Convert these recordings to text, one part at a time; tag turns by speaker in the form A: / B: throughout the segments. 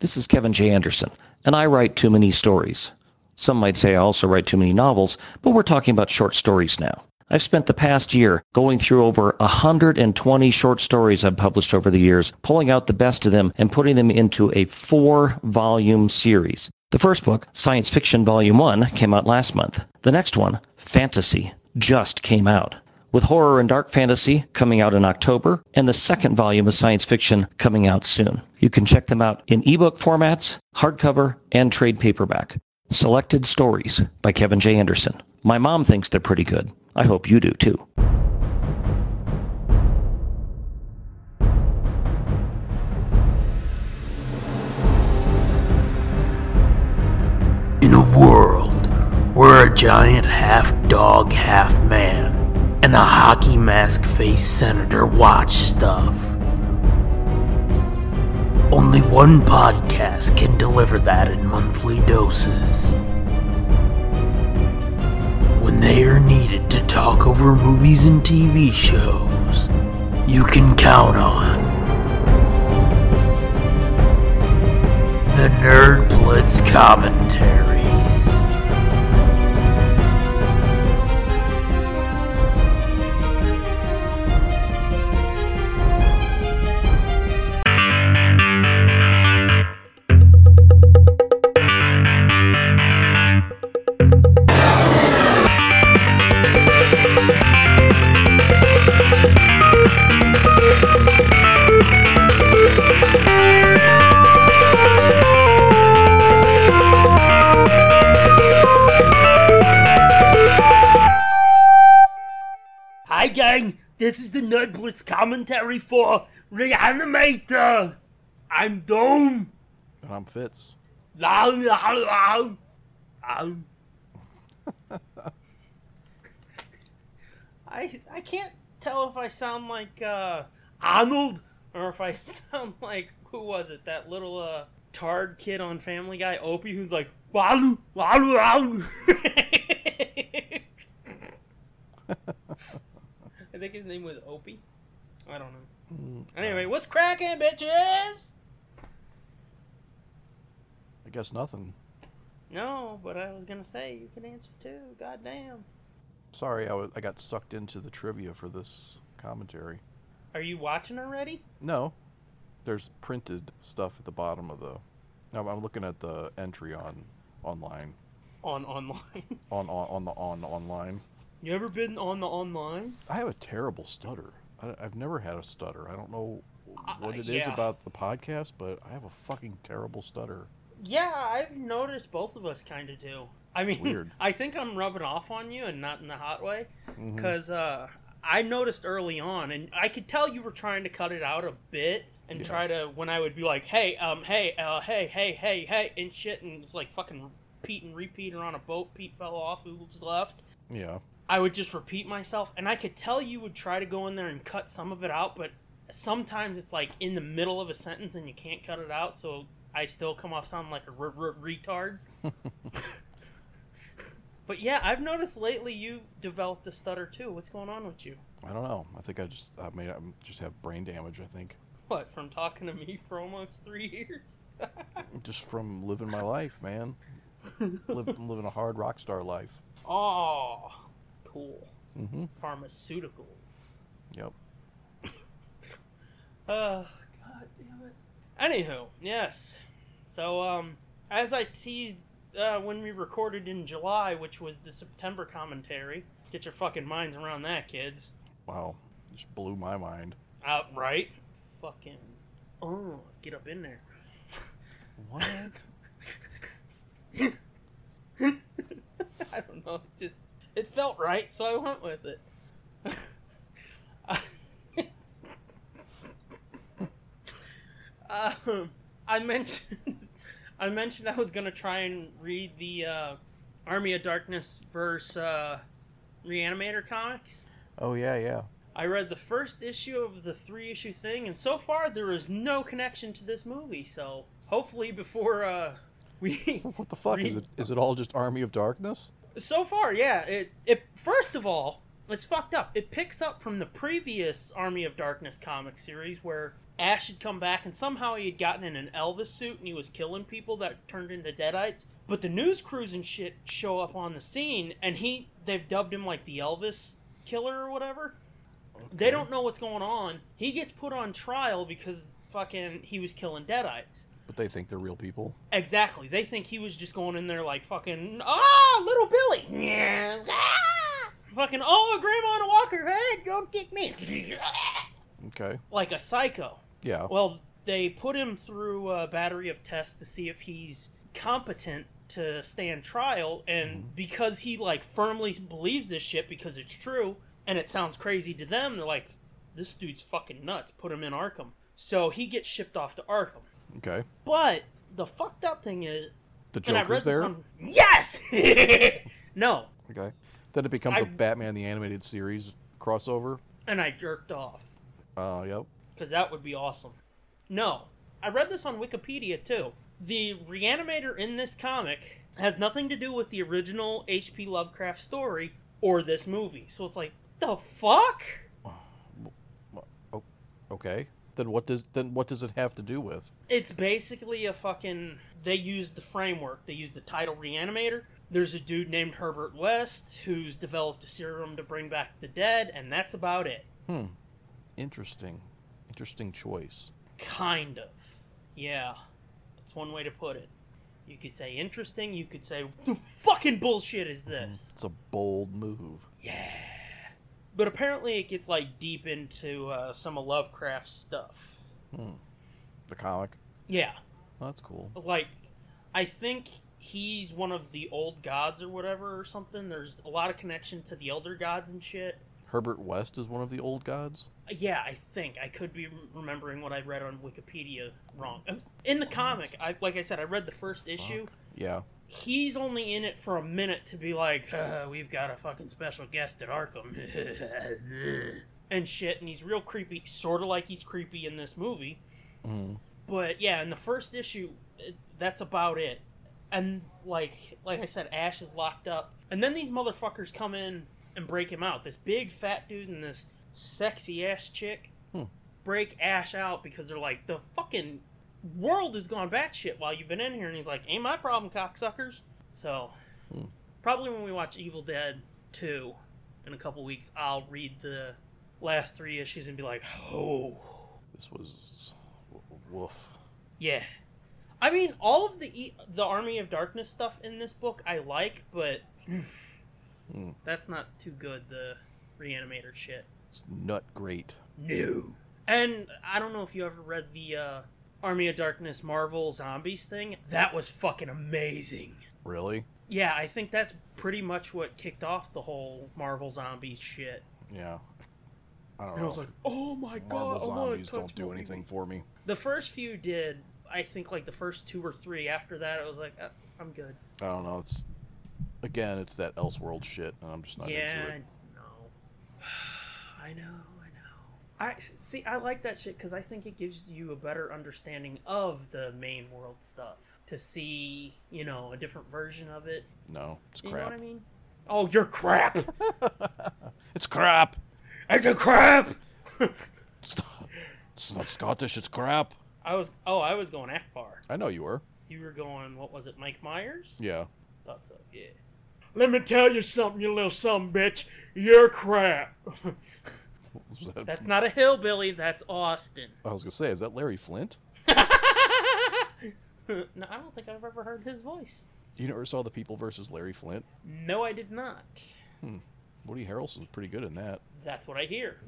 A: This is Kevin J. Anderson, and I write too many stories. Some might say I also write too many novels, but we're talking about short stories now. I've spent the past year going through over 120 short stories I've published over the years, pulling out the best of them and putting them into a four volume series. The first book, Science Fiction Volume 1, came out last month. The next one, Fantasy, just came out with horror and dark fantasy coming out in October, and the second volume of science fiction coming out soon. You can check them out in ebook formats, hardcover, and trade paperback. Selected Stories by Kevin J. Anderson. My mom thinks they're pretty good. I hope you do too.
B: In a world where a giant half dog, half man and a hockey mask faced senator watch stuff. Only one podcast can deliver that in monthly doses. When they are needed to talk over movies and TV shows, you can count on the Nerd Blitz commentaries.
C: Hi, gang. This is the Nerd Blitz commentary for Reanimator. I'm Doom.
D: And I'm Fitz.
C: La, la, la. Um.
E: I I can't tell if I sound like uh
C: Arnold.
E: or if I sound like who was it? That little uh tard kid on Family Guy, Opie, who's like
C: Walu, walu, walu.
E: I think his name was Opie. I don't know. Anyway, what's cracking, bitches?
D: I guess nothing.
E: No, but I was gonna say you can answer too. Goddamn.
D: Sorry, I, was, I got sucked into the trivia for this commentary.
E: Are you watching already?
D: No, there's printed stuff at the bottom of the. No, I'm looking at the entry on online
E: On online.
D: on on, on the on online.
E: you ever been on the online?
D: I have a terrible stutter. I, have never had a stutter. I don't know what it is
E: yeah.
D: about the podcast, but I have a fucking terrible stutter.
E: Yeah, I've noticed both of us kind of do. I mean,
D: weird.
E: I think I'm rubbing off on you and not in the hot way
D: Mhm.
E: because uh, I noticed early on, and I could tell you were trying to cut it out a bit and
D: Yeah.
E: try to when I would be like, "Hey, um, hey, uh, hey, hey, hey, hey," and shit, and it's like fucking Pete and repeat or on a boat. Pete fell off. Who was left?
D: Yeah,
E: I would just repeat myself, and I could tell you would try to go in there and cut some of it out, but sometimes it's like in the middle of a sentence and you can't cut it out, so I still come off sounding like a r- r- retard. but yeah, I've noticed lately you developed a stutter too. What's going on with you?
D: I don't know. I think I just I made I just have brain damage. I think
E: What, from talking to me for almost three years?
D: just from living my life, man. Liv living a hard rock star life.
E: oh, cool.
D: Mm-hmm.
E: Pharmaceuticals.
D: Yep.
E: Oh, god damn it. Anywho, yes. So, um, as I teased uh, when we recorded in July, which was the September commentary, get your fucking minds around that, kids.
D: Wow. Just blew my mind.
E: Uh, right? Fucking. Oh, get up in there.
D: What?
E: I don't know. It just. It felt right, so I went with it. um, I mentioned I mentioned I was gonna try and read the uh, Army of Darkness verse uh, Reanimator comics.
D: oh yeah, yeah.
E: I read the first issue of the three issue thing, and so far there is no connection to this movie. So hopefully, before uh, we
D: What the fuck is
E: Read-
D: it? Is it all just Army of Darkness?
E: So far, yeah. It it first of all, it's fucked up. It picks up from the previous Army of Darkness comic series where Ash had come back, and somehow he had gotten in an Elvis suit and he was killing people that turned into deadites. But the news crews and shit show up on the scene, and he they've dubbed him like the Elvis killer or whatever. They don't know what's going on. He gets put on trial because fucking he was killing deadites.
D: But they think they're real people.
E: Exactly. They think he was just going in there like fucking ah, little Billy. Yeah. Ah! Fucking oh, grandma on a walker. Hey, don't kick me.
D: Okay.
E: like a psycho.
D: Yeah.
E: Well, they put him through a battery of tests to see if he's competent to stand trial, and because he like firmly believes this shit because it's true and it sounds crazy to them, they're like, "This dude's fucking nuts." Put him in Arkham. So he gets shipped off to Arkham.
D: okay.
E: But the fucked up thing is,
D: The
E: and I read
D: Joker's there.
E: this on yes, no,
D: Okay. Then it becomes a
E: I-
D: Batman the Animated Series crossover.
E: and I jerked off.
D: Uh, yep.
E: because that would be awesome. No, I read this on Wikipedia too. The reanimator in this comic has nothing to do with the original H.P. Lovecraft story or this movie. So it's like, the fuck?
D: Oh, okay. Then what does then what does it have to do with?
E: It's basically a fucking. They use the framework, they use the title reanimator. There's a dude named Herbert West who's developed a serum to bring back the dead, and that's about it.
D: Interesting. Interesting choice.
E: Kind of. Yeah. That's one way to put it. You could say interesting, you could say, the fucking bullshit is this?
D: It's a bold move.
E: But apparently it gets, like, deep into uh, some of Lovecraft's stuff.
D: The comic.
E: Yeah.
D: Well, that's cool.
E: Like, I think he's one of the old gods or whatever or something. There's a lot of connection to the elder gods and shit.
D: Herbert West is one of the old gods.
E: Yeah, I think I could be remembering what I read on Wikipedia wrong. Oh, In the comic, I like I said, I read the first issue.
D: Yeah.
E: he's only in it for a minute to be like, uh, we've got a fucking special guest at Arkham. and shit, and he's real creepy, sort of like he's creepy in this movie.
D: Mm-hmm.
E: But yeah, in the first issue, it, that's about it. And like, like I said, Ash is locked up, and then these motherfuckers come in and break him out. This big fat dude and this sexy ass chick break Ash out because they're like, the fucking world has gone batshit while you've been in here. And he's like, ain't my problem, cocksuckers. So, probably when we watch Evil Dead 2 in a couple weeks, I'll read the last three issues and be like, oh,
D: This was w- woof.
E: yeah. I mean, all of the e- the Army of Darkness stuff in this book I like, but
D: Hmm.
E: that's not too good, the reanimator shit.
D: It's nut great.
E: No. And I don't know if you ever read the uh, Army of Darkness Marvel Zombies thing. That was fucking amazing.
D: Really?
E: Yeah, I think that's pretty much what kicked off the whole Marvel Zombies shit.
D: Yeah. I don't
E: And
D: know.
E: I was like, oh my
D: Marvel
E: god, I wanna
D: zombies don't
E: touch
D: do
E: my-
D: anything for me.
E: The first few did. I think like the first two or three. After that, it was like, uh, I'm good.
D: I don't know. It's again, it's that Elseworld shit, and I'm just not
E: yeah,
D: into
E: I
D: it.
E: know. I know, I know. I see. I like that shit because I think it gives you a better understanding of the main world stuff to see, you know, a different version of it.
D: No, it's
E: You
D: crap.
E: know what I mean? Oh, you're crap.
D: It's crap.
E: it's a crap.
D: It's not Scottish. It's crap.
E: I was. Oh, I was going Akbar.
D: I know you were.
E: You were going. What was it, Mike Myers?
D: Yeah.
E: Thought so. Yeah. Let me tell you something, you little some bitch. You're crap. That's not a hillbilly. That's Austin.
D: I was gonna say, is that Larry Flint?
E: no, I don't think I've ever heard his voice.
D: You never saw The People versus Larry Flint?
E: No, I did not.
D: Woody Harrelson's pretty good in that.
E: That's what I hear.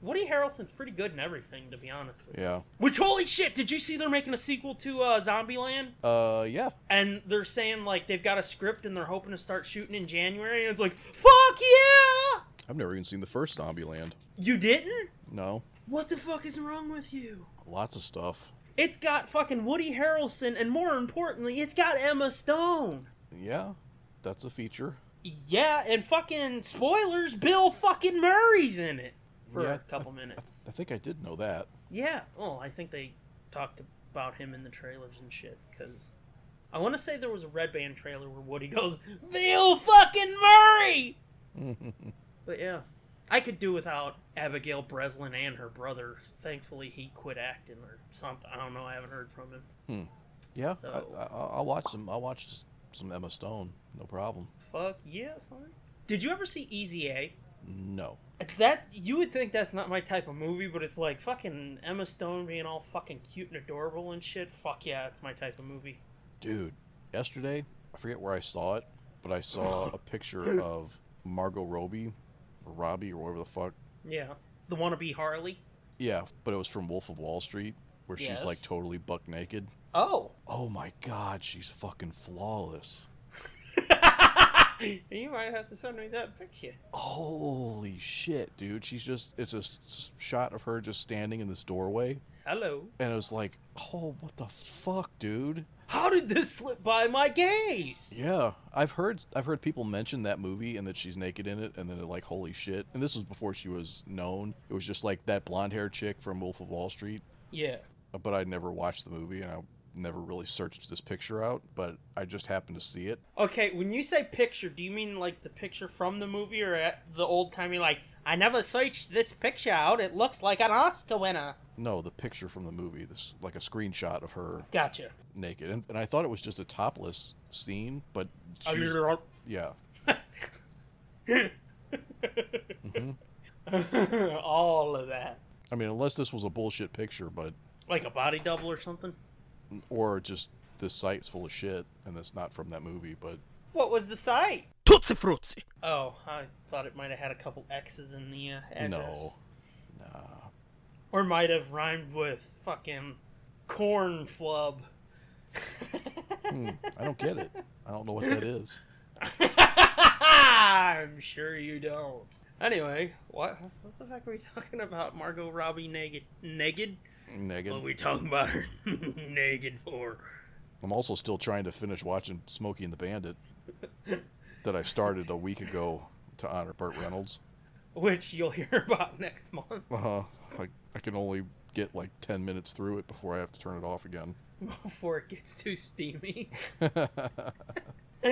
E: Woody Harrelson's pretty good in everything, to be honest with you.
D: Mm-hmm. Yeah.
E: Which, holy shit, did you see they're making a sequel to uh, Zombieland?
D: Uh, yeah.
E: And they're saying, like, they've got a script and they're hoping to start shooting in January. And it's like, fuck yeah!
D: I've never even seen the first Zombieland.
E: You didn't?
D: No.
E: What the fuck is wrong with you?
D: Lots of stuff.
E: It's got fucking Woody Harrelson, and more importantly, it's got Emma Stone.
D: Yeah. That's a feature.
E: Yeah, and fucking spoilers, Bill fucking Murray's in it for
D: Yeah,
E: a couple
D: I-
E: minutes.
D: I think I did know that.
E: Yeah. Well, I think they talked about him in the trailers and shit because I want to say there was a Red Band trailer where Woody goes, "Bill fucking Murray." but yeah, I could do without Abigail Breslin and her brother. Thankfully, he quit acting or something. I don't know. I haven't heard from him.
D: Yeah,
E: So-
D: I, I, I'll watch some. I'll watch s- some Emma Stone. No problem.
E: Fuck yeah, son. Did you ever see Easy A?
D: No.
E: That you would think that's not my type of movie, but it's like fucking Emma Stone being all fucking cute and adorable and shit. Fuck yeah, it's my type of movie.
D: Dude, yesterday, I forget where I saw it, but I saw a picture of Margot Robbie, or Robbie, or whatever the fuck.
E: Yeah, the wannabe Harley.
D: Yeah, but it was from Wolf of Wall Street, where she's like
E: Yes.
D: totally buck naked.
E: Oh,
D: Oh my god, she's fucking flawless.
E: you might have to send me that picture.
D: Holy shit, dude. She's just, it's a s- shot of her just standing in this doorway.
E: Hello.
D: And it was like, oh, what the fuck, dude?
E: How did this slip by my gaze?
D: Yeah, I've heard I've heard people mention that movie and that she's naked in it, and then they're like, "Holy shit!" And this was before she was known. It was just like that blonde haired chick from Wolf of Wall Street. Uh,
E: Yeah.
D: But I never watched the movie, and I never really searched this picture out. But I just happened to see it.
E: Okay, when you say picture, do you mean like the picture from the movie or at the old timey like, I never searched this picture out, it looks like an Oscar winner?
D: No, the picture from the movie, this like a screenshot of her
E: Gotcha.
D: naked, and, and I thought it was just a topless scene, but
E: Oh,
D: she was- yeah,
E: All of that.
D: I mean, unless this was a bullshit picture, but
E: Like a body double or something?
D: or just this site's full of shit, and that's not from that movie, but.
E: What was the site?
B: Tootsie Fruitsie.
E: Oh, I thought it might have had a couple X's in the uh, address.
D: No,
E: Or might have rhymed with fucking corn flub.
D: I don't get it. I don't know what that is.
E: I'm sure you don't. Anyway, what what the fuck are we talking about? Margot Robbie naked? Naked?
D: Negative.
E: What are we talking about her naked for?
D: I'm also still trying to finish watching Smokey and the Bandit that I started a week ago to honor Burt Reynolds.
E: Which you'll hear about next month
D: Uh huh. I, I can only get like 10 minutes through it before I have to turn it off again.
E: before it gets too steamy.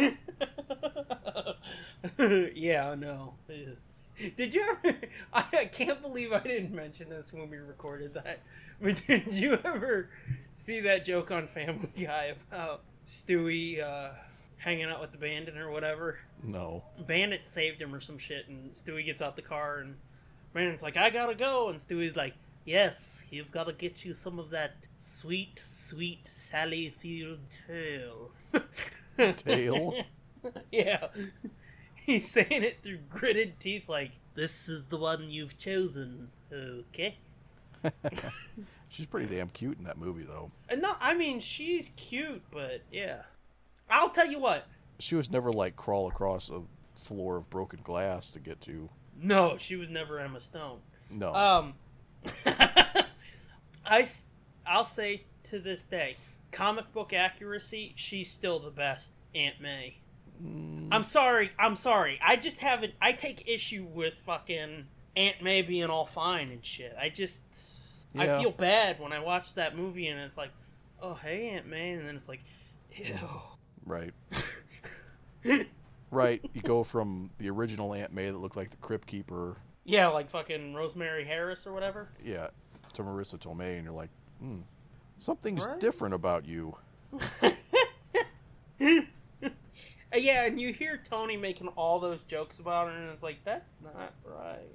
E: yeah, no. Did you ever? I, I can't believe I didn't mention this when we recorded that. But did you ever see that joke on Family Guy about Stewie uh, hanging out with the bandit or whatever?
D: No.
E: Bandit saved him or some shit, and Stewie gets out the car, and Bandit's like, I gotta go. And Stewie's like, Yes, you've gotta get you some of that sweet, sweet Sally Field tail.
D: Tail?
E: yeah. He's saying it through gritted teeth, like, This is the one you've chosen, okay?
D: She's pretty damn cute in that movie, though.
E: And no, I mean, she's cute, but yeah. I'll tell you what.
D: She was never like crawl across a floor of broken glass to get to.
E: No, she was never Emma Stone.
D: No.
E: Um, I s- I'll say to this day, comic book accuracy, she's still the best Aunt May. I'm sorry, I'm sorry. I just haven't. I take issue with fucking Aunt May being all fine and shit. I just
D: Yeah.
E: I feel bad when I watch that movie and it's like, oh hey Aunt May, and then it's like, ew.
D: Right. right. You go from the original Aunt May that looked like the Crypt Keeper
E: Yeah, like fucking Rosemary Harris or whatever.
D: yeah, to Marissa Tomei, and you're like, hmm, something's
E: Right?
D: different about you.
E: Uh, Yeah, and you hear Tony making all those jokes about her, and it's like that's not right.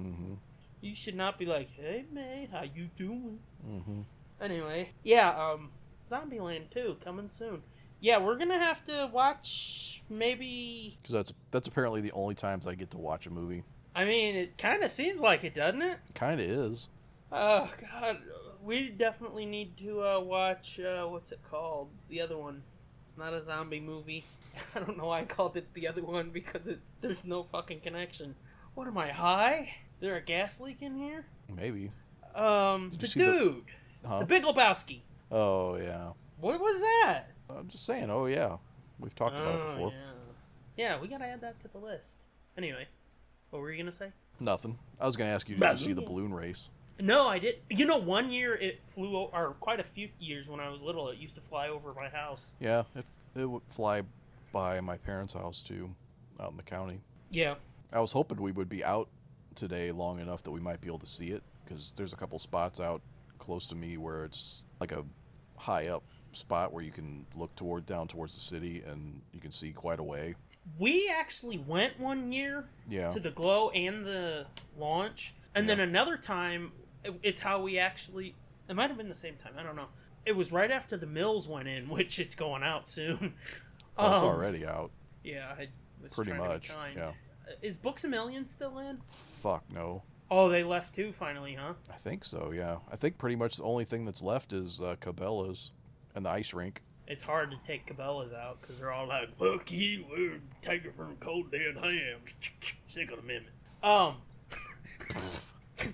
D: Mm-hmm.
E: You should not be like, "Hey, man, how you doing?"
D: mm-hmm,
E: Anyway, yeah, um, Zombieland too coming soon. Yeah, we're gonna have to watch. Maybe
D: Because that's that's apparently the only times I get to watch a movie.
E: I mean, it kind of seems like it, doesn't it?
D: Kind of is.
E: Oh God, we definitely need to uh, watch. Uh, what's it called? The other one. It's not a zombie movie. I don't know why I called it the other one because it, there's no fucking connection. What am I high? There a gas leak in here?
D: Maybe.
E: Um,
D: Did
E: the
D: you see the-
E: dude, the...
D: Huh?
E: Big Lebowski.
D: oh yeah.
E: What was that?
D: I'm just saying. Oh yeah. We've talked about
E: Oh,
D: it before.
E: Yeah. yeah, we gotta add that to the list. Anyway, what were you gonna say?
D: Nothing. I was gonna ask you did you see the balloon race.
E: No, I did. You know, one year it flew, o- or quite a few years when I was little, it used to fly over my house.
D: Yeah, it it would fly by my parents' house too, out in the county.
E: Yeah.
D: I was hoping we would be out today long enough that we might be able to see it because there's a couple spots out close to me where it's like a high up spot where you can look toward down towards the city and you can see quite a way.
E: We actually went one year
D: Yeah.
E: to the glow and the launch, and
D: Oh. Yeah.
E: then another time. it- It's how we actually. It might have been the same time. I don't know. It was right after the mills went in, which it's going out soon.
D: Oh, it's
E: Um,
D: already out.
E: Yeah, I was
D: Pretty
E: trying to be
D: much,
E: kind.
D: yeah.
E: Is Books a Million still in?
D: Fuck no.
E: Oh, they left too finally, huh?
D: I think so. Yeah. I think pretty much the only thing that's left is uh, Cabela's and the ice rink.
E: It's hard to take Cabela's out because they're all like, "Fuck you, we're taking from cold dead ham." Second Amendment. Um,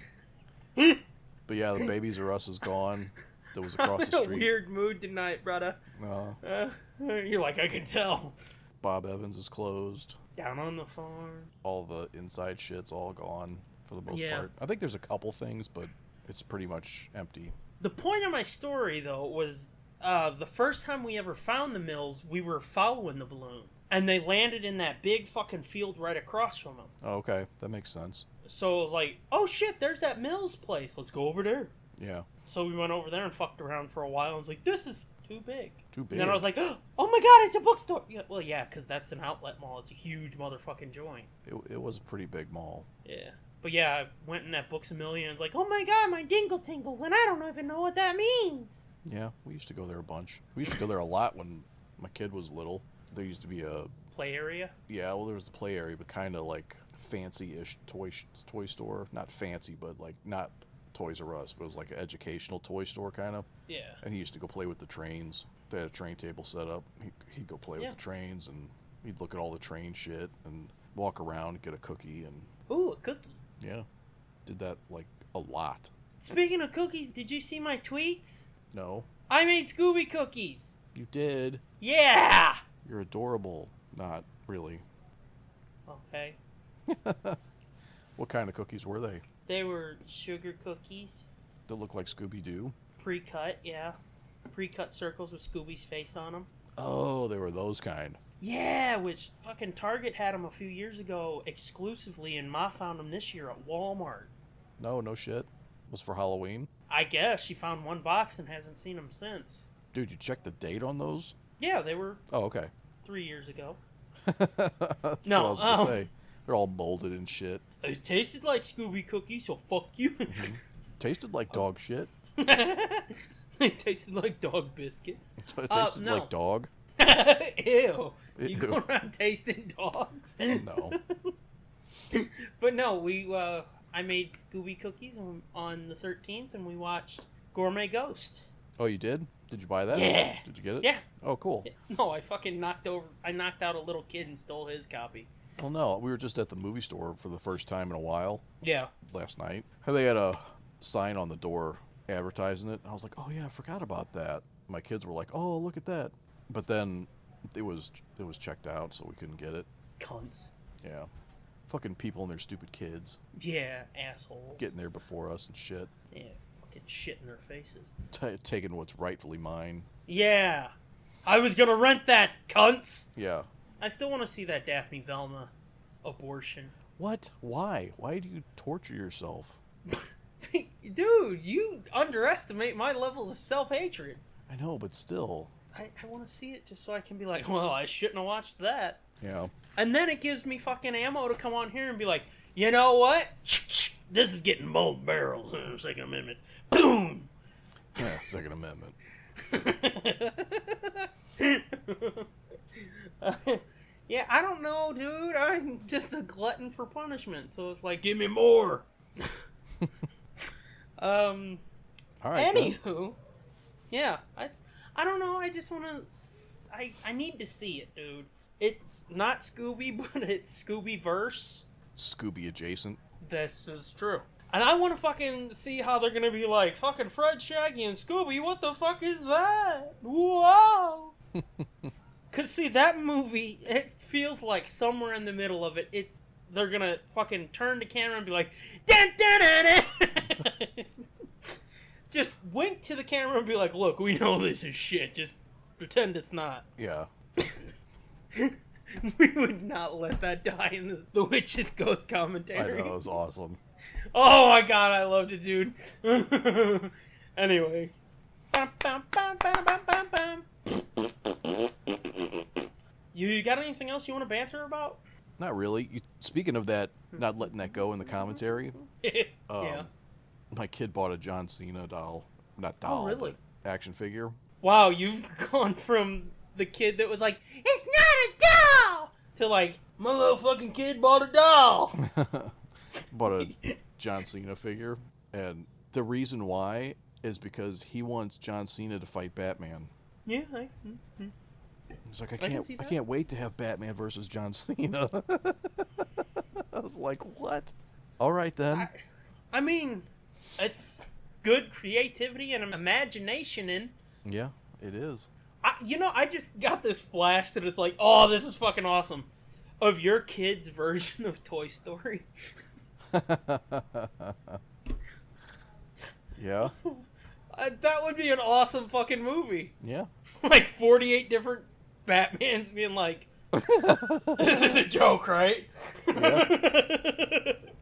D: But yeah, the babies are us is gone. That was
E: I'm
D: across
E: in
D: the
E: a
D: street.
E: weird mood tonight, brother.
D: Uh,
E: Uh, you're like, I can tell.
D: Bob Evans is closed.
E: Down on the farm.
D: All the inside shit's all gone for the most
E: Yeah.
D: part. I think there's a couple things, but it's pretty much empty.
E: The point of my story, though, was uh, the first time we ever found the mills, we were following the balloon, and they landed in that big fucking field right across from them.
D: Oh, okay, that makes sense.
E: So it was like, oh shit, there's that Mills place. Let's go over there.
D: Yeah,
E: So we went over there and fucked around for a while and was like, this is too big.
D: too big.
E: And then I was like, oh my god, it's a bookstore. Yeah, well, yeah, because that's an outlet mall. It's a huge motherfucking joint.
D: it, it was a pretty big mall.
E: Yeah. But yeah, I went in that Books a Million and was like, oh my god, my dingle tingles, and I don't even know what that means.
D: Yeah, we used to go there a bunch. We used to go there a lot when my kid was little. There used to be a
E: Play area.
D: yeah, well, there was a play area, but kind of like fancy-ish toy sh- toy store. Not fancy, but like not Toys R Us, but it was like an educational toy store kind of.
E: Yeah.
D: And he used to go play with the trains. They had a train table set up. He, he'd go play
E: Yeah.
D: with the trains and he'd look at all the train shit and walk around, get a cookie, and
E: Ooh, a cookie.
D: yeah, did that like a lot.
E: Speaking of cookies, did you see my tweets?
D: No,
E: I made Scooby cookies.
D: you did.
E: Yeah.
D: You're adorable. Not really.
E: Okay.
D: What kind of cookies were they?
E: They were sugar cookies.
D: That look like Scooby Doo?
E: pre-cut, yeah, pre-cut circles with Scooby's face on them.
D: Oh, they were those kind.
E: Yeah, which fucking Target had them a few years ago exclusively, and Ma found them this year at Walmart.
D: No, no shit. Was for Halloween.
E: I guess she found one box and hasn't seen them since.
D: Dude, you checked the date on those?
E: Yeah, they were
D: Oh, okay.
E: three years ago.
D: That's what I
E: No,
D: was gonna
E: oh.
D: say. They're all molded and shit.
E: It tasted like Scooby cookies, so fuck you.
D: Tasted
E: Oh.
D: like dog shit.
E: it tasted like dog biscuits.
D: It
E: Uh,
D: tasted
E: no.
D: like dog.
E: Ew. You go
D: Ew.
E: around tasting dogs.
D: No.
E: But no, we uh, I made Scooby cookies on- on the 13th, and we watched Gourmet Ghost.
D: Oh, you did? Did you buy that?
E: Yeah.
D: Did you get it?
E: Yeah.
D: Oh, cool.
E: No, I fucking knocked over. I knocked out a little kid and stole his copy.
D: Well, no, we were just at the movie store for the first time in a while
E: Yeah.
D: last night. And they had a sign on the door advertising it. And I was like, oh yeah, I forgot about that. My kids were like, oh look at that. But then it was it was checked out, so we couldn't get it.
E: Cunts.
D: Yeah. Fucking people and their stupid kids
E: Yeah, asshole.
D: getting there before us and shit.
E: Yeah, fucking shit in their faces.
D: T- taking what's rightfully mine.
E: Yeah. I was gonna rent that, cunts!
D: Yeah.
E: I still wanna see that Daphne Velma abortion.
D: What? Why? Why do you torture yourself?
E: Dude, you underestimate my levels of self hatred.
D: I know, but still.
E: I, I wanna see it just so I can be like, well, I shouldn't have watched that.
D: Yeah.
E: And then it gives me fucking ammo to come on here and be like, you know what? This is getting bold barrels. uh, Second Amendment. Boom!
D: yeah Second Amendment.
E: yeah, I don't know, dude. I'm just a glutton for punishment. So it's like, give me more. um.
D: All right. then.
E: Anywho, yeah, I, I don't know. I just want to. I I need to see it, dude. It's not Scooby, but it's Scooby verse.
D: Scooby adjacent.
E: This is true. And I want to fucking see how they're gonna be like fucking Fred, Shaggy, and Scooby. What the fuck is that? Whoa! Cause see that movie, it feels like somewhere in the middle of it, it's they're gonna fucking turn to camera and be like, dun, dun, dun, dun." just wink to the camera and be like, look, we know this is shit. Just pretend it's not.
D: Yeah.
E: we would not let that die in the, the witch's ghost
D: I
E: commentary.
D: know it was awesome.
E: Oh my god, I loved it, dude. anyway. You got anything else you want to banter about?
D: Not really. You, speaking of that, not letting that go in the commentary, um,
E: yeah.
D: my kid bought a John Cena doll. Not doll,
E: Oh, really?
D: but action figure.
E: Wow, you've gone from the kid that was like, "It's not a doll," to like, "My little fucking kid bought a doll."
D: Bought a John Cena figure. And the reason why is because he wants John Cena to fight Batman.
E: yeah. I,
D: He's like, I
E: can
D: can't,
E: see
D: I
E: that.
D: can't wait to have Batman versus John Cena. I was like, what? All right then.
E: I mean, it's good creativity and imagination in
D: yeah, it is.
E: I, you know, I just got this flash that it's like, oh, this is fucking awesome, of your kid's version of Toy Story.
D: Yeah,
E: Uh, that would be an awesome fucking movie.
D: yeah.
E: Like forty-eight different Batman's being like, this is a joke, right?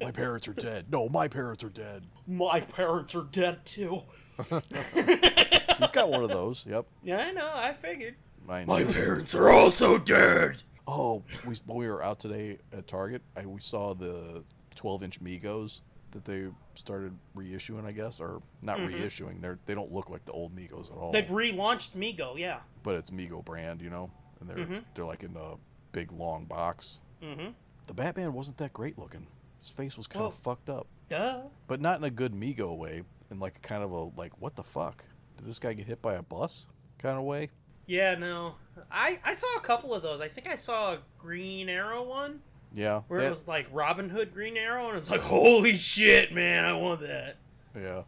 D: My parents are dead. No, my parents are dead.
E: My parents are dead too.
D: He's got one of those. Yep.
E: Yeah, I know. I figured.
D: Mine.
C: My parents are also dead.
D: Oh, we when we were out today at Target, I, we saw the 12-inch Migos that they started reissuing. I guess, or not reissuing. They're they don't look like the old Migos at all.
E: They've relaunched Migo. Yeah.
D: but it's Migo brand, you know, and they're they're like in a big long box.
E: Mhm.
D: The Batman wasn't that great looking. His face was kind
E: Well-
D: of fucked up,
E: Duh.
D: but not in a good Migo way. In like kind of a like what the fuck did this guy get hit by a bus kind of way.
E: Yeah. No. I I saw a couple of those. I think I saw a Green Arrow one.
D: Yeah,
E: Where
D: that-
E: it was like Robin Hood Green Arrow, and it's like, holy shit, man, I want that.
D: yeah.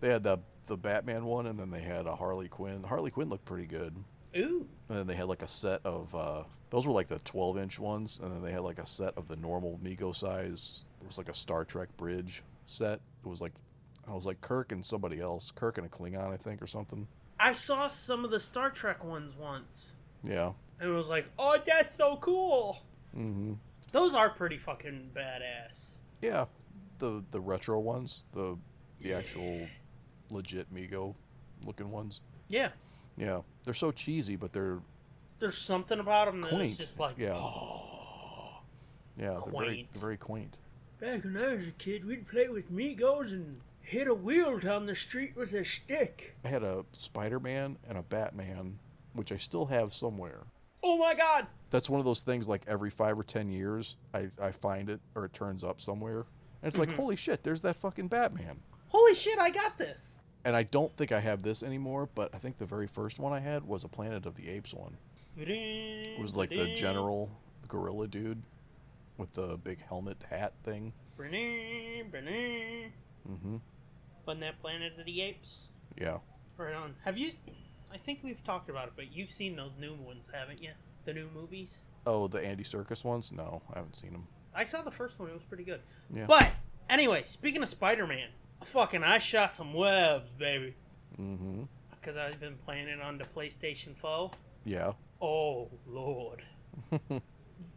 D: They had the the Batman one, and then they had a Harley Quinn. Harley Quinn looked pretty good.
E: Ooh.
D: And then they had like a set of uh, those were like the 12 inch ones, and then they had like a set of the normal Mego size. It was like a Star Trek bridge set. It was like I was like Kirk and somebody else, Kirk and a Klingon, I think, or something.
E: I saw some of the Star Trek ones once,
D: Yeah,
E: and it was like, oh, that's so cool.
D: hmm
E: Those are pretty fucking badass.
D: yeah. The the retro ones, the the actual legit Mego looking ones.
E: Yeah.
D: Yeah, they're so cheesy, but they're
E: There's something about them that's
D: quaint.
E: just like,
D: yeah, yeah, they're very
E: quaint.
D: they're very quaint.
E: back when I was a kid, we'd play with Migos and hit a wheel down the street with a stick.
D: I had a Spider Man and a Batman, which I still have somewhere.
E: Oh my god.
D: that's one of those things like every five or ten years I, I find it or it turns up somewhere and it's
E: Mm-hmm.
D: like holy shit there's that fucking batman
E: Holy shit, I got this.
D: and i don't think i have this anymore but i think the very first one i had was a planet of the apes one
E: It
D: it was like the general gorilla dude with the big helmet hat thing mm-hmm
E: Wasn't that Planet of the Apes?
D: yeah
E: Right on. Have you? I think we've talked about it, but you've seen those new ones, haven't you? The new movies.
D: oh the andy circus ones no i haven't seen them
E: I saw the first one; it was pretty good.
D: Yeah.
E: But anyway, speaking of Spider-Man, fucking, I shot some webs, baby,
D: mm-hmm
E: because I've been playing it on the PlayStation 4.
D: yeah
E: Oh lord.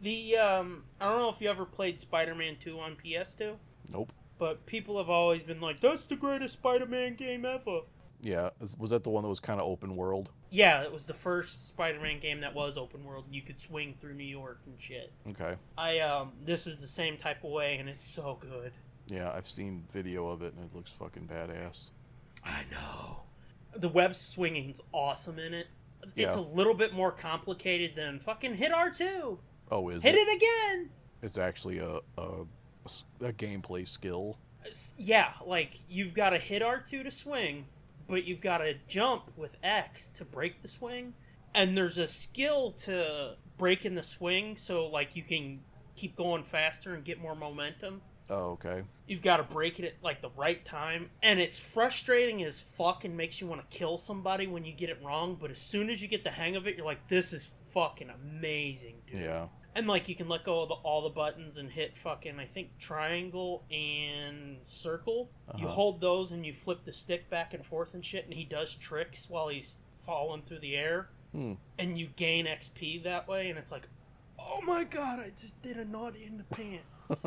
E: the um, I don't know if you ever played Spider-Man 2 on PS2,
D: nope
E: but people have always been like, "That's the greatest Spider-Man game ever."
D: yeah is- was that the one that was kind of open world
E: Yeah, it was the first Spider-Man game that was open world, and you could swing through New York and shit.
D: okay
E: I um this is the same type of way and it's so good.
D: yeah i've seen video of it and it looks fucking badass
E: I know. The web swinging's awesome in it. It's a
D: Yeah.
E: little bit more complicated than fucking hit R2.
D: oh is
E: hit
D: it?
E: it, again.
D: it's actually a, a, a gameplay skill.
E: S- Yeah, like you've got to hit R2 to swing, but you've got to jump with X to break the swing. And there's a skill to breaking the swing so like you can keep going faster and get more momentum.
D: Oh, okay.
E: You've got to break it at like the right time, and it's frustrating as fuck and makes you want to kill somebody when you get it wrong. But as soon as you get the hang of it, you're like, "This is fucking amazing, dude!"
D: Yeah.
E: And like you can let go of the, all the buttons and hit fucking I think triangle and circle. You
D: Uh-huh.
E: hold those and you flip the stick back and forth and shit, and he does tricks while he's falling through the air.
D: Hmm.
E: and you gain XP that way, and it's like, oh my god, I just did a naughty in the pants.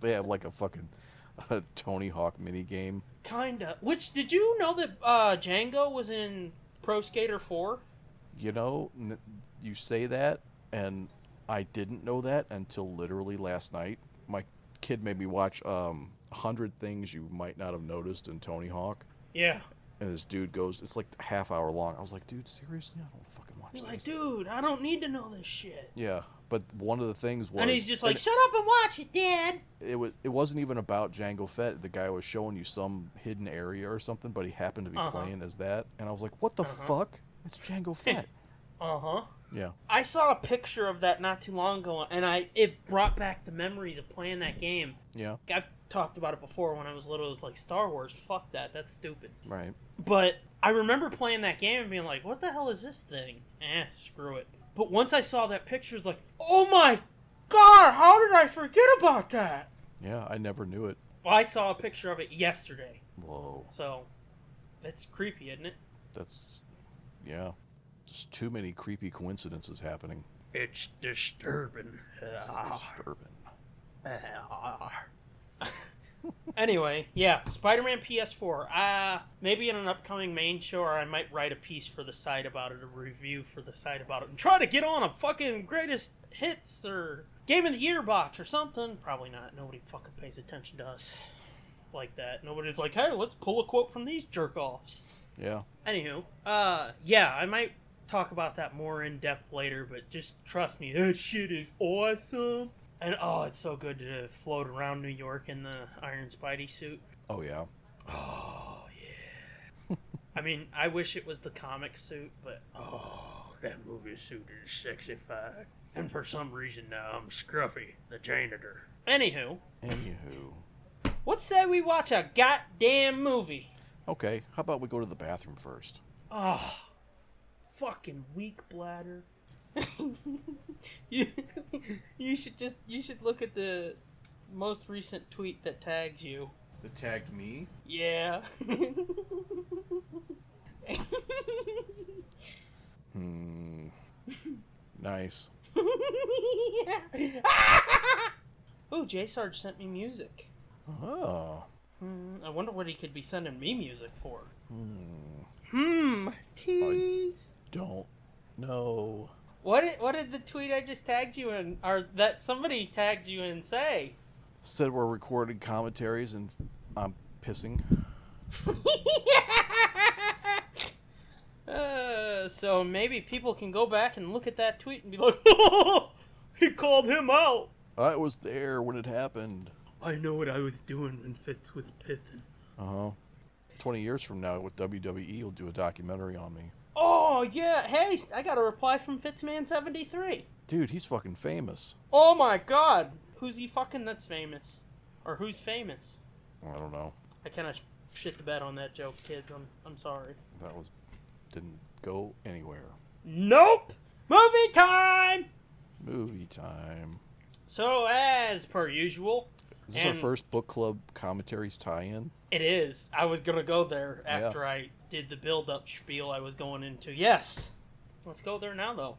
D: they have like a fucking uh, Tony Hawk mini game.
E: Kinda. Which did you know that uh, Django was in Pro Skater Four?
D: You know, n- you say that, and I didn't know that until literally last night. My kid made me watch um, 100 Things You Might Not Have Noticed in Tony Hawk.
E: Yeah.
D: And this dude goes, it's like a half hour long. I was like, dude, seriously? I don't wanna fucking watch
E: You're
D: this.
E: like, dude, I don't need to know this shit.
D: Yeah, but one of the things was,
E: and he's just like, shut up and watch it, Dad.
D: it was it wasn't even about Django Fett. The guy was showing you some hidden area or something, but he happened to be
E: Uh-huh.
D: playing as that, and I was like, what the fuck? It's Django Fett.
E: Uh huh.
D: yeah,
E: I saw a picture of that not too long ago, and I it brought back the memories of playing that game.
D: yeah,
E: I've talked about it before when I was little. It's like Star Wars. Fuck that. That's stupid.
D: right.
E: But I remember playing that game and being like, "What the hell is this thing?" Eh, screw it. But once I saw that picture, it's like, "Oh my god! How did I forget about that?"
D: Yeah, I never knew it.
E: Well, I saw a picture of it yesterday,
D: Whoa,
E: so that's creepy, isn't it?
D: that's yeah. Just too many creepy coincidences happening.
E: It's disturbing. Ah.
D: Disturbing.
E: anyway, yeah, Spider-Man PS4. Uh, maybe in an upcoming main show, or I might write a piece for the site about it, a review for the site about it, and try to get on a fucking greatest hits or game of the year box or something. Probably not. Nobody fucking pays attention to us like that. Nobody's like, hey, let's pull a quote from these jerk offs.
D: Yeah,
E: Anywho, uh, yeah, I might talk about that more in depth later, but just trust me, that shit is awesome. And oh, it's so good to float around New York in the Iron Spidey suit.
D: oh yeah.
E: Oh yeah. I mean, I wish it was the comic suit, but
C: Oh, that movie suit is sexified. And for some reason now I'm Scruffy, the janitor.
E: anywho,
D: Anywho,
E: what say we watch a goddamn movie?
D: okay. How about we go to the bathroom first?
E: Oh, fucking weak bladder. you, you should just you should look at the most recent tweet that tags you.
D: That tagged me.
E: Yeah.
D: Hmm. nice.
E: oh, J Sarge sent me music.
D: Oh.
E: Hmm, I wonder what he could be sending me music for. Hmm. Tease.
D: Don't. No.
E: What did, what did the tweet I just tagged you in, or that somebody tagged you in say?
D: said we're recording commentaries and I'm pissing.
E: uh, so maybe people can go back and look at that tweet and be like, he called him out.
D: I was there when it happened.
C: I know what I was doing when Fitz was pissing.
D: Uh huh. 20 years from now, with WWE, E will do a documentary on me.
E: Oh yeah, hey, I got a reply from Fitzman73.
D: Dude, he's fucking famous.
E: Oh my god, who's he fucking that's famous, or who's famous?
D: I don't know.
E: I kind of shit the bed on that joke, kids. I'm I'm sorry.
D: That was. didn't go anywhere.
E: Nope. Movie time.
D: Movie time.
E: So as per usual,
D: Is this
E: And-
D: our first book club commentaries tie in?
E: It is. I was gonna go there
D: Yeah.
E: after I did the build-up spiel. I was going into yes. Let's go there now, though.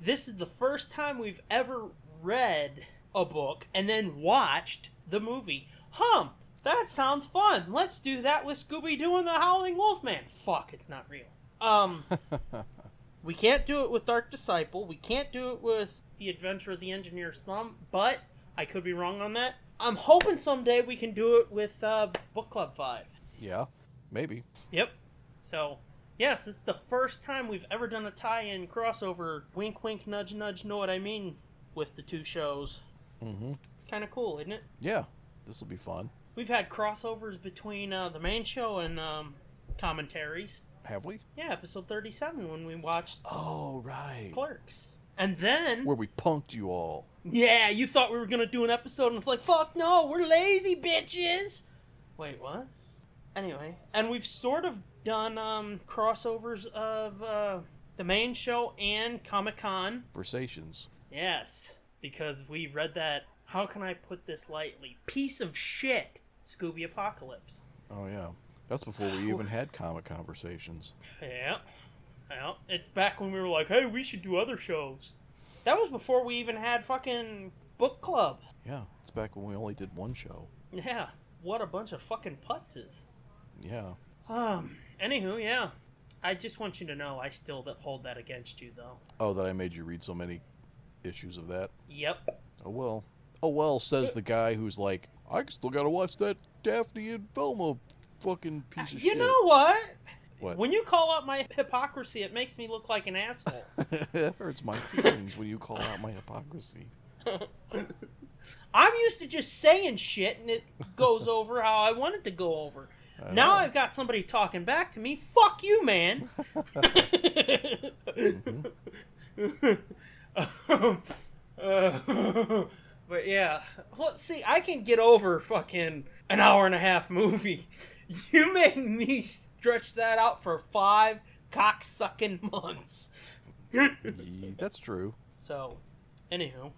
E: This is the first time we've ever read a book and then watched the movie. Hum. That sounds fun. Let's do that with Scooby Doo and the Howling Wolfman. Fuck, it's not real. Um, we can't do it with Dark Disciple. We can't do it with The Adventure of the Engineer's Thumb. But I could be wrong on that. I'm hoping someday we can do it with uh, Book Club Five.
D: Yeah, maybe.
E: Yep. So, yes, it's the first time we've ever done a tie-in crossover. Wink, wink, nudge, nudge. Know what I mean? With the two shows,
D: Mm-hmm.
E: it's kind of cool, isn't it?
D: Yeah, this will be fun.
E: We've had crossovers between uh, the main show and um, commentaries.
D: Have we?
E: Yeah, episode thirty-seven when we watched
D: Oh, right.
E: Clerks, and then
D: Where we punked you all.
E: yeah, you thought we were gonna do an episode, and it's like, fuck no, we're lazy bitches. Wait, what? Anyway, and we've sort of done um, crossovers of uh, the main show and Comic Con.
D: Versations.
E: Yes, because we read that. How can I put this lightly? Piece of shit, Scooby Apocalypse.
D: Oh, yeah. That's before we even had comic conversations.
E: Yeah. Yeah, it's back when we were like, hey, we should do other shows. That was before we even had fucking book club.
D: Yeah, it's back when we only did one show.
E: Yeah, what a bunch of fucking putzes.
D: Yeah.
E: Um. Anywho, yeah. I just want you to know I still th- hold that against you, though.
D: Oh, that I made you read so many issues of that.
E: Yep.
D: Oh well. Oh well, says the guy who's like, I still gotta watch that Daphne and Velma fucking piece of
E: Uh, You
D: shit.
E: know what?
D: What?
E: When you call out my hypocrisy, it makes me look like an asshole.
D: it hurts my feelings when you call out my hypocrisy.
E: I'm used to just saying shit and it goes over how I want it to go over.
D: I
E: Now
D: know.
E: I've got somebody talking back to me. Fuck you, man. Uh, but yeah, well, see, I can get over fucking an hour and a half movie. You made me stretch that out for five cocksucking months.
D: Ye- That's true.
E: So, anywho,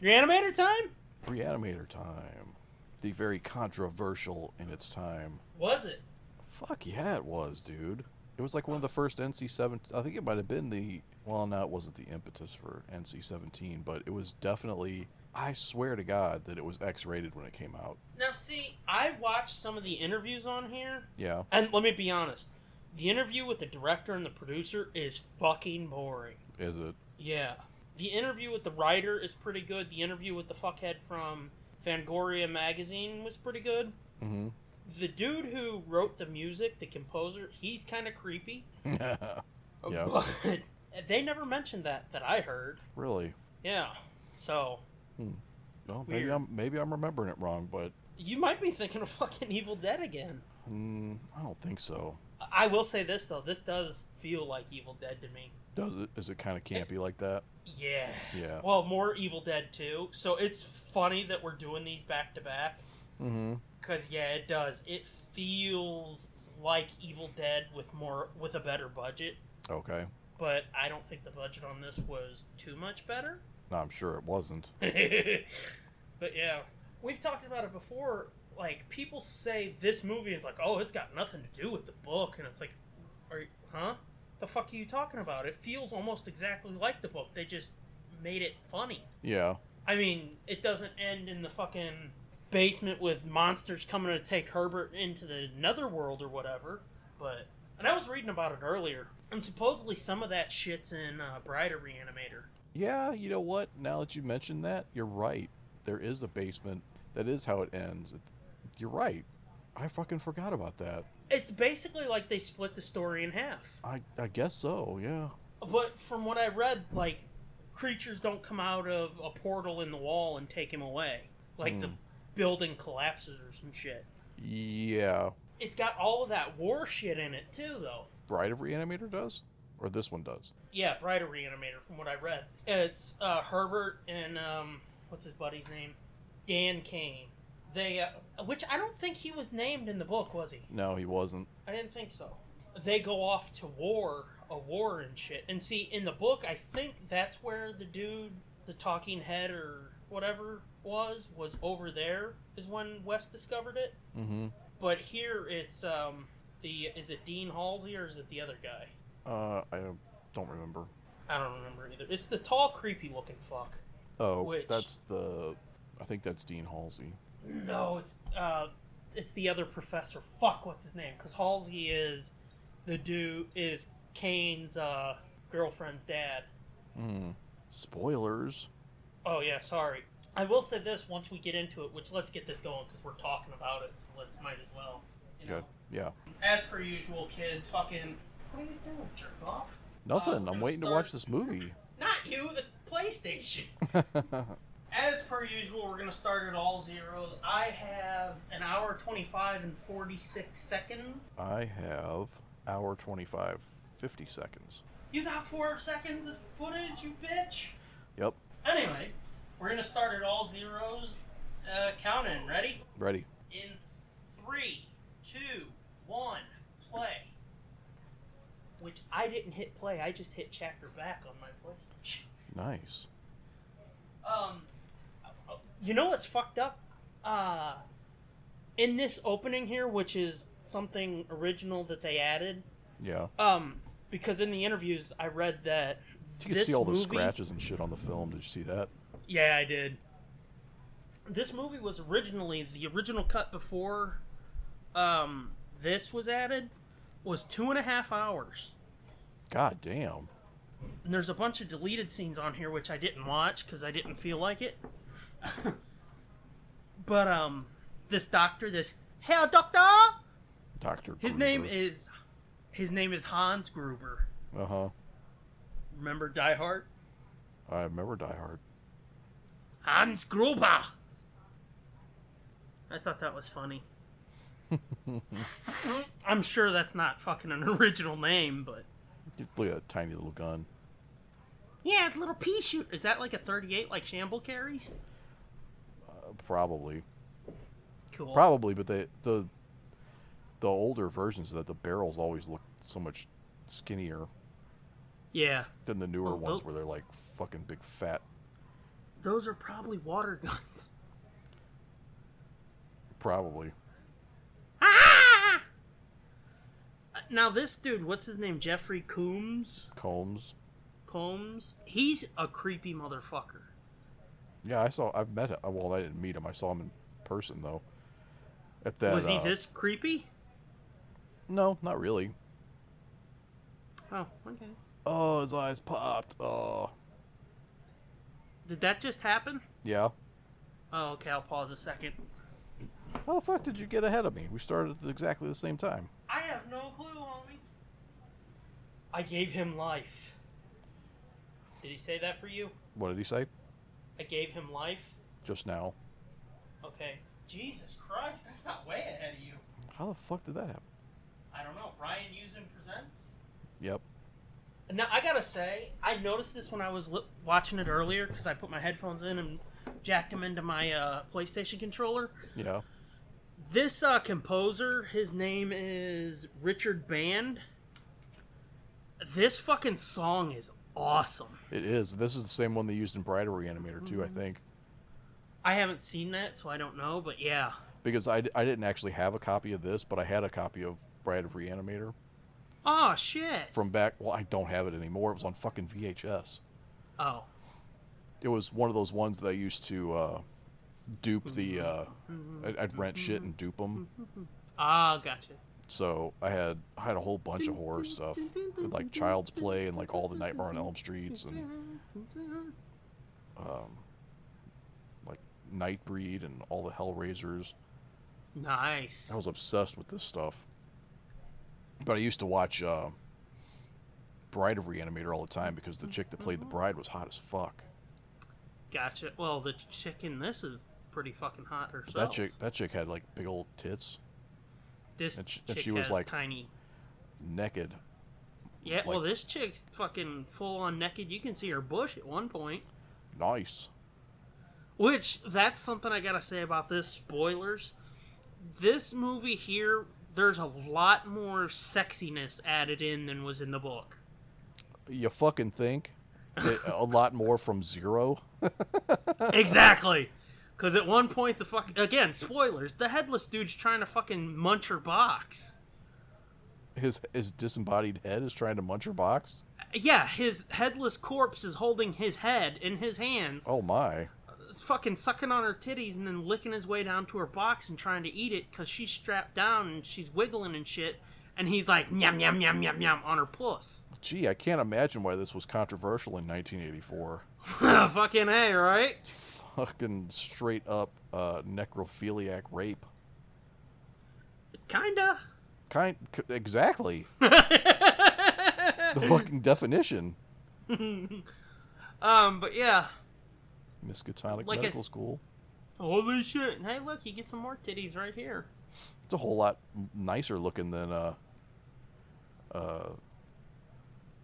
E: reanimator time
D: Reanimator time. The very controversial in its time.
E: was it?
D: Fuck yeah, it was, dude. It was like one of the first NC-17. I think it might have been the. Well, no, it wasn't the impetus for NC-17, but it was definitely. I swear to God that it was X-rated when it came out.
E: Now, see, I watched some of the interviews on here,
D: Yeah.
E: and let me be honest. The interview with the director and the producer is fucking boring.
D: Is it?
E: Yeah. The interview with the writer is pretty good. The interview with the fuckhead from Fangoria magazine was pretty good.
D: Mm-hmm.
E: The dude who wrote the music, the composer, he's kind of creepy.
D: Yeah.
E: But they never mentioned that that I heard.
D: really?
E: Yeah. So,
D: Well, maybe
E: Weird.
D: I'm maybe I'm remembering it wrong, but
E: you might be thinking of fucking Evil Dead again.
D: mm, I don't think so.
E: I- I will say this though, this does feel like Evil Dead to me.
D: Does it? Is it kind of campy like that?
E: Yeah.
D: Yeah.
E: Well, more Evil Dead too. So it's funny that we're doing these back to back.
D: Mm-hmm.
E: Cause yeah, it does. It feels like Evil Dead with more with a better budget,
D: Okay.
E: but I don't think the budget on this was too much better.
D: No, I'm sure it wasn't.
E: but yeah, we've talked about it before. Like people say this movie is like, oh, it's got nothing to do with the book, and it's like, are you, huh? The fuck are you talking about? It feels almost exactly like the book. They just made it funny.
D: Yeah.
E: I mean, it doesn't end in the fucking basement with monsters coming to take Herbert into the netherworld or whatever. But and I was reading about it earlier, and supposedly some of that shit's in uh, Bride of Reanimator.
D: Yeah, you know what? Now that you mention that, you're right. There is a basement. That is how it ends. It- You're right. I fucking forgot about that.
E: It's basically like they split the story in half.
D: I I guess so. Yeah.
E: But from what I read, like creatures don't come out of a portal in the wall and take him away. Like the building collapses or some shit.
D: Yeah.
E: It's got all of that war shit in it too, though.
D: Bride of Reanimator does, or this one does.
E: Yeah, Brighter Reanimator, from what I read. It's uh, Herbert and, um, what's his buddy's name? Dan Kane. They, uh, which I don't think he was named in the book, was he?
D: No, he wasn't.
E: I didn't think so. They go off to war, a war and shit. And see, in the book, I think that's where the dude, the talking head or whatever was, was over there, is when West discovered it.
D: Mm-hmm.
E: But here it's, um, the, is it Dean Halsey or is it the other guy?
D: Uh, I don't- don't remember.
E: I don't remember either. It's the tall, creepy looking fuck.
D: Oh,
E: Which-
D: that's the. I think that's Dean Halsey.
E: No, it's uh, it's the other professor. Fuck, what's his name? Because Halsey is the dude is Kane's uh, girlfriend's dad.
D: Mm. Spoilers.
E: Oh yeah, sorry. I will say this once we get into it, which let's get this going because we're talking about it. So let's might as well. You know,
D: Good. Yeah.
E: as per usual, kids. Fucking. What are you doing, jerk off?
D: Nothing.
E: we're
D: I'm
E: gonna
D: waiting to
E: start-
D: watch this movie.
E: Not you, the PlayStation. As per usual, we're gonna start at all zeros. I have an hour twenty-five and forty-six seconds.
D: I have hour 25, 50 seconds.
E: You got four seconds of footage, you bitch.
D: Yep.
E: Anyway, we're gonna start at all zeros. Uh, count in. Ready?
D: Ready.
E: In three, two, one, play. Which I didn't hit play. I just hit chapter back on my PlayStation.
D: Nice.
E: Um, you know what's fucked up? Uh, in this opening here, which is something original that they added,
D: Yeah.
E: um, because in the interviews I read that
D: You can
E: this
D: see all the
E: movie-
D: scratches and shit on the film. Did you see that?
E: Yeah, I did. This movie was originally the original cut before um, this was added was two and a half hours.
D: God damn.
E: And there's a bunch of deleted scenes on here which I didn't watch because I didn't feel like it. but um, this doctor, this hell doctor,
D: Doctor.
E: his name is his name is Hans Gruber.
D: Uh huh.
E: Remember Die Hard?
D: I remember Die Hard.
E: Hans Gruber. I thought that was funny. I'm sure that's not fucking an original name, but
D: Just look at that tiny little gun.
E: yeah, it's a little pea shoot. Is that like a 38 like Shamble carries?
D: Uh, Probably.
E: Cool.
D: Probably, but they the the older versions of that the barrels always look so much skinnier
E: Yeah,
D: than the newer
E: Well,
D: ones
E: tho-
D: where they're like fucking big fat.
E: those are probably water guns.
D: Probably.
E: Ah! Now this dude, what's his name? Jeffrey Coombs.
D: Combs.
E: Combs. He's a creepy motherfucker.
D: Yeah, I saw. I've met him. Well, I didn't meet him. I saw him in person though. At that.
E: Was he
D: uh,
E: this creepy?
D: No, not really.
E: Oh, okay.
D: Oh, his eyes popped. Oh.
E: Did that just happen?
D: Yeah.
E: Oh, okay. I'll pause a second.
D: How the fuck did you get ahead of me? We started at exactly the same time.
E: I have no clue, homie. I gave him life. Did he say that for you?
D: What did he say?
E: I gave him life?
D: Just now.
E: Okay. Jesus Christ, that's not way ahead of you.
D: How the fuck did that happen?
E: I don't know. Brian Usen presents?
D: Yep.
E: Now, I gotta say, I noticed this when I was li- watching it earlier because I put my headphones in and jacked them into my uh, PlayStation controller.
D: Yeah.
E: This uh, composer, his name is Richard Band. This fucking song is awesome.
D: It is. This is the same one they used in Bridery Animator too, I think,
E: I haven't seen that, so I don't know, but yeah.
D: because I, d- I didn't actually have a copy of this, but I had a copy of Bridery Animator
E: Oh, shit.
D: from back. Well, I don't have it anymore. It was on fucking VHS.
E: Oh.
D: It was one of those ones that I used to uh, dupe the. Uh, I'd, I'd rent shit and dupe them.
E: Ah, gotcha.
D: So I had I had a whole bunch of horror stuff, and, like Child's Play and like all the Nightmare on Elm Streets and um, like Nightbreed and all the Hellraisers.
E: Nice.
D: I was obsessed with this stuff. But I used to watch uh, Bride of Reanimator all the time because the chick that played the bride was hot as fuck.
E: Gotcha. Well, the chicken, this is pretty fucking hot herself.
D: That chick, that chick had like big old tits,
E: This
D: and sh-
E: chick
D: and she was
E: has
D: like-
E: tiny.
D: naked.
E: Yeah, well,
D: like-
E: this chick's fucking full on naked. You can see her bush at one point.
D: Nice.
E: Which that's something I gotta say about this. Spoilers. This movie here, there's a lot more sexiness added in than was in the book.
D: You fucking think They- a lot more from zero?
E: exactly. Because at one point, the fuck again, spoilers. The headless dude's trying to fucking munch her box.
D: His his disembodied head is trying to munch her box.
E: Yeah, his headless corpse is holding his head in his hands,
D: Oh my!
E: fucking sucking on her titties, and then licking his way down to her box and trying to eat it because she's strapped down and she's wiggling and shit. And he's like, yum, yum, yum, yum, yum, on her puss.
D: Gee, I can't imagine why this was controversial in 1984.
E: fucking A, right?
D: Fucking straight up uh, necrophiliac rape.
E: Kinda.
D: Kind c- exactly. the fucking definition.
E: Um, but yeah.
D: Miskatonic
E: Like I
D: Medical
E: s-
D: School.
E: Holy shit. And hey, look, you get some more titties right here.
D: It's a whole lot m- nicer looking than uh, uh,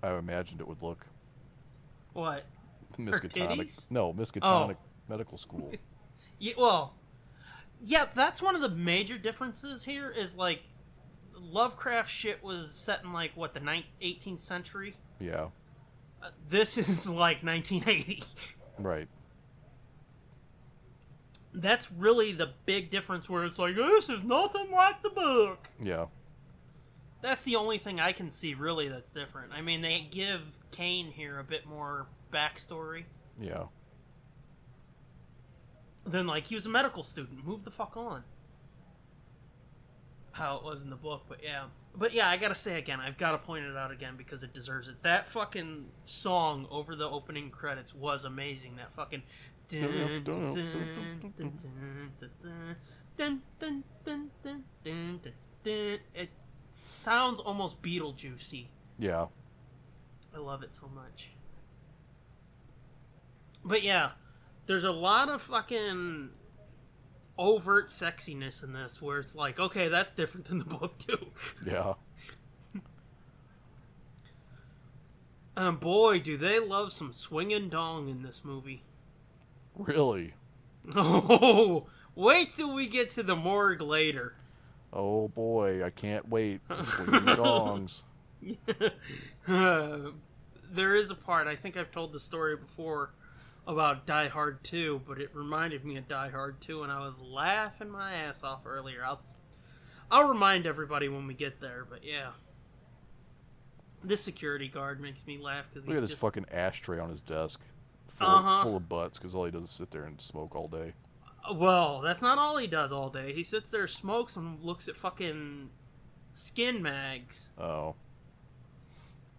D: I imagined it would look.
E: What?
D: Miskatonic.
E: titties? Oh.
D: No, Miskatonic Medical School.
E: Yeah, well, yeah, that's one of the major differences here is like Lovecraft shit was set in like what the nine- 18th century.
D: Yeah,
E: Uh, this is like 1980.
D: right.
E: that's really the big difference where it's like this is nothing like the book.
D: Yeah.
E: That's the only thing I can see really that's different. I mean, they give Kane here a bit more backstory.
D: Yeah.
E: Then, like, he was a medical student. Move the fuck on. How it was in the book, but yeah. But yeah, I gotta say again, I've gotta point it out again because it deserves it. That fucking song over the opening credits was amazing. That fucking. dun, dun, dun, dun, dun, dun, dun, dun, dun, dun, dun, dun, dun. It sounds almost Beetlejuicy.
D: Yeah.
E: I love it so much. But yeah, there's a lot of fucking overt sexiness in this where it's like, okay, that's different than the book too.
D: Yeah.
E: And Um, boy, do they love some swinging dong in this movie.
D: Really?
E: Oh, wait till we get to the morgue later.
D: Oh boy, I can't wait. for swinging Dongs.
E: there is a part, I think I've told the story before about Die Hard 2, but it reminded me of Die Hard 2, and I was laughing my ass off earlier. I'll, I'll remind everybody when we get there, but yeah. This security guard makes me laugh because
D: Look
E: he's
D: at this
E: just,
D: fucking ashtray on his desk, full,
E: Uh-huh.
D: full of butts, because all he does is sit there and smoke all day.
E: Well, that's not all he does all day. He sits there, smokes, and looks at fucking skin mags.
D: Oh.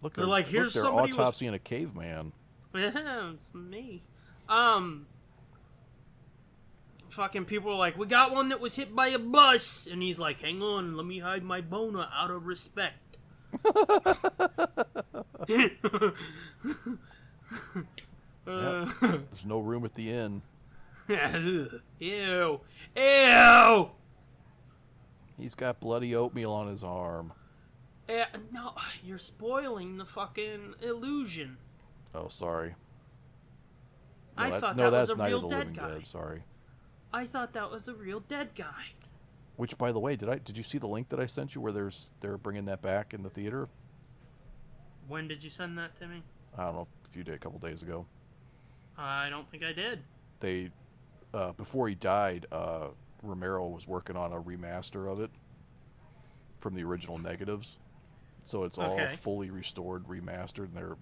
D: Look,
E: They're
D: they're-
E: like, "Here's
D: look, they're
E: somebody with-
D: autopsying a caveman.
E: Yeah, it's me. Um, fucking people are like, we got one that was hit by a bus, and he's like, hang on, let me hide my boner out of respect. Uh,
D: There's no room at the inn.
E: ew, ew.
D: He's got bloody oatmeal on his arm.
E: Eh, no, you're spoiling the fucking illusion.
D: Oh, sorry. No,
E: I
D: that-
E: thought
D: no,
E: that
D: that's
E: was a
D: Night
E: real
D: of the
E: dead
D: Living
E: guy.
D: Dead. Sorry.
E: I thought that was a real dead guy.
D: Which, by the way, did I did you see the link that I sent you where there's they're bringing that back in the theater?
E: When did you send that to me?
D: I don't know, a few day, a couple days ago.
E: I don't think I did.
D: They, uh, before he died, uh, Romero was working on a remaster of it from the original negatives, so it's all
E: Okay.
D: fully restored, remastered, and they're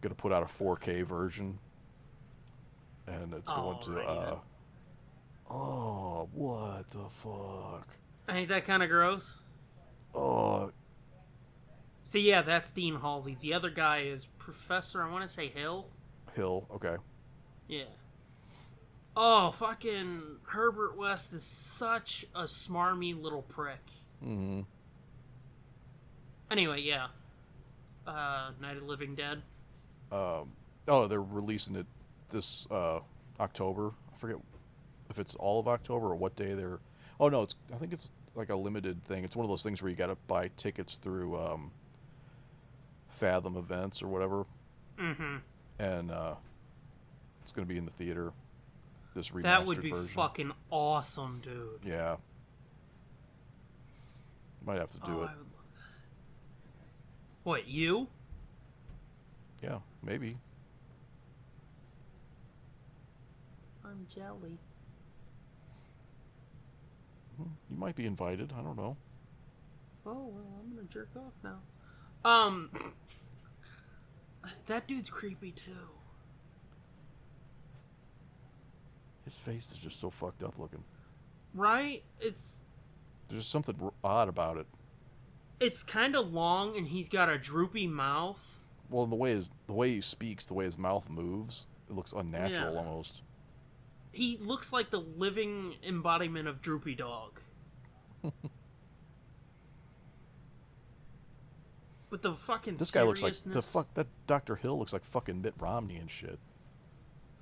D: going to put out a 4K version, and it's going to.
E: Alrighty
D: Uh, oh, what the fuck!
E: Ain't that kind of gross?
D: Oh,
E: So yeah, that's Dean Halsey. The other guy is Professor. I want to say Hill.
D: Hill. Okay.
E: Yeah. Oh, fucking Herbert West is such a smarmy little prick.
D: Mm-hmm.
E: Anyway, yeah. Uh, Night of the Living Dead.
D: um, oh they're releasing it this uh, October. I forget if it's all of October or what day they're. Oh no, it's I think it's like a limited thing. It's one of those things where you got to buy tickets through um, Fathom Events or whatever,
E: Mm-hmm.
D: and uh, it's going to be in the theater. This remastered
E: That would be
D: version.
E: fucking awesome, dude.
D: Yeah. Might have to do
E: oh,
D: it.
E: I would love that. What you?
D: Yeah, maybe.
E: I'm jelly.
D: You might be invited. I don't know.
E: Oh well, I'm gonna jerk off now. Um, that dude's creepy too.
D: His face is just so fucked up looking.
E: Right? It's
D: There's just something r- odd about it.
E: it's kind of long, and he's got a droopy mouth.
D: Well, the way his the way he speaks, the way his mouth moves, it looks unnatural
E: Yeah.
D: almost.
E: He looks like the living embodiment of Droopy Dog. but the fucking
D: This guy looks like the
E: seriousness-
D: fuck that Doctor Hill looks like fucking Mitt Romney and shit.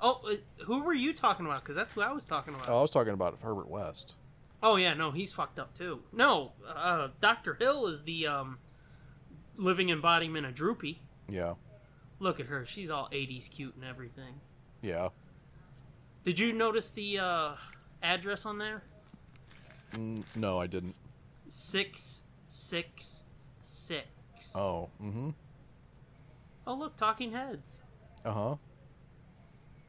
E: Oh, uh, who were you talking about? Because that's who I was talking about.
D: Oh, I was talking about Herbert West.
E: Oh yeah, no, he's fucked up too. No, uh, Doctor Hill is the um, living embodiment of Droopy.
D: Yeah,
E: Look at her; she's all '80s cute and everything.
D: yeah.
E: Did you notice the uh, address on there?
D: Mm, no, I didn't.
E: Six, six, six.
D: Oh, mm-hmm.
E: Oh look, Talking Heads.
D: Uh huh.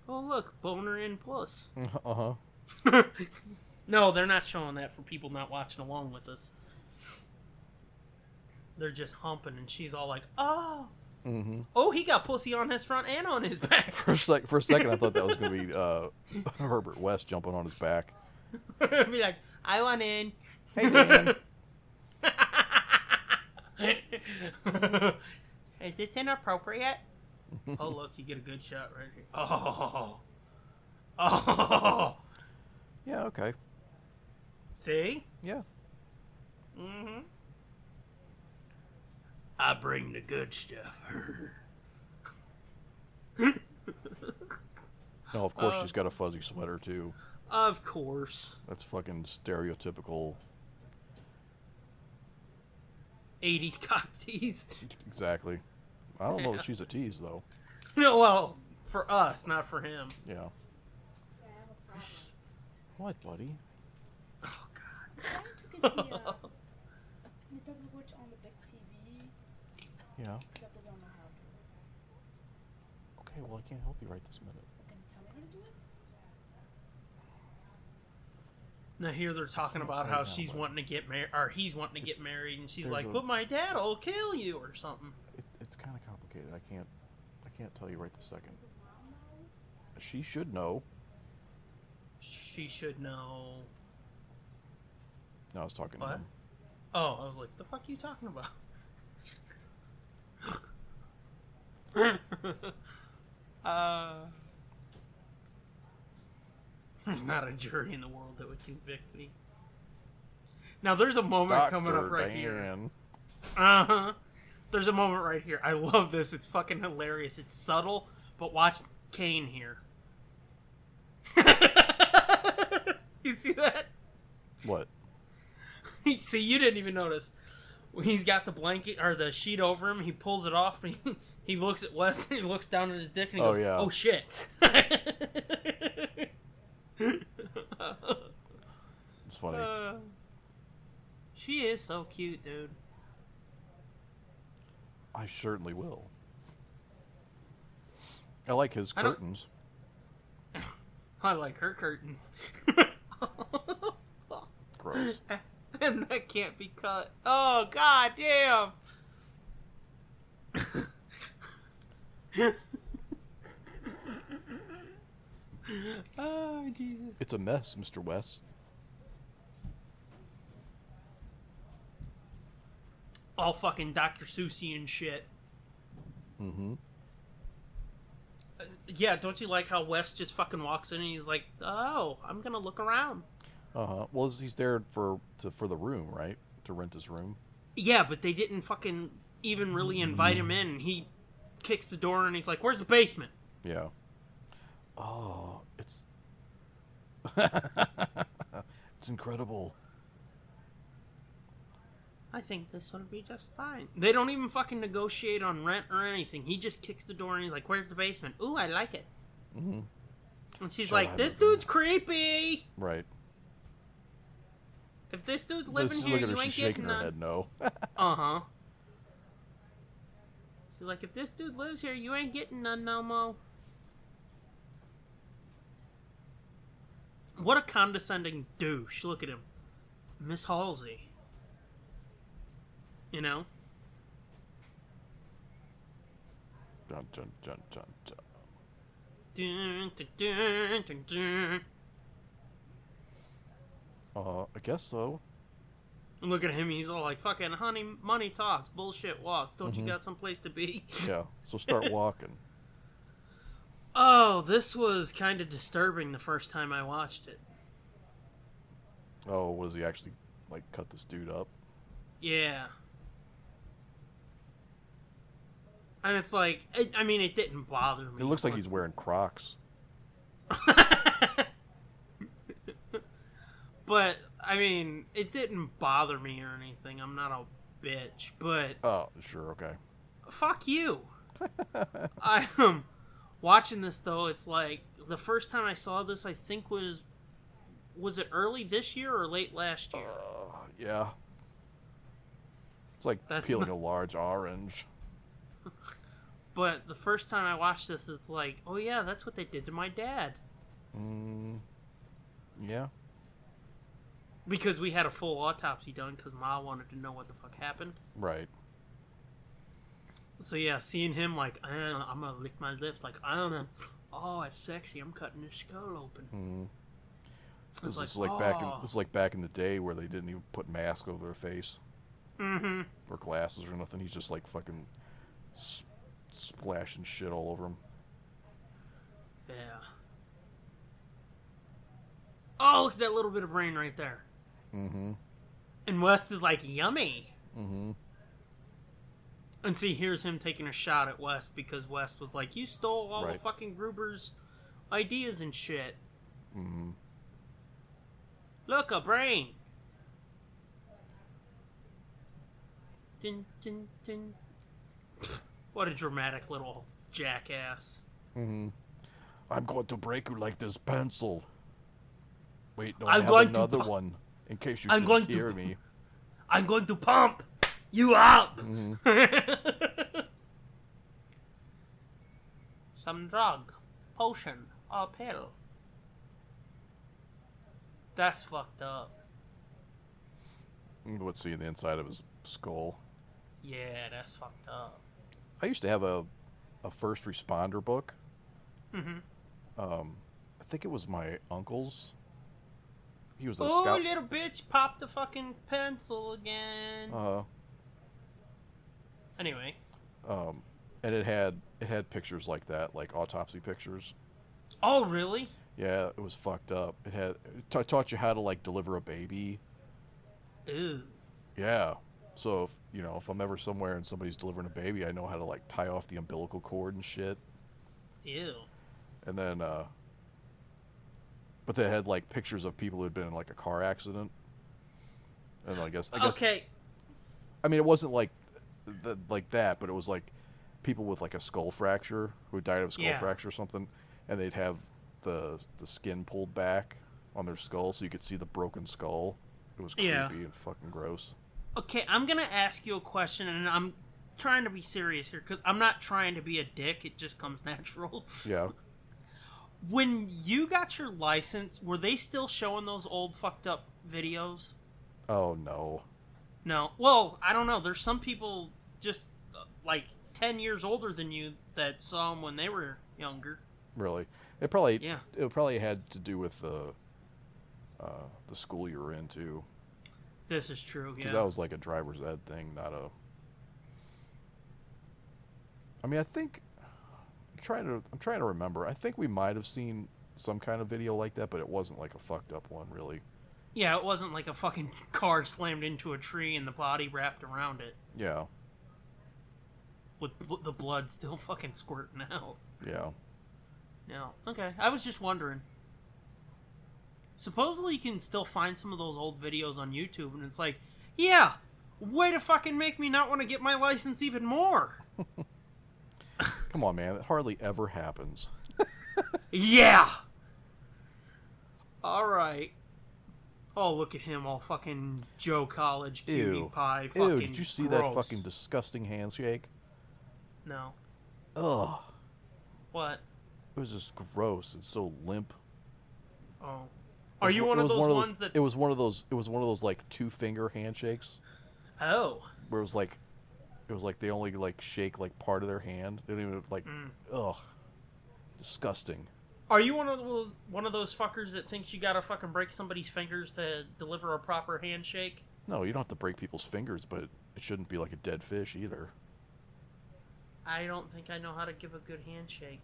E: Oh look, Boner in Plus.
D: Uh huh.
E: no, they're not showing that for people not watching along with us. they're just humping, and she's all like, "Oh,
D: Mm-hmm.
E: oh, he got pussy on his front and on his back."
D: For a, sec- for a second, I thought that was going to be uh, Herbert West jumping on his back.
E: Be like, "I want in."
D: Hey, Dan.
E: Is this inappropriate? oh look, you get a good shot right here. Oh, oh,
D: yeah, okay.
E: see?
D: Yeah.
E: Mm-hmm. I bring the good stuff.
D: No, Oh, of course,
E: Uh,
D: she's got a fuzzy sweater, too.
E: of course,
D: That's fucking stereotypical.
E: '80s cock tease.
D: Exactly. I don't know that she's a tease, though.
E: no, well, for us, not for him.
D: Yeah. What, buddy?
E: Oh God.
F: You could be uh, you could watch on the big TV,
D: Yeah.
F: but they don't know how to.
D: Okay, well, I can't help you right this minute.
F: Can you tell me how to do it?
E: Now here they're talking about how she's wanting to get married, or he's wanting to
D: It's-
E: get married, and she's
D: there's
E: like,
D: a-
E: "But my dad'll kill you" or something.
D: It, it's kind of complicated. I can't. I can't tell you right this second. She should know.
E: She should know.
D: No, I was talking to
E: What?
D: him.
E: Oh, I was like, "The fuck you talking about?" uh, there's not a jury in the world that would convict me. Now there's a moment coming up
D: Dr.
E: right here.
D: Dan.
E: Uh huh. There's a moment right here. I love this. It's fucking hilarious. It's subtle, but watch Kane here. you see that?
D: What?
E: see, you didn't even notice. He's got the blanket or the sheet over him. He pulls it off. And he, he looks at Wes and he looks down at his dick and he
D: Oh,
E: goes,
D: yeah.
E: "Oh shit."
D: It's funny.
E: Uh, she is so cute, dude.
D: I certainly will. I like his
E: I don't-
D: curtains.
E: I like her curtains.
D: Gross.
E: and that can't be cut. Oh god damn. oh Jesus.
D: It's a mess, Mr. West.
E: All fucking Dr. Susie and shit.
D: Mm-hmm.
E: Yeah, don't you like how Wes just fucking walks in and he's like, "Oh, I'm gonna look around."
D: Uh huh. Well, he's there for to, for the room, right? To rent his room.
E: Yeah, but they didn't fucking even really invite him in. He kicks the door and he's like, "Where's the basement?"
D: Yeah. Oh, it's it's incredible.
E: I think this would be just fine. They don't even fucking negotiate on rent or anything. He just kicks the door and he's like, "Where's the basement?" Ooh, I like it.
D: Mm-hmm.
E: And she's
D: Shall I
E: like,
D: have
E: "This
D: it then?"
E: dude's creepy.
D: Right.
E: If this dude's living
D: This,
E: here,
D: look at her.
E: you ain't
D: She's shaking
E: getting
D: her
E: none."
D: head. No.
E: Uh huh. She's like, "If this dude lives here, you ain't getting none no mo." What a condescending douche! Look at him, Miss Halsey. You know.
D: dun, dun, dun, dun, dun.
E: Dun, dun, dun, dun, dun.
D: Uh, I guess so.
E: And Look at him. He's all like, "Fucking honey, money talks, bullshit walks. Don't
D: Mhm.
E: you got someplace to be?"
D: Yeah. So start walking.
E: Oh, this was kind of disturbing the first time I watched it.
D: Oh, what does he actually like? Cut this dude up.
E: Yeah. And it's like, I I mean, it didn't bother me.
D: It looks like
E: once-
D: he's wearing Crocs.
E: but I mean, it didn't bother me or anything. I'm not a bitch, but
D: Oh, sure. Okay.
E: fuck you. I um watching this though, it's like the first time I saw this I think was was it early this year or late last year?
D: Uh, yeah. It's like
E: That's
D: peeling
E: not-
D: a large orange.
E: But the first time I watched this it's like, oh yeah, that's what they did to my dad.
D: Mm, yeah.
E: Because we had a full autopsy done cuz ma wanted to know what the fuck happened.
D: Right.
E: So yeah, seeing him like I don't know, I'm gonna lick my lips like I don't know. Oh, it's sexy. I'm cutting his skull open.
D: Mhm.
E: It's
D: This is like back in
E: "Oh."
D: this is like back in the day where they didn't even put masks over their face
E: Mhm.
D: or glasses or nothing. He's just like fucking s- splashing shit all over him.
E: Yeah. Oh, look at that little bit of rain right there.
D: Mm-hmm.
E: And West is like, yummy.
D: Mm-hmm.
E: And see, here's him taking a shot at West because West was like, you stole all the
D: Right.
E: fucking Gruber's ideas and shit.
D: Mm-hmm.
E: Look, a brain. Din, din, din. What a dramatic little jackass.
D: Mm-hmm. I'm going to break you like this pencil. Wait, no,
C: I'm
D: I have
C: going to
D: another
C: pu-
D: one in case you
C: I'm
D: can
C: going to
D: hear
C: pu-
D: me.
C: I'm going to pump you up.
D: Mhm.
E: Some drug, potion, or pill. That's fucked up.
D: You would see the inside of his skull.
E: Yeah, that's fucked up.
D: I used to have a, a first responder book.
E: Mm-hmm.
D: Um, I think it was my uncle's. He was a
E: Oh,
D: scout.
E: little bitch, pop the fucking pencil again.
D: Uh,
E: anyway,
D: um, and it had it had pictures like that, like autopsy pictures.
E: oh really?
D: Yeah, it was fucked up. It had it ta- taught you how to like deliver a baby.
E: Ooh,
D: Yeah. So if you know if I'm ever somewhere and somebody's delivering a baby, I know how to like tie off the umbilical cord and shit.
E: ew.
D: And then, uh, but they had like pictures of people who had been in like a car accident. And I guess I guess
E: okay,
D: I mean, it wasn't like the, like that, but it was like people with like a skull fracture who died of a skull
E: Yeah.
D: fracture or something, and they'd have the the skin pulled back on their skull so you could see the broken skull. It was creepy
E: Yeah.
D: and fucking gross.
E: okay. I'm gonna ask you a question, and I'm trying to be serious here because I'm not trying to be a dick. It just comes natural.
D: Yeah.
E: When you got your license, were they still showing those old fucked up videos?
D: Oh no.
E: No. Well, I don't know. There's some people just uh, like 10 years older than you that saw them when they were younger.
D: Really. It probably
E: Yeah.
D: it probably had to do with the uh, the school you were into
E: This is true.
D: because
E: Yeah.
D: that was like a driver's ed thing, not a. I mean, I think I'm trying to I'm trying to remember. I think we might have seen some kind of video like that, but it wasn't like a fucked up one, really.
E: yeah, it wasn't like a fucking car slammed into a tree and the body wrapped around it
D: Yeah,
E: with bl- the blood still fucking squirting out.
D: yeah.
E: No. Okay. I was just wondering. Supposedly you can still find some of those old videos on YouTube and it's like, yeah, way to fucking make me not want to get my license even more.
D: Come on, man. It hardly ever happens.
E: Yeah. All right. Oh, look at him, all fucking Joe College cutie
D: Ew.
E: pie. Fucking
D: Ew! Did you see that
E: gross.
D: fucking disgusting handshake?
E: no.
D: Ugh!
E: What?
D: It was just gross and so limp.
E: Oh.
D: It
E: Are
D: was
E: you one
D: one- it
E: of
D: was
E: those
D: one
E: ones that?
D: It was one of those. It was one of those like two finger handshakes.
E: Oh.
D: where it was like it was like they only like shake like part of their hand. They don't even like
E: Mm.
D: ugh. Disgusting.
E: Are you one of the, one of those fuckers that thinks you gotta fucking break somebody's fingers to deliver a proper handshake?
D: No, you don't have to break people's fingers, but it shouldn't be like a dead fish either.
E: I don't think I know how to give a good handshake.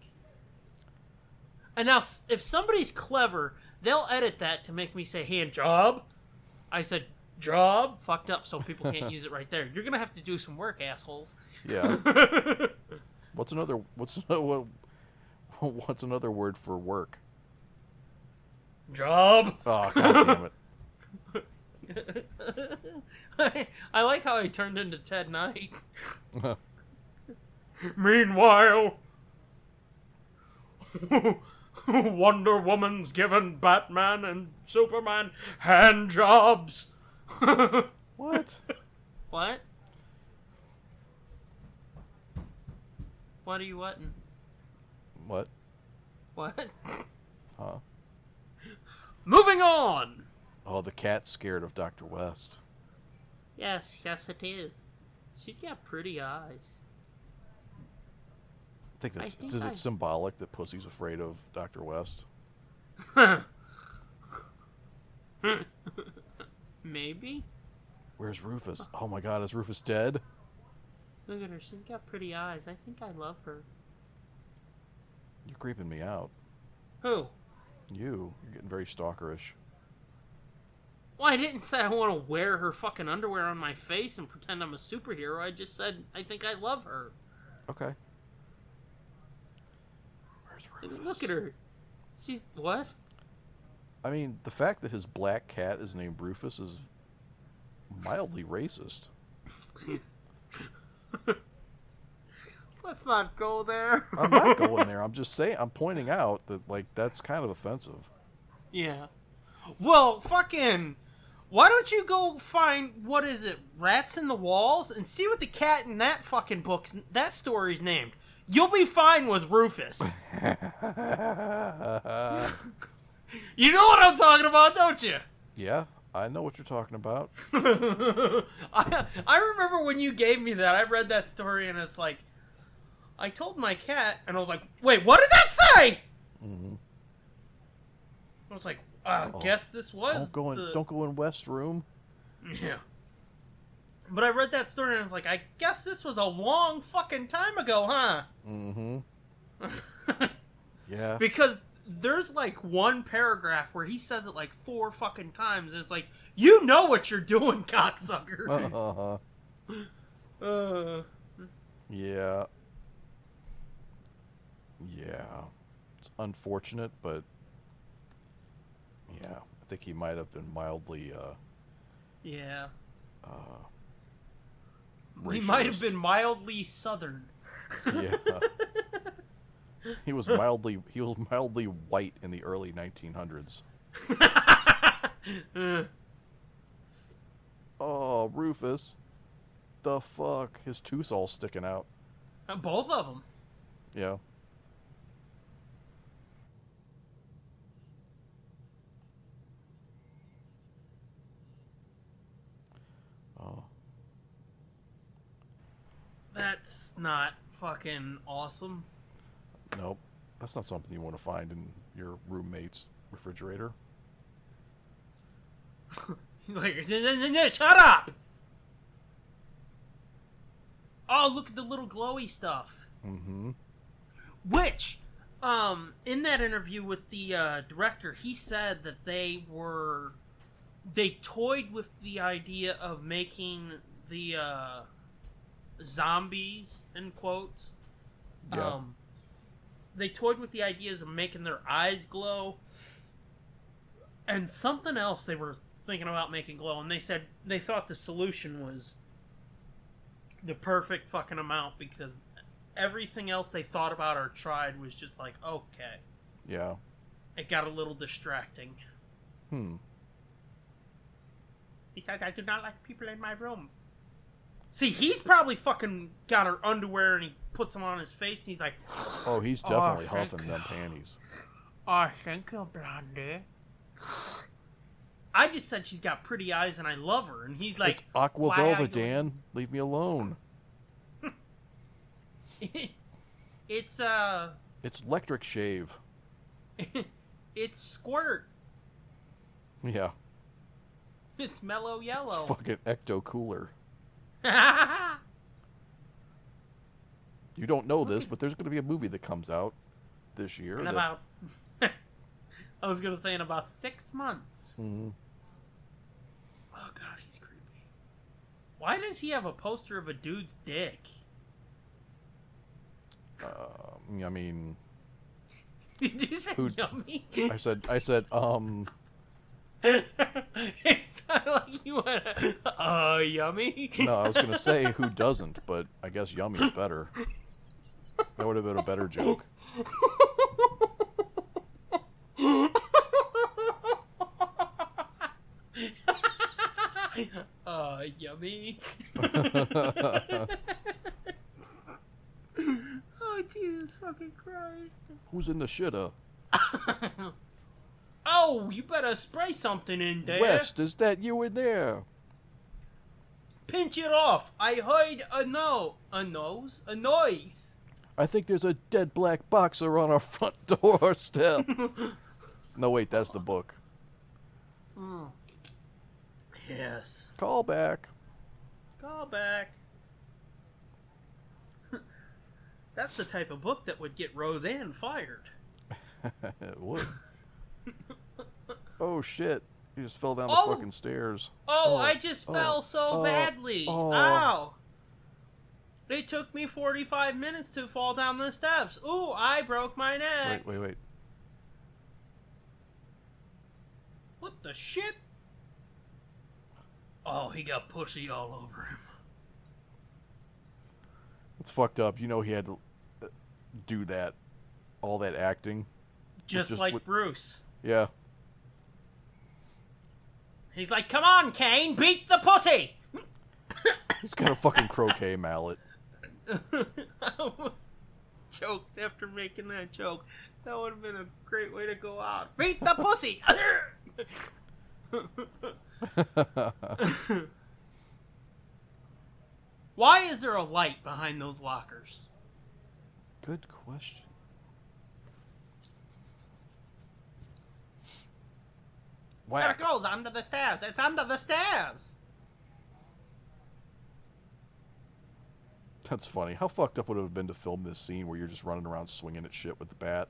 E: And now, s- if somebody's clever, they'll edit that to make me say hand job. I said job, fucked up, so people can't use it right there. You're gonna have to do some work, assholes.
D: Yeah. what's another what's what, what's another word for work?
E: job.
D: Oh god damn it.
E: I like how I turned into Ted Knight. Meanwhile, Wonder Woman's given Batman and Superman hand jobs.
D: What?
E: what? What are you whatting?
D: what?
E: What?
D: Huh?
E: Moving on.
D: Oh the cat's scared of Dr. West.
E: Yes, yes, it is. She's got pretty eyes.
D: think that's
E: think
D: is
E: I-
D: it symbolic that pussy's afraid of Doctor West?
E: Maybe.
D: Where's Rufus? Oh my God, is Rufus dead?
E: Look at her. She's got pretty eyes. I think I love her.
D: You're creeping me out.
E: Who?
D: You, you're getting very stalkerish.
E: Well, I didn't say I want to wear her fucking underwear on my face and pretend I'm a superhero. I just said I think I love her.
D: Okay. Where's Rufus?
E: Look at her. She's what?
D: I mean, the fact that his black cat is named Rufus is mildly racist.
E: Let's not go there.
D: I'm not going there. I'm just saying. I'm pointing out that like that's kind of offensive.
E: Yeah. Well, fucking. Why don't you go find what is it? Rats in the walls and see what the cat in that fucking book's that story's named. You'll be fine with Rufus. you know what I'm talking about, don't you?
D: yeah, I know what you're talking about.
E: I, I remember when you gave me that. I read that story and it's like, I told my cat, and I was like, wait, what did that say?
D: Mm-hmm.
E: I was like, I guess this was.
D: Oh, Don't go in.
E: the-
D: Don't go in West's room.
E: Yeah. But I read that story and I was like, I guess this was a long fucking time ago, huh?
D: Mm-hmm. Yeah.
E: Because there's like one paragraph where he says it like four fucking times, and it's like, you know what you're doing, cocksucker.
D: Uh-huh.
E: Uh,
D: Yeah. Yeah. It's unfortunate, but yeah, I think he might have been mildly. Uh,
E: yeah.
D: racist.
E: He might have been mildly southern.
D: Yeah. he was mildly. He was mildly white in the early 1900s.
E: Uh,
D: Oh, Rufus. The fuck? His tooth's all sticking out.
E: Uh, both of them.
D: Yeah. Oh.
E: That's not fucking awesome.
D: Nope. That's not something you want to find in your roommate's refrigerator.
E: like, shut up! Oh, look at the little glowy stuff.
D: Mm-hmm.
E: Which, um, in that interview with the uh, director, he said that they were they toyed with the idea of making the uh, zombies in quotes.
D: Yeah.
E: Um, they toyed with the ideas of making their eyes glow, and something else they were thinking about making glow. And they said they thought the solution was the perfect fucking amount because everything else they thought about or tried was just like okay
D: Yeah.
E: it got a little distracting
D: Hmm.
E: he said i do not like people in my room see he's probably fucking got her underwear and he puts them on his face and he's like
D: Oh, he's definitely
E: thank
D: huffing them panties.
E: Oh, i think you blondie i just said she's got pretty eyes and i love her and he's like
D: it's aqua
E: why are you-
D: velva, Dan. Leave me alone.
E: it's uh
D: It's electric shave.
E: it's squirt
D: Yeah.
E: it's mellow
D: It's
E: yellow
D: fucking ecto cooler. You don't know this, but there's going to be a movie that comes out this year.
E: in
D: that-
E: about I was gonna say in about six months.
D: Mhm.
E: Oh god, he's creepy. Why does he have a poster of a dude's dick?
D: um, I mean,
E: Did you say
D: Who-
E: yummy?
D: I said, I said, um,
E: it sounded like you went, uh, yummy.
D: no, I was going to say who doesn't, but I guess yummy is better. That would have been a better joke.
E: uh, yummy. oh, Jesus fucking Christ.
D: Who's in the shitta?
E: Oh, you better spray something in there.
D: West, is that you in there?
E: Pinch it off. I heard a no, a nose, a noise.
D: I think there's a dead black boxer on our front doorstep. no, wait, that's the book.
E: Yes.
D: Call back.
E: Call back. That's the type of book that would get Roseanne fired.
D: It would. oh shit! He just fell down
E: Oh.
D: the fucking stairs.
E: Oh,
D: Oh,
E: I just
D: oh,
E: fell so
D: oh,
E: badly.
D: oh.
E: Ow. They took me 45 minutes to fall down the steps. Ooh, I broke my neck.
D: Wait, wait, wait.
E: What the shit? Oh, he got pussy all over him.
D: It's fucked up. You know he had to uh, do that, all that acting.
E: Just,
D: just
E: like
D: what-
E: Bruce.
D: Yeah.
E: He's like, come on, Kane, beat the pussy!
D: He's got a fucking croquet mallet.
E: I almost choked after making that joke. That would have been a great way to go out. Beat the pussy! Why is there a light behind those lockers?
D: Good question.
E: There
D: Whack.
E: it goes, under the stairs. It's under the stairs.
D: That's funny. How fucked up would it have been to film this scene where you're just running around swinging at shit with the bat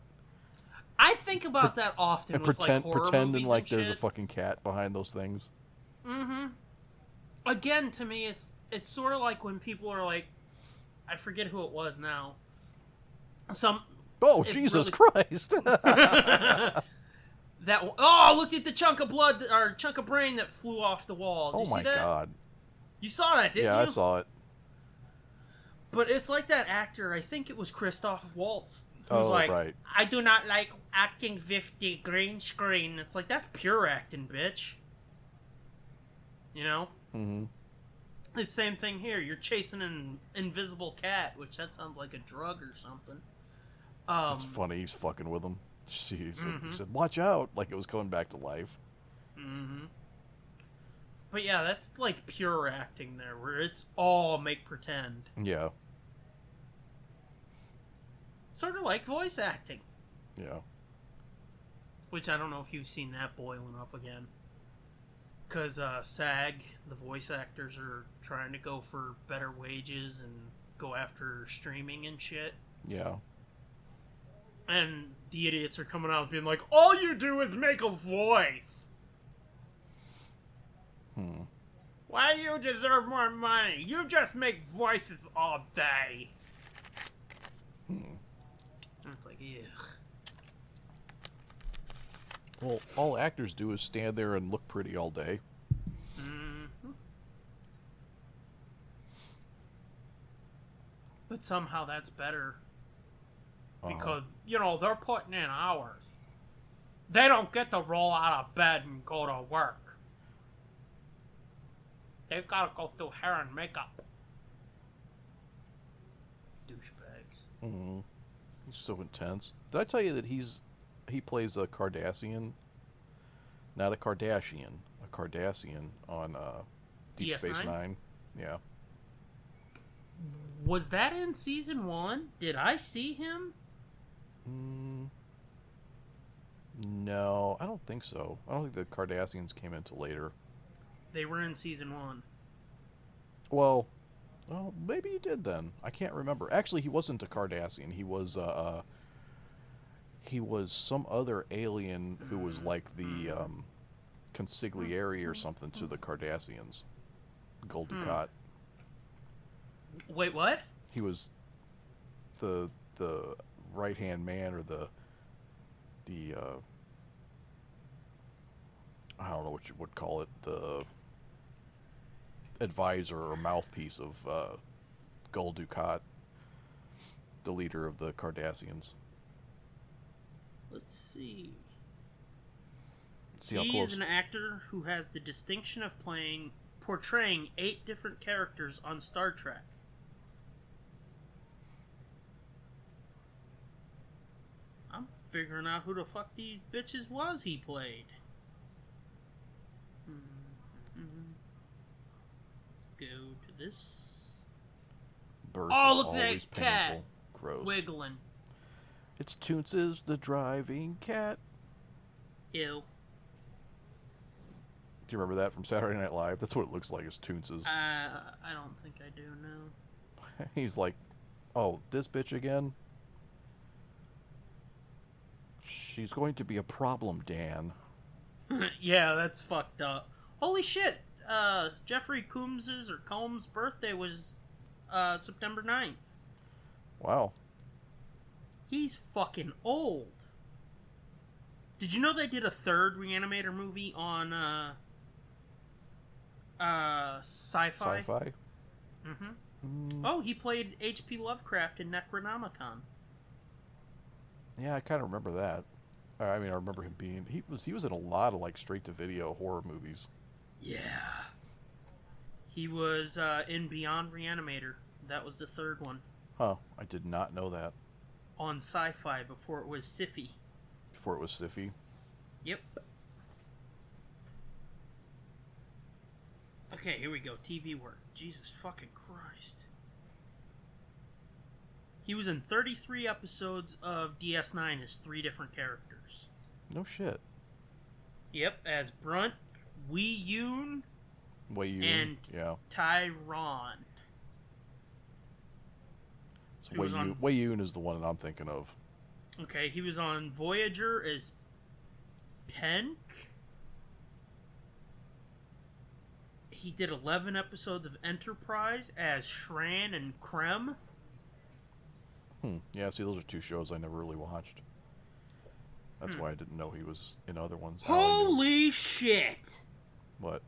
E: I think about that often
D: and
E: with
D: pretend
E: like horror
D: pretending
E: movies
D: like
E: and
D: there's a
E: shit.
D: fucking cat behind those things?
E: Mm-hmm. Again, to me, it's it's sort of like when people are like, I forget who it was now. Some
D: Oh
E: It
D: Jesus Christ!
E: that one- oh, look at the chunk of blood that- or chunk of brain that flew off the wall. Did
D: oh
E: you
D: my
E: see that?
D: God!
E: You saw that, didn't
D: yeah,
E: you?
D: I saw it.
E: But it's like that actor. I think it was Christoph Waltz. Who's
D: Oh,
E: like,
D: right.
E: I do not like acting with the green screen. It's like that's pure acting, bitch. You know.
D: hmm
E: It's same thing here. You're chasing an invisible cat, which that sounds like a drug or something. Um,
D: It's funny. He's fucking with him. Jeez. He
E: Mhm.
D: said, "Watch out!" Like it was coming back to life.
E: hmm But yeah, that's like pure acting there, where it's all make pretend.
D: Yeah,
E: Sort of like voice acting,
D: yeah.
E: which I don't know if you've seen that boiling up again. Because uh, SAG, the voice actors are trying to go for better wages and go after streaming and shit.
D: Yeah.
E: And the idiots are coming out being like, all you do is make a voice.
D: Hmm.
E: Why do you deserve more money? You just make voices all day. And It's like, ugh.
D: Well, all actors do is stand there and look pretty all day.
E: Mhm. But somehow that's better
D: Uh-huh.
E: because you know they're putting in hours. They don't get to roll out of bed and go to work. They've got to go through hair and makeup. Douchebags.
D: Mhm. He's so intense. Did I tell you that he's he plays a Cardassian, not a Kardashian, a Cardassian on uh, Deep Space
E: DS9?
D: Nine. Yeah.
E: Was that in season one? Did I see him?
D: Mm, no, I don't think so. I don't think the Cardassians came into later.
E: They were in season one.
D: Well, well, maybe he did then. I can't remember. Actually, he wasn't a Cardassian. He was uh, uh he was some other alien who was like the um, consigliere or something to the Cardassians. Gul Dukat.
E: Wait, what?
D: He was the the right hand man or the the uh, I don't know what you would call it the advisor or mouthpiece of uh, Gul Dukat, the leader of the Cardassians.
E: Let's see.
D: See how
E: He
D: close?
E: is an actor who has the distinction of playing portraying eight different characters on Star Trek. I'm figuring out who the fuck these bitches was he played. Mm-hmm. Let's go to this.
D: Birth
E: Oh,
D: is
E: look at that
D: always
E: cat.
D: painful. crows.
E: Wiggling.
D: It's Toonces the driving cat.
E: Ew.
D: Do you remember that from Saturday Night Live? That's what it looks like. It's Toonces.
E: Uh, I don't think I do know.
D: He's like, "Oh, this bitch again. She's going to be a problem, Dan."
E: yeah, that's fucked up. Holy shit! Uh, Jeffrey Coombs's or Combs' birthday was uh, September 9th.
D: Wow.
E: He's fucking old. Did you know they did a third Reanimator movie on uh, uh, sci-fi?
D: Sci-fi. Mm,
E: Mm-hmm. Oh, he played H.P. Lovecraft in Necronomicon.
D: Yeah, I kind of remember that. I I mean, I remember him being he was he was in a lot of like straight to video horror movies.
E: Yeah. He was uh, in Beyond Reanimator. That was the third one
D: Huh? I did not know that
E: on sci-fi before it was sci-fi.
D: before it was Siffy.
E: Yep. Okay, here we go. TV work. Jesus fucking Christ. He was in 33 episodes of DS9 as three different characters.
D: No shit.
E: Yep, as Brunt, Wee Yoon,
D: Way you
E: And-
D: yeah.
E: Tyron.
D: It's
E: it
D: Way
E: was
D: Yoon.
E: on-
D: Way Yoon is the one that I'm thinking of.
E: Okay, he was on Voyager as Penk. He did 11 episodes of Enterprise as Shran and Krem.
D: Hmm. Yeah. See, those are two shows I never really watched. That's why I didn't know he was in other ones. Now I knew.
E: Hmm. Holy shit!
D: What?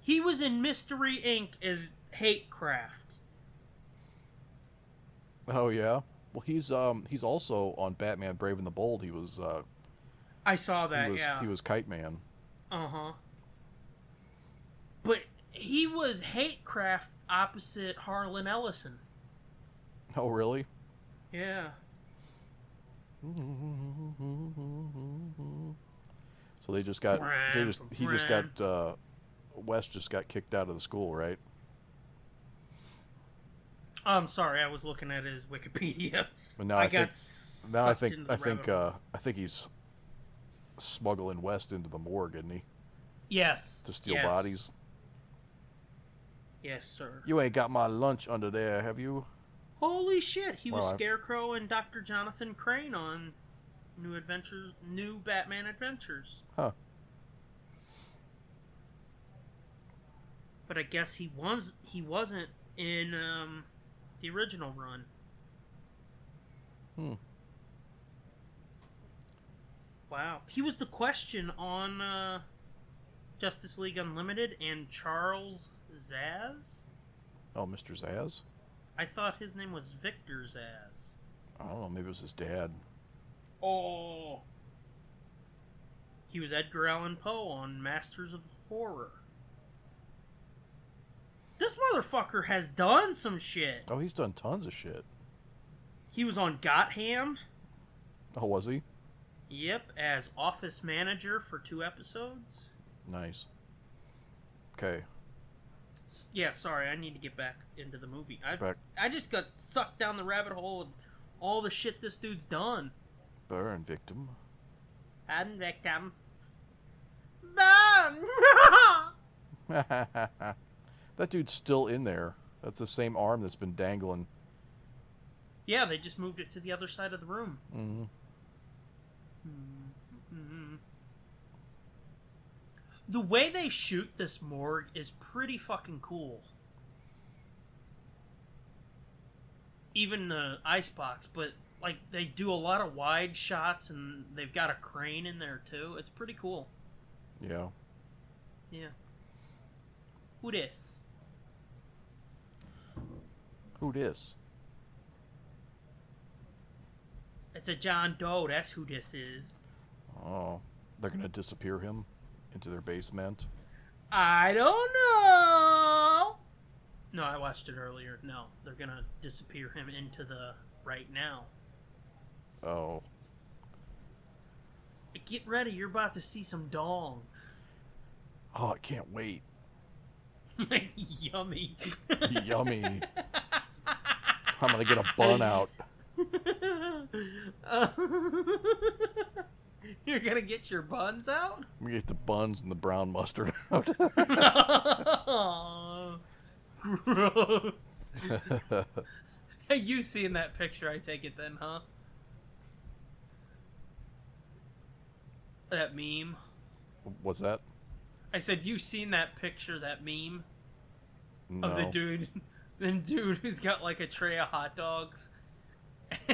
E: He was in Mystery Inc. as Hatecraft.
D: Oh yeah. Well, he's um he's also on Batman: Brave and the Bold. He was uh
E: I saw that,
D: he was
E: yeah.
D: he was Kite Man.
E: Uh huh. But he was Hatecraft opposite Harlan Ellison.
D: Oh really?
E: Yeah.
D: So they just got they just he just
E: Brand.
D: got uh West just got kicked out of the school, right?
E: I'm sorry, I was looking at his Wikipedia.
D: But now
E: I,
D: I,
E: got
D: think now I
E: sucked
D: think
E: into the
D: I think
E: rabbit hole.
D: uh I think he's smuggling West into the morgue, isn't he?
E: yes
D: To steal
E: yes.
D: bodies.
E: Yes, sir.
D: You ain't got my lunch under there, have you?
E: Holy shit! He was
D: Well, I-
E: Scarecrow and Doctor Jonathan Crane on New Adventures, New Batman Adventures.
D: Huh.
E: But I guess he was he wasn't in um, the original run.
D: Hmm.
E: Wow, he was the question on uh, Justice League Unlimited and Charles Zaz.
D: Oh, Mr. Zaz?
E: I thought his name was Victor Zaz.
D: I don't know, maybe it was his dad.
E: Oh. He was Edgar Allan Poe on Masters of Horror. This motherfucker has done some shit.
D: Oh, he's done tons of shit.
E: He was on Gotham.
D: Oh, was he?
E: Yep, as office manager for two episodes.
D: Nice. Okay.
E: S- Yeah, sorry, I need to get back into the movie. I
D: Back
E: I just got sucked down the rabbit hole of all the shit this dude's done.
D: burn victim.
E: And victim. Bam!
D: that dude's still in there. That's the same arm that's been dangling.
E: Yeah, they just moved it to the other side of the room.
D: Mm-hmm.
E: Mhm. The way they shoot this morgue is pretty fucking cool. Even the icebox, but like they do a lot of wide shots and they've got a crane in there too. It's pretty cool.
D: Yeah.
E: Yeah. Who this?
D: Who dis?
E: It's a John Doe. That's who this is.
D: Oh, they're gonna disappear him into their basement.
E: I don't know. No, I watched it earlier. No, they're gonna disappear him into the right now.
D: Oh,
E: Get ready, you're about to see some dong.
D: oh, I can't wait.
E: Yummy.
D: Yummy. I'm gonna get a bun out.
E: Uh, You're gonna get your buns out?
D: I'm gonna get the buns and the brown mustard out.
E: Aw, Gross. Hey, you seen that picture? I take it then, huh? That meme.
D: What's that?
E: I said you seen that picture, that meme
D: No.
E: of the dude, the dude who's got like a tray of hot dogs.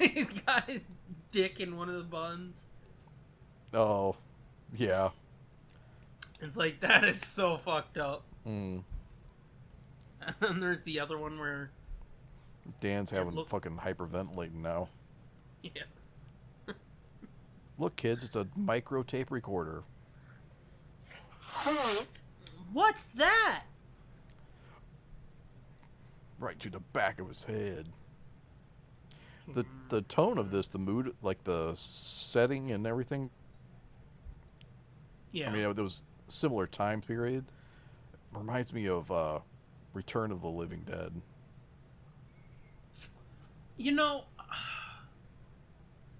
E: He's got his dick in one of the buns.
D: Oh, yeah.
E: It's like that is so fucked up.
D: Mm.
E: And then there's the other one where
D: Dan's having
E: look-
D: fucking hyperventilating now.
E: yeah.
D: Look, kids, it's a micro tape recorder.
E: What's that?
D: right to the back of his head. The the tone of this, the mood, like the setting and everything.
E: Yeah.
D: I mean, it was similar time period. Reminds me of uh, Return of the Living Dead.
E: You know,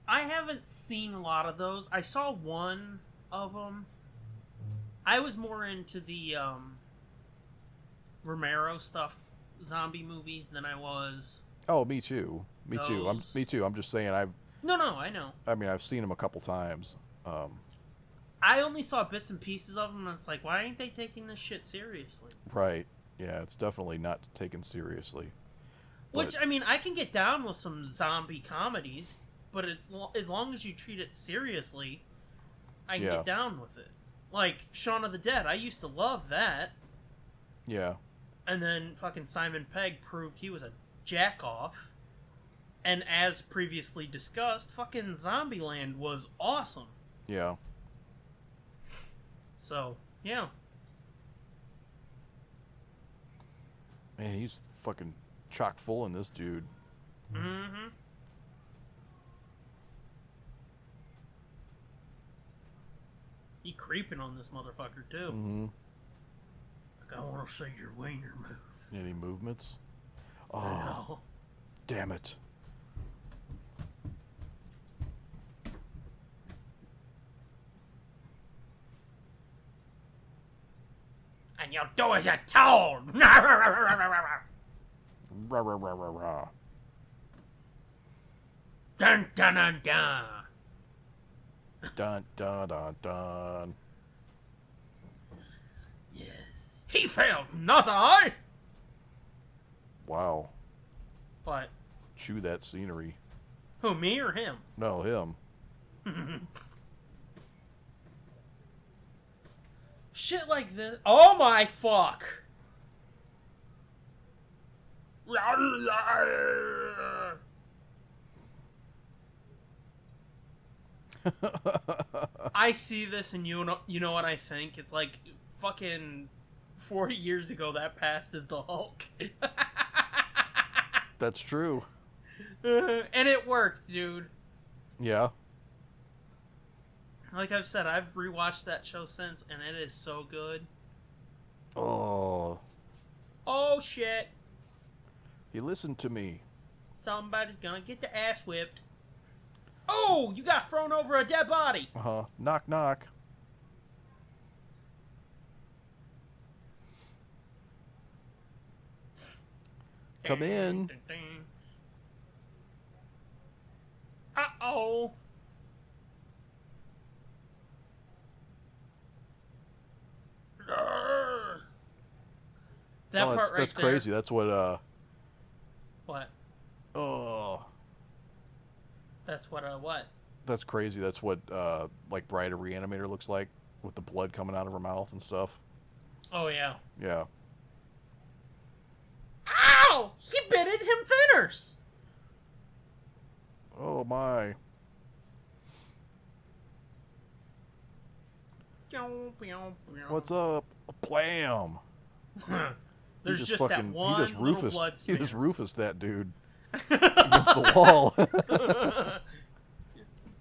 E: I haven't seen a lot of those. I saw one of them. I was more into the um, Romero stuff, zombie movies, than I was.
D: Oh, me too. Me too. I'm
E: Those-
D: me too. I'm just saying. I've
E: No, no, I know.
D: I mean I've seen him a couple times. Um,
E: I only saw bits and pieces of them, and it's like, why ain't they taking this shit seriously?
D: right. Yeah, it's definitely not taken seriously.
E: Which
D: But-
E: I mean, I can get down with some zombie comedies, but it's lo- as long as you treat it seriously, I can
D: Yeah.
E: get down with it. Like Shaun of the Dead, I used to love that,
D: Yeah.
E: and then fucking Simon Pegg proved he was a jack off. And as previously discussed, fucking Zombieland was awesome.
D: Yeah.
E: So yeah,
D: Man, he's fucking chock full in this dude. Hmm.
E: mm-hmm. He creeping on this motherfucker too.
D: Mm-hmm.
E: I want to see your wiener move.
D: Any movements? Oh,
E: Oh.
D: damn it.
E: And you'll do as you're told. dun,
D: Rah, rah, rah, rah, rah.
E: dun, dun, dun.
D: Dun dun dun dun.
E: Yes. He failed, not I.
D: Wow.
E: But
D: Chew that scenery.
E: who, me or him?
D: No, him.
E: Shit like this. Oh my fuck. I see this, and you know, you know what I think. It's like fucking forty years ago that passed as the Hulk,
D: That's true.
E: and it worked, dude.
D: Yeah.
E: Like I've said, I've rewatched that show since, and it is so good.
D: Oh,
E: Oh shit!
D: he listened to me.
E: Somebody's gonna get the ass whipped. Oh, you got thrown over a dead body.
D: Uh huh. Knock knock. Come in.
E: Uh oh. That
D: oh,
E: part
D: that's,
E: right
D: that's
E: there.
D: crazy. That's what. Uh.
E: What?
D: Oh.
E: That's what. Uh, what?
D: That's crazy. That's what uh like Bride of Reanimator looks like with the blood coming out of her mouth and stuff.
E: Oh yeah.
D: Yeah.
E: Ow! He bitted him fingers.
D: Oh my. What's up? Blam.
E: There's
D: he
E: just,
D: just, fucking.
E: that one
D: he just
E: little
D: Rufus.
E: blood
D: He
E: smear.
D: just Rufus that dude against the wall.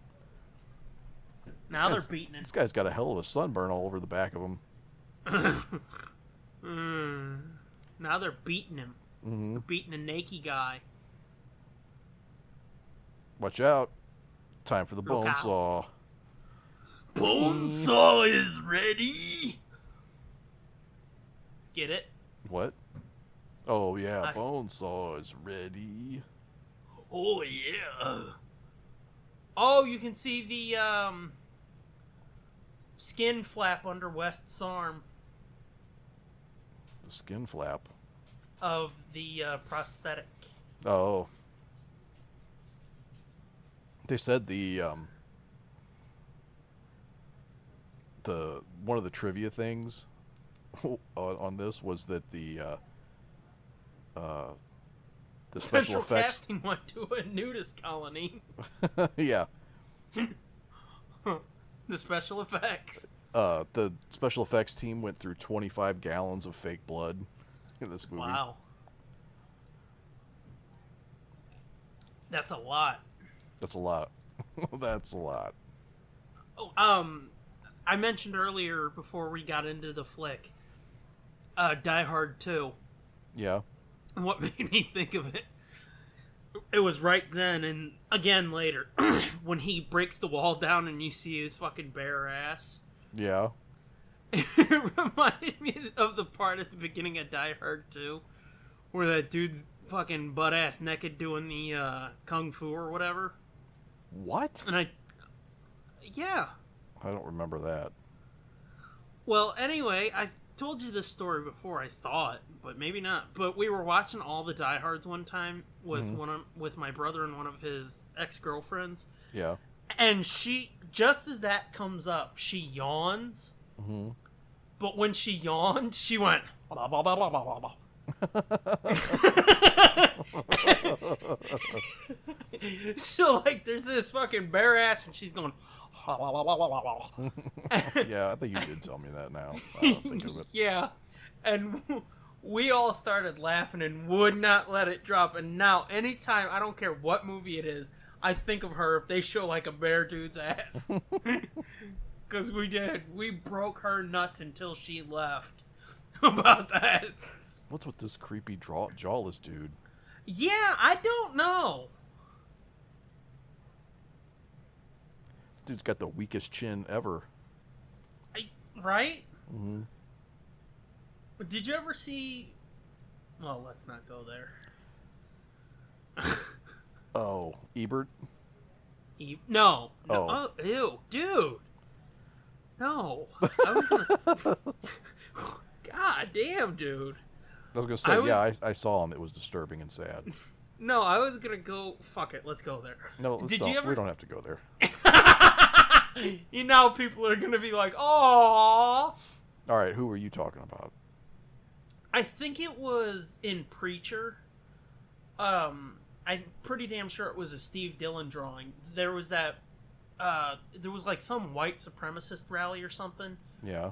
E: now they're
D: Yes.
E: beating
D: This
E: it.
D: guy's got a hell of a sunburn all over the back of him.
E: Mm. Now they're beating him.
D: Mm-hmm.
E: Beating the naked guy.
D: Watch out. Time for the
E: Look
D: bone
E: out.
D: saw.
C: Bone saw is ready.
E: Get it?
D: What? Oh yeah,
E: I-
D: bone saw is ready.
C: Oh yeah.
E: Oh, you can see the um, skin flap under West's arm
D: The skin flap.
E: of the uh, prosthetic.
D: Oh. They said the um the one of the trivia things on, on this was that the uh uh the special
E: Central
D: effects
E: casting went to a nudist colony.
D: yeah
E: The special effects.
D: uh the special effects team went through 25 gallons of fake blood in this movie
E: Wow. That's a lot.
D: that's a lot that's a lot
E: Oh, um, I mentioned earlier before we got into the flick, uh, Die Hard 2.
D: yeah
E: And what made me think of it, it was right then and again later when he breaks the wall down and you see his fucking bare ass.
D: yeah
E: It reminded me of the part at the beginning of Die Hard 2 where that dude's fucking butt ass naked doing the uh, kung fu or whatever.
D: what
E: And I. Yeah.
D: i don't remember that
E: Well, anyway, I've told you this story before. I thought, but maybe not. But we were watching all the Die Hard's one time with one of, with my brother and one of his ex girlfriends,
D: yeah
E: and she just as that comes up, she yawns.
D: Mhm.
E: But when she yawned, she went. Blah, blah, blah, blah, blah, blah, blah. so like, there's this fucking bare ass, and she's going. "Blah, blah, blah, blah, blah, blah, blah."
D: yeah i think you did tell me that now i don't think of it
E: yeah, and we all started laughing and would not let it drop. And now, anytime I don't care what movie it is, I think of her if they show like a bear dude's ass, because we did. We broke her nuts until she left about that.
D: What's with this creepy draw- jawless dude?
E: Yeah, I don't know.
D: Dude's got the weakest chin ever.
E: I, right?
D: Mhm.
E: But Did you ever see? Well, let's not go there.
D: Oh, Ebert.
E: E- no. no.
D: Oh.
E: Oh. ew, dude. No. I was gonna- God damn, dude.
D: I was gonna say,
E: I was-
D: yeah, I, I saw him. It was disturbing and sad.
E: No, I was gonna go. Fuck it, let's go there.
D: No, let's
E: Did
D: don't.
E: you ever?
D: We don't have to go there.
E: you know, people are gonna be like, "Oh."
D: All right, who were you talking about?
E: I think it was in Preacher. Um, I'm pretty damn sure it was a Steve Dillon drawing. There was that. Uh, there was like some white supremacist rally or something.
D: Yeah,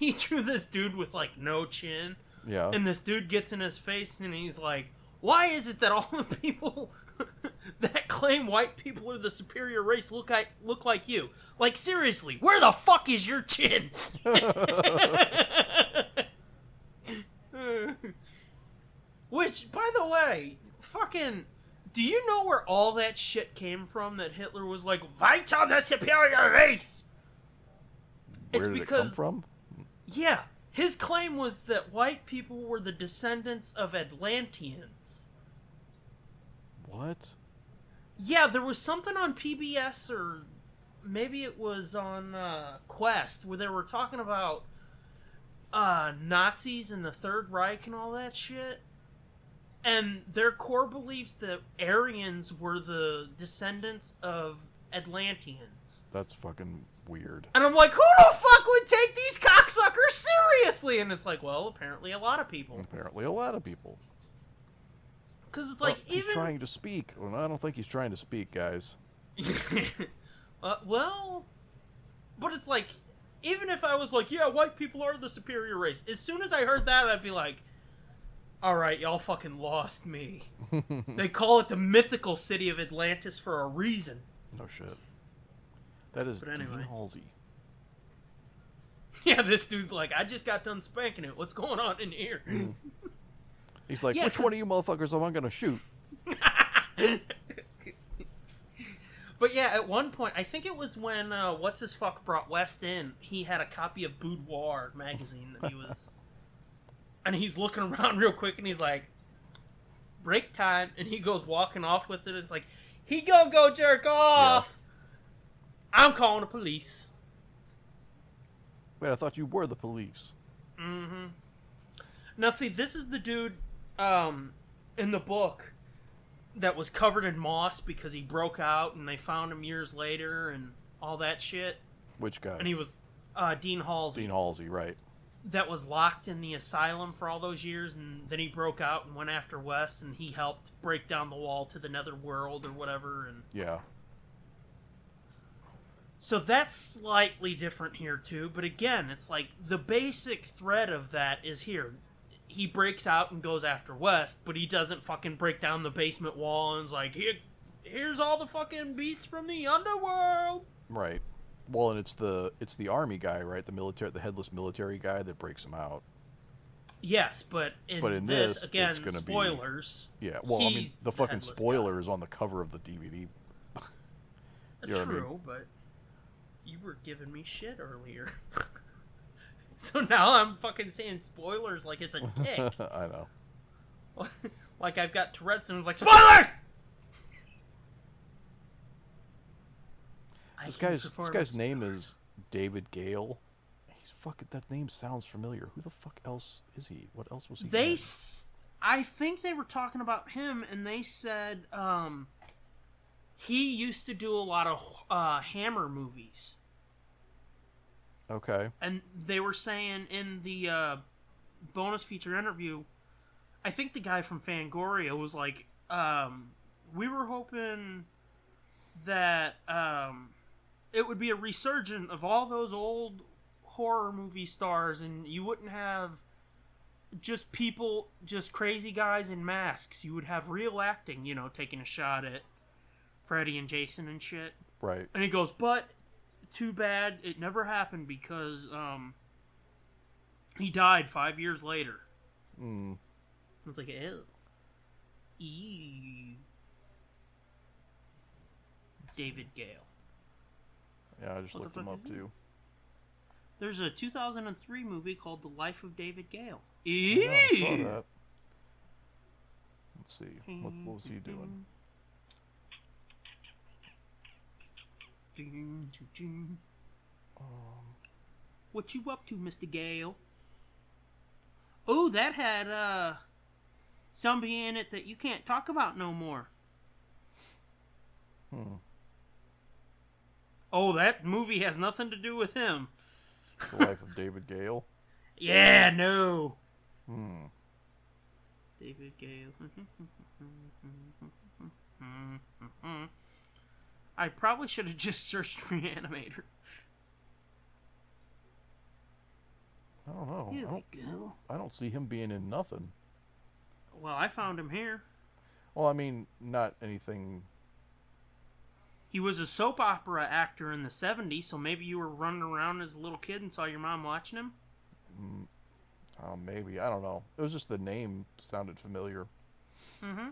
E: he drew this dude with like no chin,
D: yeah.
E: and this dude gets in his face and he's like, "Why is it that all the people that claim white people are the superior race look like look like you? Like seriously, where the fuck is your chin?" Which, by the way, fucking. Do you know where all that shit came from that Hitler was like, Whites are the superior race?
D: Where did it come
E: because-
D: from?
E: Yeah, his claim was that white people were the descendants of Atlanteans.
D: What?
E: Yeah, there was something on PBS or maybe it was on uh, Quest where they were talking about uh, Nazis and the Third Reich and all that shit. And their core beliefs that Aryans were the descendants of Atlanteans.
D: That's fucking weird.
E: And I'm like, who the fuck would take these cocksuckers seriously? And it's like, well, apparently a lot of people.
D: Apparently, a lot of people.
E: Because it's like
D: Oh, he's
E: even
D: trying to speak. Well, no, I don't think he's trying to speak, guys.
E: uh, well, but it's like even if I was like, yeah, white people are the superior race. As soon as I heard that, I'd be like, all right, y'all fucking lost me. they call it the mythical city of Atlantis for a reason.
D: No shit. That is
E: But anyway.
D: Dean Halsey.
E: Yeah, this dude's like, I just got done spanking it. What's going on in here?
D: He's like,
E: Yeah,
D: which one of you motherfuckers am I gonna shoot?
E: But yeah, at one point, I think it was when uh, what's his fuck brought West in. He had a copy of Boudoir magazine that he was, and he's looking around real quick, and he's like, "Break time!" And he goes walking off with it. It's like he gonna go jerk off. I'm calling the police.
D: Wait, I thought you were the police.
E: Mm-hmm. Now, see, this is the dude um, in the book that was covered in moss because he broke out and they found him years later and all that shit.
D: Which guy?
E: And he was uh, Dean Halsey
D: Dean Halsey, right?
E: that was locked in the asylum for all those years and then he broke out and went after Wes and he helped break down the wall to the netherworld or whatever and
D: Yeah.
E: So that's slightly different here too, but again, it's like the basic thread of that is here. He breaks out and goes after West, but he doesn't fucking break down the basement wall and's like, here, here's all the fucking beasts from the underworld.
D: Right. Well, and it's the it's the army guy, right? The military, the headless military guy that breaks him out.
E: Yes, but in,
D: But in
E: this,
D: this, it's
E: again,
D: gonna be-
E: spoilers.
D: Yeah. Well, I mean,
E: He's
D: the fucking
E: headless guy.
D: spoiler is on the cover of the DVD. You know what I mean?
E: Uh, True, but you were giving me shit earlier. so now I'm fucking saying spoilers like it's a dick.
D: I know.
E: like I've got Tourette's and I'm like spoilers. I
D: This
E: can
D: guy's this
E: perform
D: guy's
E: a-
D: name is David Gale. He's fucking. That name sounds familiar. Who the fuck else is he? What else was he?
E: They,
D: in?
E: s- I think they were talking about him, and they said um, he used to do a lot of uh, Hammer movies.
D: Okay.
E: and they were saying in the uh, bonus feature interview, I think the guy from Fangoria was like, um, "We were hoping that um, it would be a resurgent of all those old horror movie stars, and you wouldn't have just people, just crazy guys in masks. You would have real acting, you know, taking a shot at Freddy and Jason and shit."
D: Right.
E: And he goes, but too bad it never happened because um, he died five years later.
D: Mm.
E: I was like, ew. E. Ew. David Gale.
D: Yeah, I just
E: What the
D: looked him
E: fuck
D: up
E: is he?
D: too.
E: There's a 2003 movie called The Life of David Gale. E.
D: Yeah, I saw
E: Ew.
D: that. Let's see. What, what was he doing? Um,
E: Ding, ding, ding. What you up to, Mr. Gale? Oh, that had uh somebody in it that you can't talk about no more.
D: Hmm.
E: Oh, that movie has nothing to do with him. Mm-hmm.
D: The life of David Gale.
E: Yeah, no.
D: Hmm.
E: David Gale. I probably should have just searched Reanimator.
D: I don't know. I
E: Here
D: don't,
E: we go.
D: I don't see him being in nothing.
E: Well, I found him here.
D: Well, I mean, not anything.
E: He was a soap opera actor in the 70s, so maybe you were running around as a little kid and saw your mom watching him?
D: Uh, maybe I don't know. It was just the name sounded familiar.
E: Mm-hmm.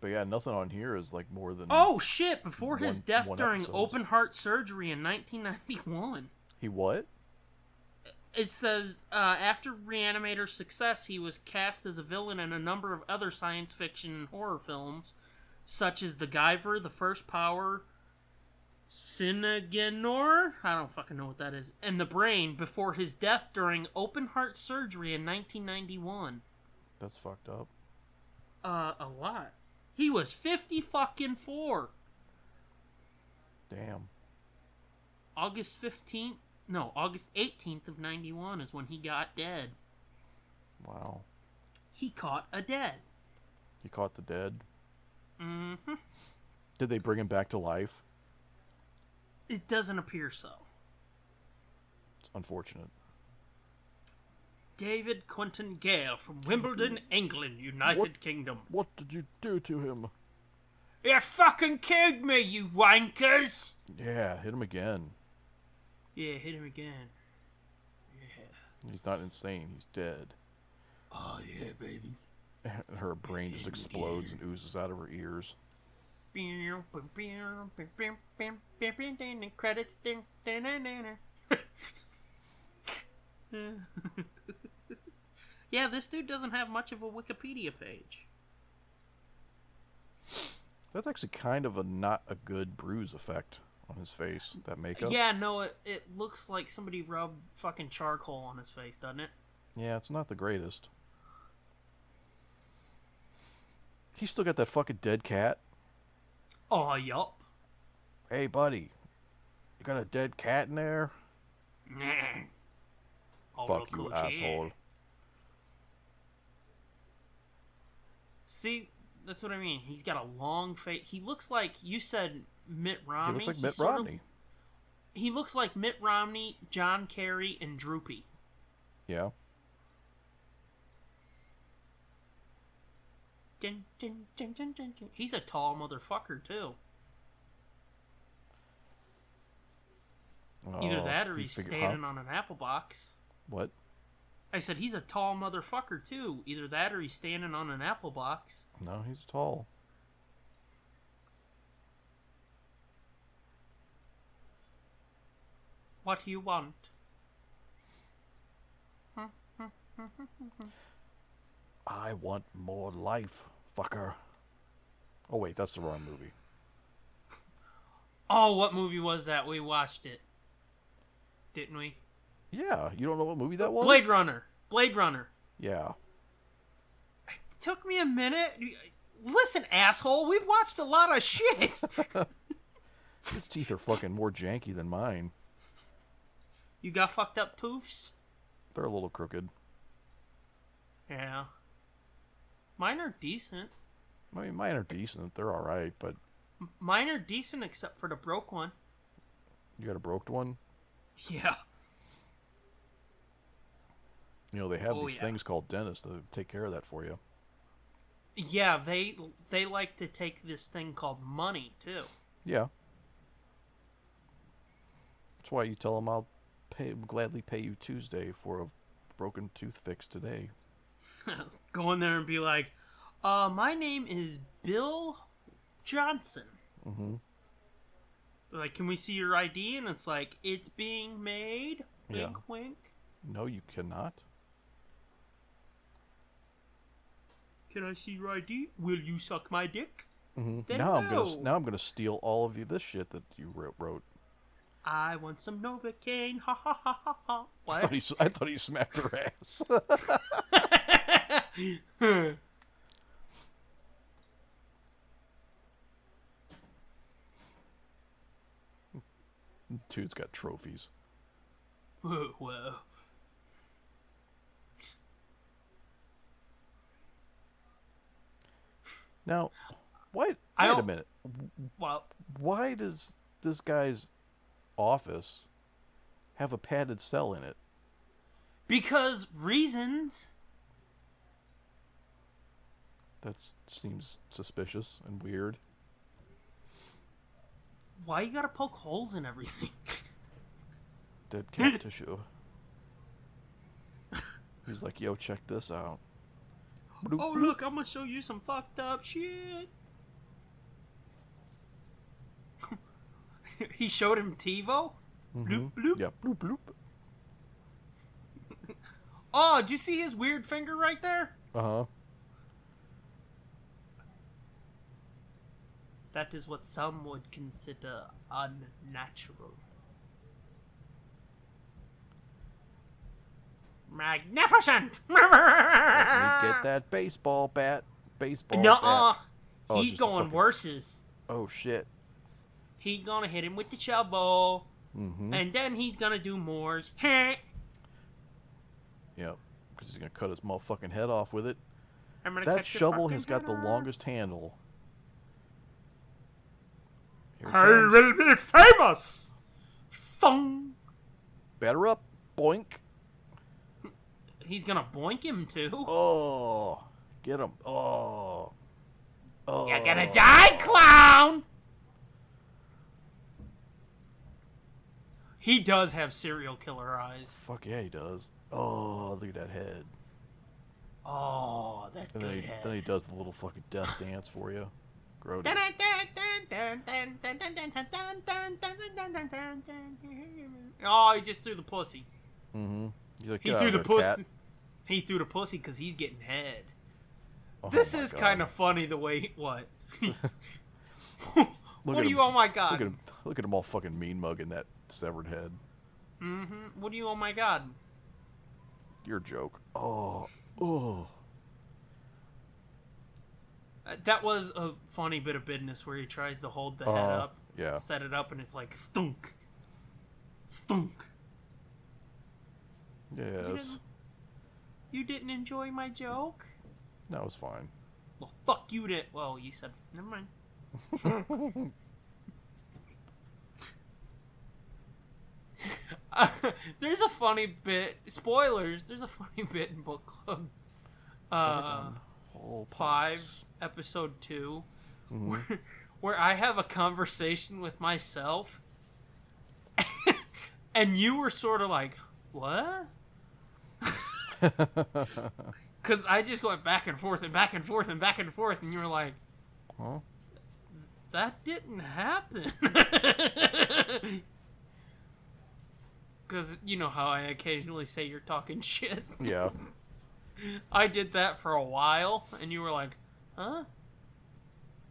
D: But yeah, nothing on here is like more than
E: Oh, shit! Before his
D: Hmm. One-
E: death
D: one
E: during
D: episode.
E: open heart surgery in 1991.
D: he what?
E: It says uh, after Reanimator's success, he was cast as a villain in a number of other science fiction and horror films, such as The Guyver, The First Power, Sinagenor. I don't fucking know what that is, and The Brain. Before his death during open heart surgery in 1991.
D: That's fucked up.
E: Uh, a lot. He was 50 fucking four.
D: Damn.
E: August 15th, no, August 18th of 91 is when he got dead.
D: Wow.
E: He caught a dead.
D: He caught the dead.
E: Mm-hmm.
D: Did they bring him back to life?
E: It doesn't appear so.
D: It's unfortunate.
E: David Quentin Gale from Wimbledon, England, United
D: What?
E: Kingdom.
D: What did you do to him?
E: You fucking killed me, you wankers!
D: Yeah, hit him again.
E: Yeah, hit him again.
D: He's not insane. He's dead.
E: Oh yeah, baby.
D: Her brain just explodes and oozes out of her ears.
E: Credits. yeah, this dude doesn't have much of a Wikipedia page.
D: That's actually kind of a not a good bruise effect on his face. That makeup.
E: Yeah, no, it, it looks like somebody rubbed fucking charcoal on his face, doesn't it?
D: Yeah, it's not the greatest. He's still got that fucking dead cat.
E: Oh, yup.
D: Hey, buddy, you got a dead cat in there?
E: Oh,
D: Fuck
E: look
D: you,
E: who's here.
D: asshole.
E: See, that's what I mean. He's got a long face. He looks like you said Mitt Romney.
D: He looks like
E: He's
D: Mitt
E: sort of-
D: Romney.
E: he looks like Mitt Romney, John Kerry, and Droopy.
D: Yeah.
E: Dun, dun, dun, dun, dun, dun. He's a tall motherfucker too. Either
D: Oh,
E: that or
D: he
E: he's
D: figure- huh?
E: standing on an apple box.
D: What?
E: I said he's a tall motherfucker too. Either that or he's standing on an apple box.
D: No, he's tall.
E: What do you want?
D: I want more life, fucker. Oh wait, that's the wrong movie.
E: Oh, what movie was that? We watched it, didn't we?
D: Yeah, you don't know what movie that was?
E: Blade Runner. Blade Runner.
D: Yeah.
E: It took me a minute. Listen, asshole, we've watched a lot of shit.
D: His teeth are fucking more janky than mine.
E: you got fucked up toofs?
D: They're a little crooked.
E: Yeah. Mine are decent.
D: I mean, mine are decent. They're all right, but
E: Mine are decent except for the broke one.
D: you got a broked one.
E: Yeah.
D: You know, they have
E: Oh,
D: these
E: yeah.
D: things called dentists that take care of that for you.
E: Yeah, they they like to take this thing called money too.
D: Yeah. That's why you tell them I'll pay, gladly pay you Tuesday for a broken tooth fix today.
E: Go in there and be like, "Uh, my name is Bill Johnson."
D: Mhm.
E: They're Like, can we see your ID? And it's like, it's being made. Wink,
D: Yeah.
E: wink.
D: No, you cannot.
E: Can I see your ID? Will you suck my dick?
D: Mm-hmm.
E: Then
D: Now I'm gonna s-
E: no.
D: now I'm gonna steal all of you this shit that you wrote. wrote.
E: I want some Novocaine. Ha ha ha ha ha.
D: I thought
E: What?
D: he s- I thought he smacked her ass. Dude's got trophies.
E: whoa, whoa.
D: Now, why?
E: I
D: wait a
E: don't-
D: minute.
E: Well,
D: Why does this guy's office have a padded cell in it?
E: because reasons.
D: That s- seems suspicious and weird.
E: Why you gotta poke holes in everything?
D: Dead cat tissue. He's like, yo, check this out. Bloop,
E: oh,
D: bloop.
E: look, I'm gonna show you some fucked up shit. he showed him TiVo?
D: Mm-hmm.
E: Bloop, bloop.
D: Yeah, bloop bloop.
E: Oh, do you see his weird finger right there?
D: Uh huh.
E: That is what some would consider unnatural. Magnificent!
D: Let me get that baseball bat. Baseball
E: Ah. Nuh-uh.
D: bat. Oh,
E: He's
D: just a
E: going
D: fucking-
E: worses.
D: Oh shit.
E: He gonna hit him with the shovel,
D: Mm-hmm.
E: and then he's gonna do mores. Heh.
D: Yep. Because he's gonna cut his motherfucking head off with it.
E: I'm gonna
D: That
E: cut your
D: shovel
E: fucking
D: has got the
E: head off.
D: longest handle. Here it
E: I
D: comes.
E: will be famous. Fung.
D: Batter up. Boink.
E: He's gonna boink him too.
D: Oh, get him. Oh. Oh.
E: You're gonna die, clown! He does have serial killer eyes.
D: Fuck yeah, he does. Oh, look at that head.
E: Oh, that's
D: And then he, then
E: good.
D: he does the little fucking death dance for you. Grody.
E: Oh, he just threw the pussy.
D: Mm-hmm. He's like,
E: He
D: "Get out
E: threw
D: of
E: the
D: there, cat."
E: pussy. He threw the pussy because he's getting head.
D: Oh
E: this
D: my
E: is
D: God.
E: kind of funny the way. What?
D: Look
E: what
D: at
E: do you?
D: him.
E: Oh my
D: Look
E: god.
D: at him! Look at him all fucking mean mugging that severed head.
E: hmm What do you? Oh my god.
D: Your joke. Oh, oh.
E: Uh, That was a funny bit of business where he tries to hold the head
D: Uh,
E: up,
D: yeah.
E: set it up, and it's like stunk, stunk.
D: Yes.
E: You didn't enjoy my joke?
D: That was fine.
E: Well, fuck you. Did well. You said never mind. Uh, there's a funny bit. Spoilers. There's a funny bit in book club. Uh,
D: Whole
E: five,
D: piles.
E: episode 2
D: Mhm.
E: where, where I have a conversation with myself, and you were sort of like, "What?" Because I just went back and forth and back and forth and back and forth, and you were like,
D: Huh?
E: that didn't happen. Because you know how I occasionally say you're talking shit.
D: Yeah.
E: I did that for a while, and you were like, huh?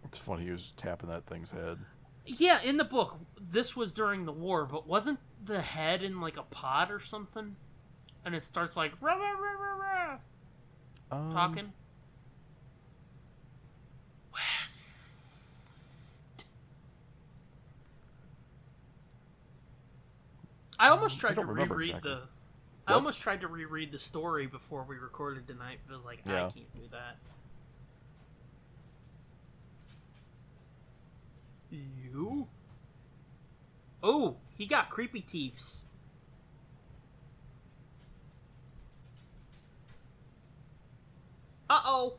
D: It's funny. He was tapping that thing's head.
E: Yeah, in the book, this was during the war, but wasn't the head in like a pot or something? And it starts like, rah, rah, rah, rah, rah,
D: Um,
E: talking. West. I almost
D: I
E: tried to
D: don't remember
E: reread
D: exactly.
E: the. I
D: What?
E: almost tried to reread the story before we recorded tonight, but I was like, I
D: Yeah.
E: can't do that. You? Oh, he got creepy teeths. Uh oh.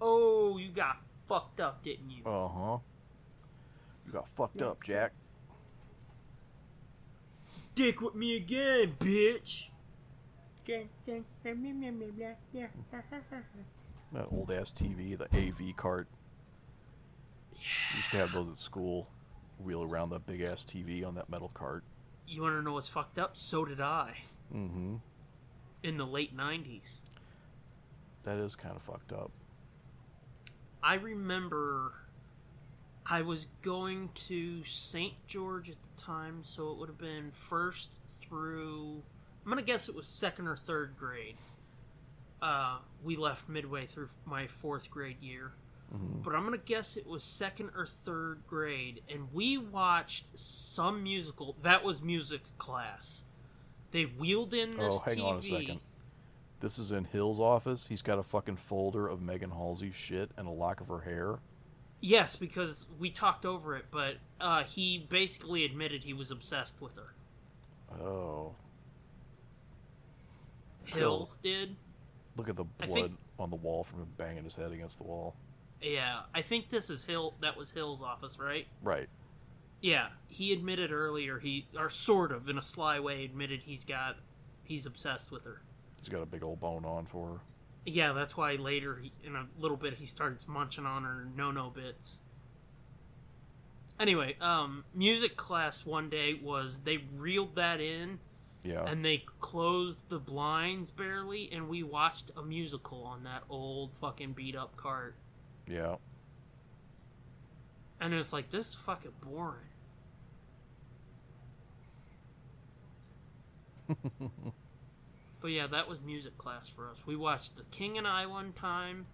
E: Oh, you got fucked up, didn't you?
D: Uh huh. You got fucked up, Jack.
E: Dick with me again, bitch.
D: That old ass TV, the AV cart. We used to have those at school. Wheel around that big ass TV on that metal cart.
E: You want to know what's fucked up? So did I
D: Mm-hmm.
E: in the late 90s.
D: That is kind of fucked up.
E: I remember I was going to St. George at the time, so it would have been first through. I'm going to guess it was second or third grade. Uh, we left midway through my fourth grade year.
D: Mm-hmm.
E: But I'm going to guess it was second or third grade, and we watched some musical. That was music class. They wheeled in this
D: Oh, hang
E: TV.
D: on a second. This is in Hill's office. He's got a fucking folder of Megan Halsey's shit and a lock of her hair.
E: Yes, because we talked over it, but uh, he basically admitted he was obsessed with her.
D: Oh,
E: Hill did.
D: look at the
E: I
D: blood
E: think-
D: on the wall from him banging his head against the wall.
E: Yeah, I think this is Hill. That was Hill's office, right?
D: Right.
E: Yeah, he admitted earlier he, or sort of, in a sly way, admitted he's got, he's obsessed with her.
D: He's got a big old bone on for her.
E: Yeah, that's why later, he, in a little bit, he starts munching on her no-no bits. Anyway, um, music class one day was they reeled that in
D: Yeah.
E: and they closed the blinds barely and we watched a musical on that old fucking beat up cart
D: yeah.
E: and it was like this is fucking boring but yeah that was music class for us we watched the king and i one time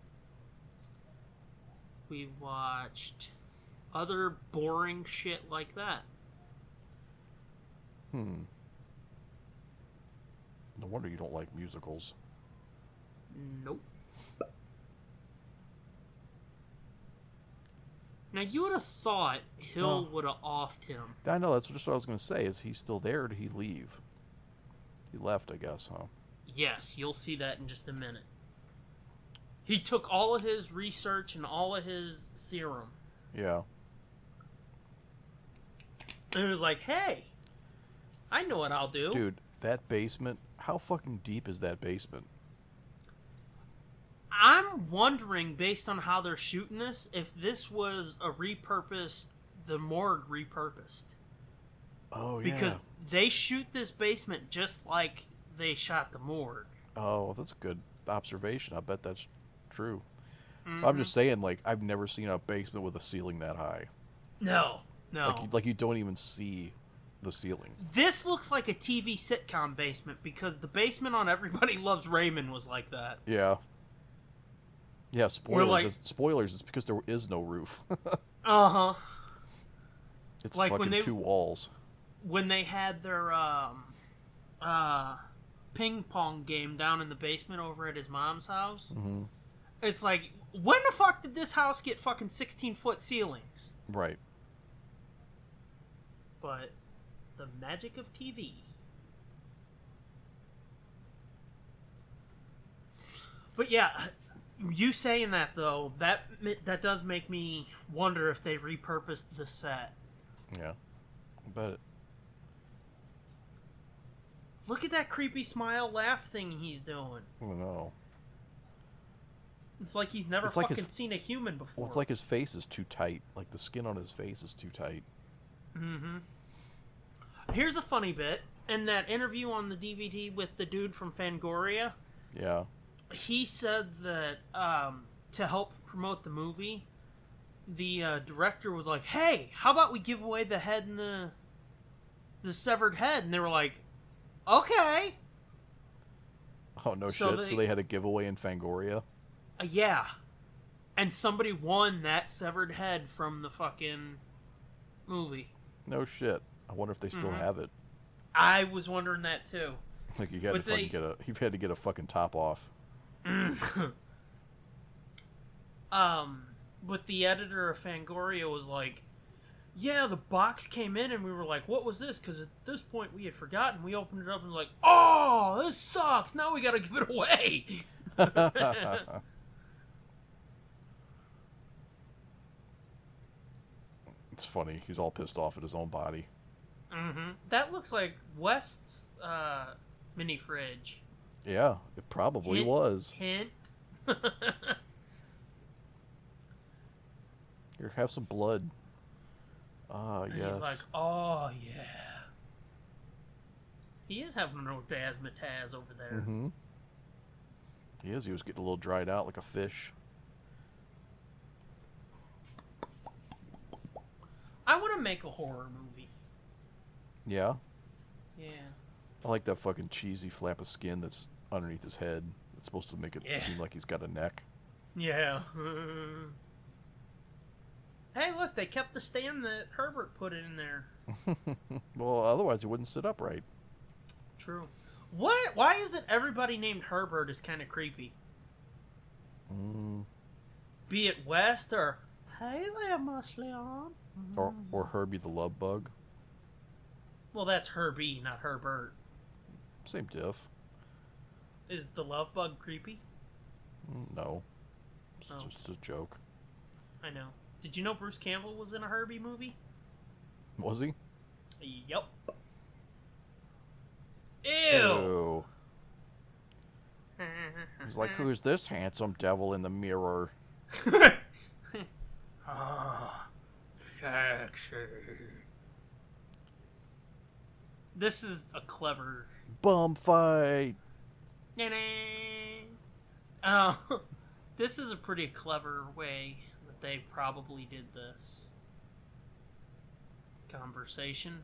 E: we watched other boring shit like that
D: Hmm. No wonder you don't like musicals.
E: Nope. Now you would have thought Hill would have offed him.
D: I know that's just what I was gonna say. Is he still there? Or did he leave? He left, I guess, huh?
E: Yes, you'll see that in just a minute. He took all of his research and all of his serum
D: Yeah.
E: and was like, "Hey, I know what I'll do."
D: Dude, that basement. How fucking deep is that basement?
E: I'm wondering, based on how they're shooting this, if this was a repurposed, the morgue repurposed.
D: Oh yeah.
E: Because they shoot this basement just like they shot the morgue.
D: oh, that's a good observation. I bet that's true. I'm
E: Mm-hmm.
D: just saying, like I've never seen a basement with a ceiling that high.
E: No, no.
D: Like, you, like you don't even see the ceiling.
E: This looks like a TV sitcom basement because the basement on Everybody Loves Raymond was like that.
D: Yeah. Yeah, spoilers.
E: like-
D: is- spoilers. It's because there is no roof.
E: Uh huh.
D: it's
E: Like, when
D: fucking
E: they-
D: two walls.
E: When they had their um, uh, ping pong game down in the basement over at his mom's house,
D: hmm
E: it's like, when the fuck did this house get fucking sixteen foot ceilings?
D: Right.
E: But the magic of TV. But yeah, you saying that though, that that does make me wonder if they repurposed the set.
D: Yeah. I bet it.
E: Look at that creepy smile laugh thing he's doing.
D: I don't know.
E: It's like he's never
D: It's like
E: fucking
D: his-
E: seen a human before.
D: Well, it's like his face is too tight. Like the skin on his face is too tight.
E: hmm Mm-hmm. Here's a funny bit. In that interview on the DVD with the dude from Fangoria,
D: Yeah.
E: he said that um, to help promote the movie, the uh, director was like, "Hey, how about we give away the head and the the severed head?" And they were like, "Okay,
D: Oh no
E: So
D: shit.
E: they-
D: So they had a giveaway in Fangoria.
E: Uh, yeah." And somebody won that severed head from the fucking movie.
D: No shit. I wonder if they still
E: Mhm.
D: have it.
E: I was wondering that too.
D: Like you had
E: But
D: to fucking
E: they-
D: get a. You had to get a fucking top off.
E: Mm. um, but the editor of Fangoria was like, "Yeah, the box came in, and we were like, what was this? Because at this point we had forgotten. We opened it up and was like, oh, this sucks. Now we gotta give it away."
D: It's funny. He's all pissed off at his own body.
E: hmm That looks like West's uh, mini fridge.
D: Yeah, it probably
E: Hint,
D: was.
E: Hint.
D: Here, have some blood. Ah,
E: And
D: yes.
E: He's like, oh yeah. He is having an orgasmataz over there.
D: mm-hmm. He is. He was getting a little dried out like a fish.
E: I want to make a horror movie.
D: Yeah.
E: Yeah.
D: I like that fucking cheesy flap of skin that's underneath his head. It's supposed to make it
E: Yeah.
D: seem like he's got a neck.
E: Yeah. hey, look, they kept the stand that Herbert put in there.
D: Well, otherwise he wouldn't sit upright.
E: True. What? Why is it everybody named Herbert is kind of creepy?
D: Mm.
E: Be it West or Hey there, Musleon.
D: Or,
E: Mm.
D: or Herbie the love bug.
E: Well, that's Herbie, not Herbert.
D: Same diff.
E: Is the love bug creepy?
D: Mm, No. It's
E: Oh.
D: just a joke.
E: I know. Did you know Bruce Campbell was in a Herbie movie?
D: Was he?
E: Yep.
D: Ew.
E: Ew.
D: He's like, who's this handsome devil in the mirror?
E: Ah, sexy. This is a clever.
D: Bum fight.
E: Oh, this is a pretty clever way that they probably did this conversation.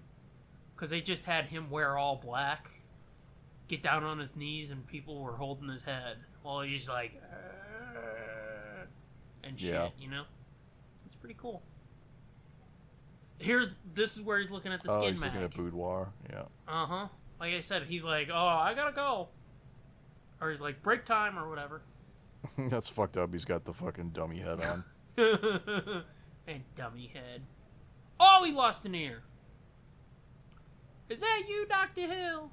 E: Because they just had him wear all black, get down on his knees, and people were holding his head while he's like, "Ah," and shit,
D: Yeah.
E: you know? It's pretty cool. Here's this is where he's looking at the
D: Oh,
E: skin
D: he's
E: mag.
D: looking at boudoir. Yeah.
E: Uh huh. Like I said, he's like, oh, I gotta go. Or he's like, break time or whatever.
D: That's fucked up. He's got the fucking dummy head on.
E: and dummy head. Oh, he lost an ear. Is that you, Dr. Hill?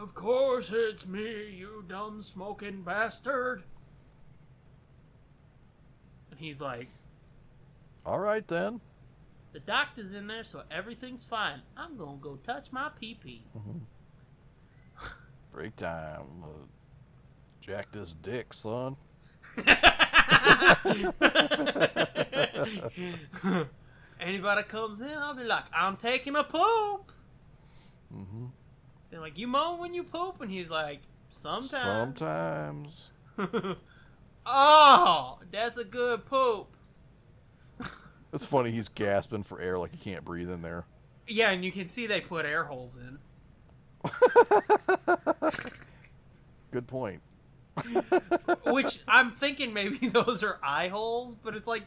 E: Of course it's me, you dumb smoking bastard. And he's like,
D: All right then.
E: The doctor's in there, so everything's fine. I'm gonna go touch my pee pee.
D: Break time. Uh, Jack this dick, son.
E: Anybody comes in, I'll be like, I'm taking a poop.
D: Mm-hmm.
E: They're like, you moan when you poop, and he's like, sometimes.
D: Sometimes.
E: oh, that's a good poop.
D: It's funny. He's gasping for air like he can't breathe in there.
E: Yeah, and you can see they put air holes in.
D: Good point.
E: Which I'm thinking maybe those are eye holes, but it's like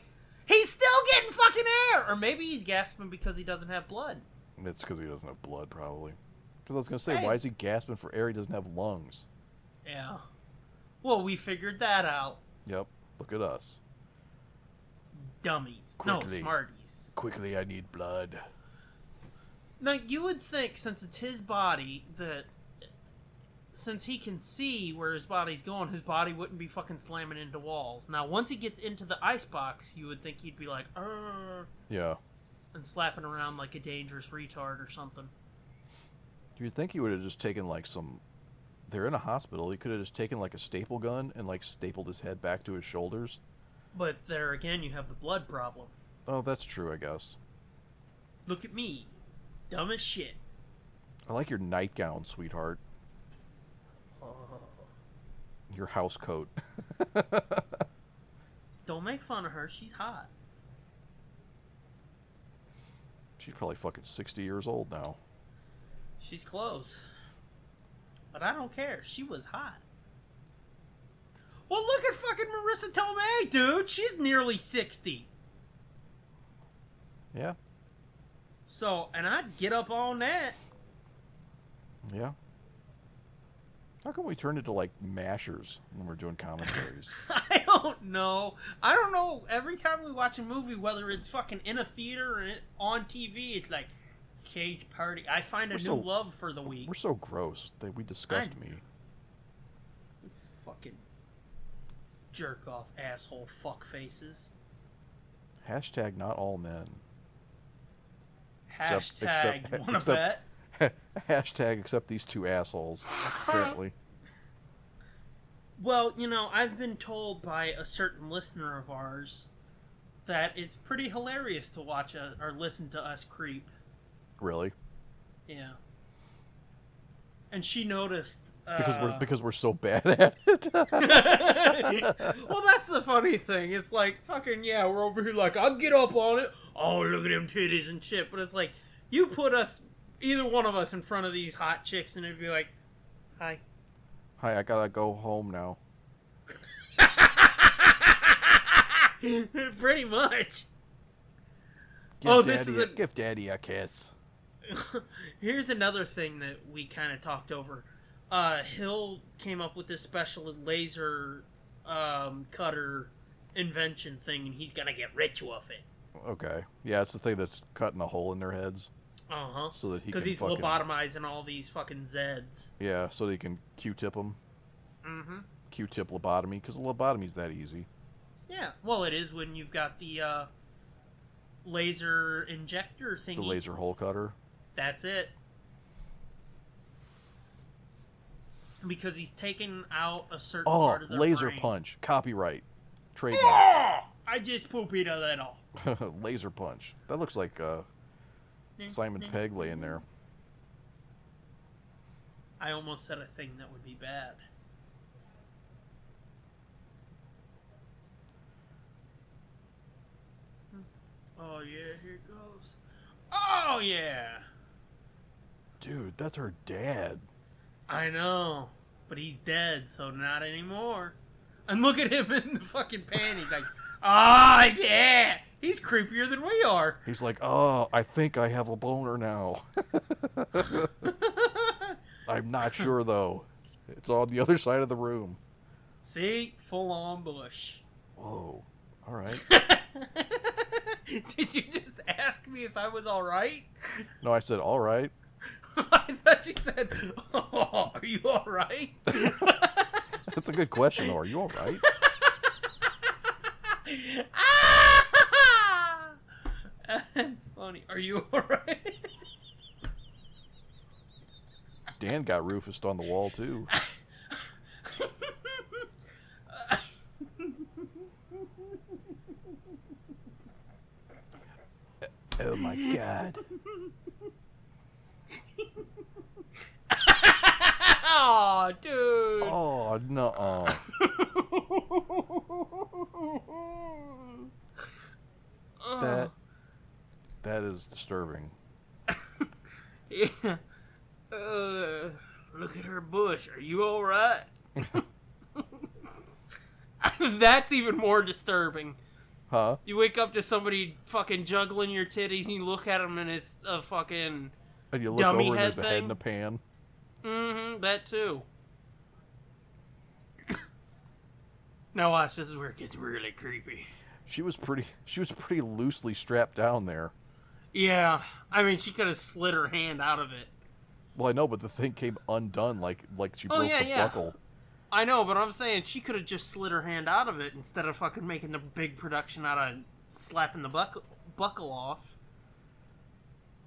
E: he's still getting fucking air, or maybe he's gasping because he doesn't have blood.
D: It's because he doesn't have blood, probably. Because I was gonna say,
E: Hey.
D: why is he gasping for air? He doesn't have lungs.
E: Yeah. Well, we figured that out,
D: Yep. Look at us.
E: dummies. No,
D: Quickly.
E: smarties.
D: Quickly, I need blood.
E: Now you would think, since it's his body, that since he can see where his body's going, his body wouldn't be fucking slamming into walls. Now, once he gets into the icebox, you would think he'd be like, "Arr,"
D: Yeah.
E: and slapping around like a dangerous retard or something.
D: You'd think he would have just taken like some. They're in a hospital. He could have just taken like a staple gun and like stapled his head back to his shoulders.
E: But there again, you have the blood problem.
D: Oh, that's true, I guess.
E: Look at me, dumb as shit.
D: I like your nightgown, sweetheart. Your house coat.
E: Don't make fun of her. She's hot.
D: She's probably fucking 60 years old now.
E: She's close. But I don't care. She was hot. Well, look at fucking Marissa Tomei, dude. She's nearly 60.
D: Yeah.
E: So, and I'd get up on that.
D: Yeah. How come we turned into like mashers when we're doing commentaries?
E: I don't know. I don't know. Every time we watch a movie, whether it's fucking in a theater or it- on TV, it's like, Kay's party. I find a
D: We're
E: new
D: so-
E: love for the week.
D: we're so gross that we disgust
E: I-
D: me.
E: Fucking jerk off asshole fuck faces.
D: Hashtag not all men.
E: Hashtag,
D: Except- except-
E: wanna
D: except-
E: bet?
D: Hashtag except these two assholes. Apparently.
E: Well, you know, I've been told by a certain listener of ours that it's pretty hilarious to watch us, or listen to us creep.
D: Really?
E: Uh. Yeah. And she noticed. Uh,
D: Because we're because we're so bad at it.
E: well, that's the funny thing. It's like fucking yeah, we're over here like I'll get up on it. Oh, look at them titties and shit. But it's like you put us, either one of us, in front of these hot chicks, and it'd be like, hi.
D: Hi, I gotta go home now.
E: Pretty much.
D: Give
E: Oh,
D: daddy
E: this is
D: a,
E: a-
D: give daddy a kiss.
E: Here's another thing that we kind of talked over. Uh, Hill came up with this special laser um, cutter invention thing, and he's gonna get rich off it.
D: Okay. Yeah, it's the thing that's cutting a hole in their heads
E: Uh huh.
D: so that he can
E: Because he's
D: fucking
E: lobotomizing all these fucking Zeds.
D: yeah, so that he can Q-tip them,
E: Mm-hmm.
D: Q-tip lobotomy, because lobotomy's that easy.
E: Yeah. Well, it is when you've got the uh, laser injector thingy.
D: The laser hole cutter.
E: That's it. Because he's taken out a certain
D: Oh,
E: part of their
D: laser
E: brain.
D: punch. Copyright. Trademark.
E: I just poopied a little.
D: laser punch. That looks like uh, Simon Pegg laying there.
E: I almost said a thing that would be bad. Oh yeah, here it goes. Oh yeah,
D: Dude, that's her dad.
E: I know, but he's dead, so not anymore. And look at him in the fucking panties, like, oh yeah, he's creepier than we are.
D: He's like, oh, I think I have a boner now. I'm not sure though. It's on the other side of the room.
E: See, full on bush.
D: Whoa. All right.
E: Did you just ask me if I was all right?
D: No, I said, all right.
E: I thought you said, oh, "Are you all right?"
D: That's a good question. Though. Are you all right?
E: Ah! That's funny. Are you all right?
D: Dan got Rufus on the wall too. Oh my god.
E: oh, dude.
D: Oh no.
E: Uh-huh. Oh,
D: That that is disturbing.
E: Yeah. Uh, look at her bush. Are you all right? That's even more disturbing.
D: Huh?
E: You wake up to somebody fucking juggling your titties, and you look at them, and it's a fucking
D: And you look
E: Dummy
D: over and
E: head
D: there's a head in
E: thing?
D: a pan.
E: mm-hmm that too. now watch. This is where it gets really creepy.
D: She was pretty she was pretty loosely strapped down there.
E: Yeah, I mean, she could have slid her hand out of it.
D: Well, I know, but the thing came undone like like she
E: Oh,
D: broke
E: yeah,
D: the
E: yeah.
D: buckle.
E: I know, but I'm saying she could have just slid her hand out of it instead of fucking making the big production out of slapping the buckle buckle off.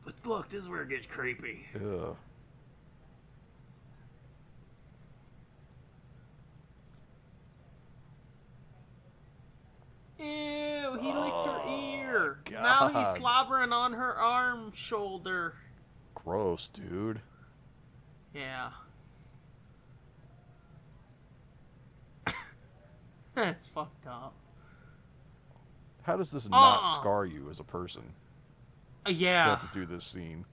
E: But look, this is where it gets creepy.
D: Ugh.
E: Ew, he licked her ear. Now he's
D: Oh, God.
E: slobbering on her arm shoulder.
D: Gross, dude.
E: Yeah. That's fucked up.
D: How does this not
E: Uh-uh.
D: scar you as a person?
E: Uh,
D: to
E: yeah.
D: have to do this scene.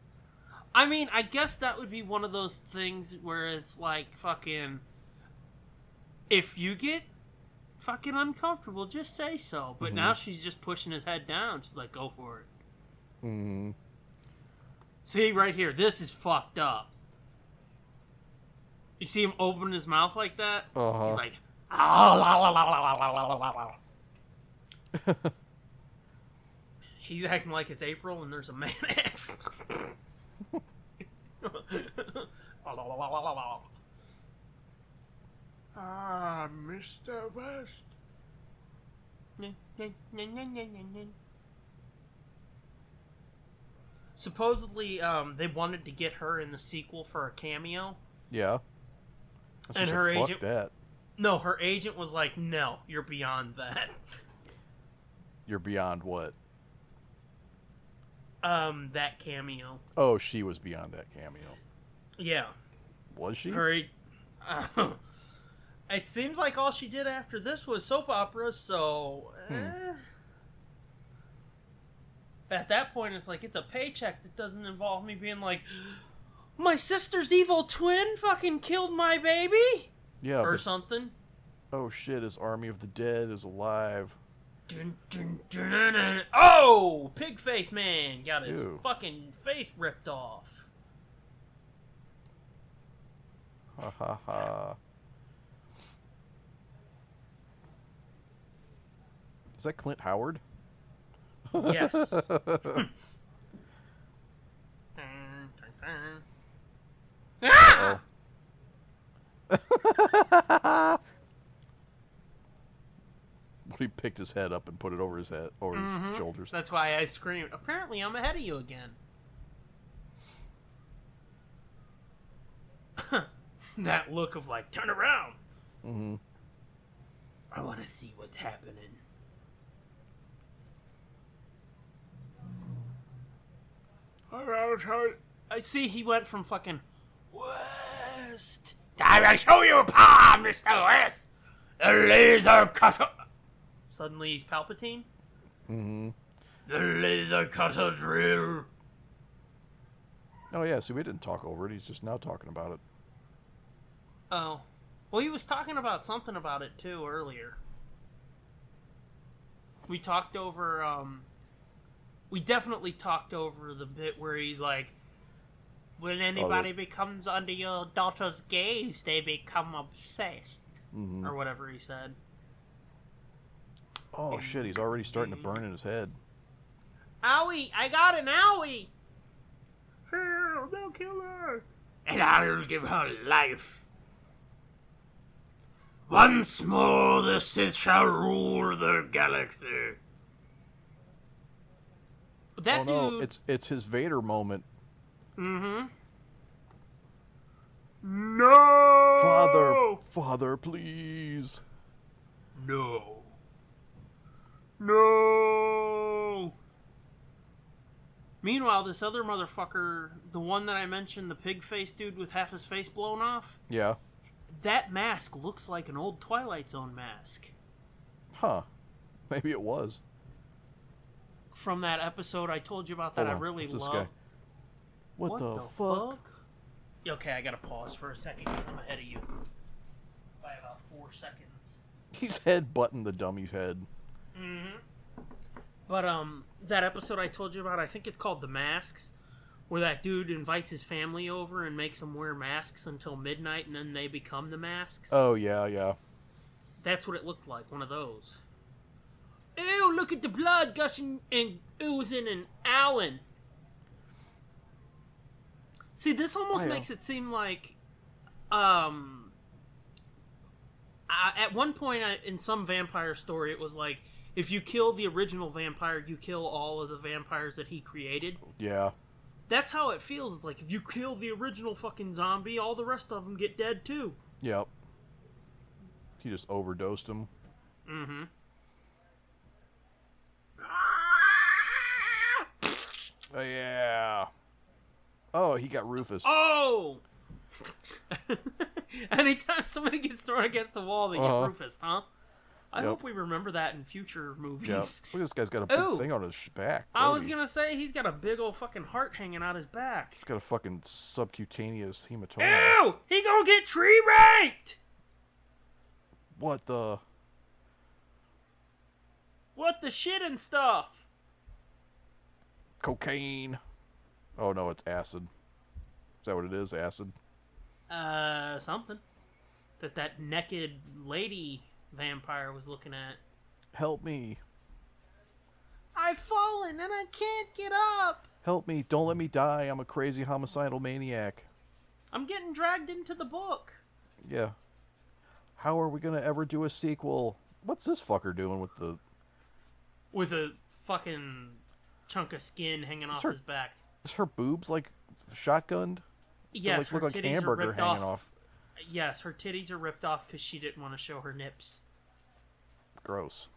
E: I mean, I guess that would be one of those things where it's like fucking. If you get fucking uncomfortable, just say so.
D: Mm-hmm.
E: But now she's just pushing his head down. She's like, go for it.
D: Mm,
E: See, right here, this is fucked up. You see him open his mouth like that?
D: Uh-huh.
E: He's like, "Ah, la, la, la, la, la, la, la, la, la, la." He's acting like it's April and there's a man ass. La, la, la, la, la, la, la. Ah, Mr. West. Nyeh, nyeh, nyeh, nyeh, nyeh, nyeh, nyeh. Supposedly, um, they wanted to get her in the sequel for a cameo.
D: yeah. It's
E: And
D: just
E: her
D: like, Fuck
E: agent-
D: that.
E: No, her agent was like, "No, you're beyond that."
D: You're beyond what?
E: Um, that cameo.
D: Oh, she was beyond that cameo.
E: Yeah,
D: Was she?
E: her. a- it seems like all she did after this was soap operas. So,
D: Hmm.
E: eh. at that point, it's like it's a paycheck that doesn't involve me being like, "My sister's evil twin fucking killed my baby"
D: yeah.
E: or
D: but-
E: something.
D: oh shit! His army of the dead is alive.
E: Dun, dun, dun, dun, dun. Oh, pig face man got his
D: Ew.
E: fucking face ripped off.
D: Ha ha ha. Is that Clint Howard?
E: Yes. Dun, dun, dun. Ah!
D: He picked his head up and put it over his head, over his shoulders.
E: Mm-hmm. That's why I screamed. Apparently, I'm ahead of you again. that look of like, turn around.
D: Mhm.
E: I want to see what's happening. I see he went from fucking West. I will show you a palm, Mr. West. The laser cutter. Suddenly he's Palpatine.
D: hmm
E: The laser cutter drill.
D: Oh yeah. See, we didn't talk over it. He's just now talking about it.
E: Oh. Well, he was talking about something about it too earlier. We talked over, um. We definitely talked over the bit where he's like, when anybody becomes under your daughter's gaze, they become obsessed.
D: hmm
E: Or whatever he said.
D: Oh shit! He's already starting to burn in his head.
E: Owie, I got an owie! Hell, no kill her! And I'll give her life.
B: Once more the Sith shall rule the galaxy.
E: But that
D: oh no!
E: dude.
D: It's it's his Vader moment.
E: Mm hmm. No! Oh!
D: Father, father, please.
E: No. No. Meanwhile, this other motherfucker, the one that I mentioned, the pig faced dude with half his face blown off,
D: Yeah.
E: that mask looks like an old Twilight Zone mask
D: Huh. Maybe it was.
E: from that episode I told you about that
D: Hold
E: I
D: on,
E: really
D: what's this
E: love.
D: guy? What, the, fuck?
E: Yeah, Okay, I gotta pause for a second because I'm ahead of you by about four seconds.
D: He's head butting the dummy's head.
E: But um, that episode I told you about, I think it's called The Masks, where that dude invites his family over and makes them wear masks until midnight, and then they become the masks.
D: Oh yeah, yeah.
E: That's what it looked like, one of those. Ew, look at the blood gushing and oozing and Allen. See, this almost
D: Wow.
E: makes it seem like, um, I, at one point I, in some vampire story, it was like if you kill the original vampire, you kill all of the vampires that he created.
D: Yeah.
E: That's how it feels. It's Like if you kill the original fucking zombie, all the rest of them get dead too.
D: Yep. He just overdosed him.
E: Mm-hmm.
D: Oh yeah. Oh, he got Rufus.
E: Oh! Anytime somebody gets thrown against the wall, they
D: Uh-huh.
E: get Rufus, huh? I
D: Yep.
E: hope we remember that in future movies.
D: Yeah. Look, this guy's got a big
E: Oh.
D: thing on his sh- back.
E: I was
D: Brody.
E: gonna say he's got a big old fucking heart hanging out his back.
D: He's got a fucking subcutaneous hematoma.
E: Ew! He gonna get tree raped!
D: What the?
E: What the shit and stuff?
D: Cocaine. Oh no, it's acid. Is that what it is? Acid.
E: Uh, something that that naked lady vampire was looking at.
D: Help me.
E: I've fallen and I can't get up.
D: Help me. Don't let me die. I'm a crazy homicidal maniac.
E: I'm getting dragged into the book.
D: Yeah. How are we gonna ever do a sequel? What's this fucker doing with the?
E: with a fucking chunk of skin hanging off
D: Sure.
E: his back.
D: Is her boobs like shotgunned?
E: Yes,
D: like,
E: her
D: look like
E: titties are
D: hamburger
E: ripped off.
D: hanging off.
E: Yes, her titties are ripped off because she didn't want to show her nips.
D: Gross.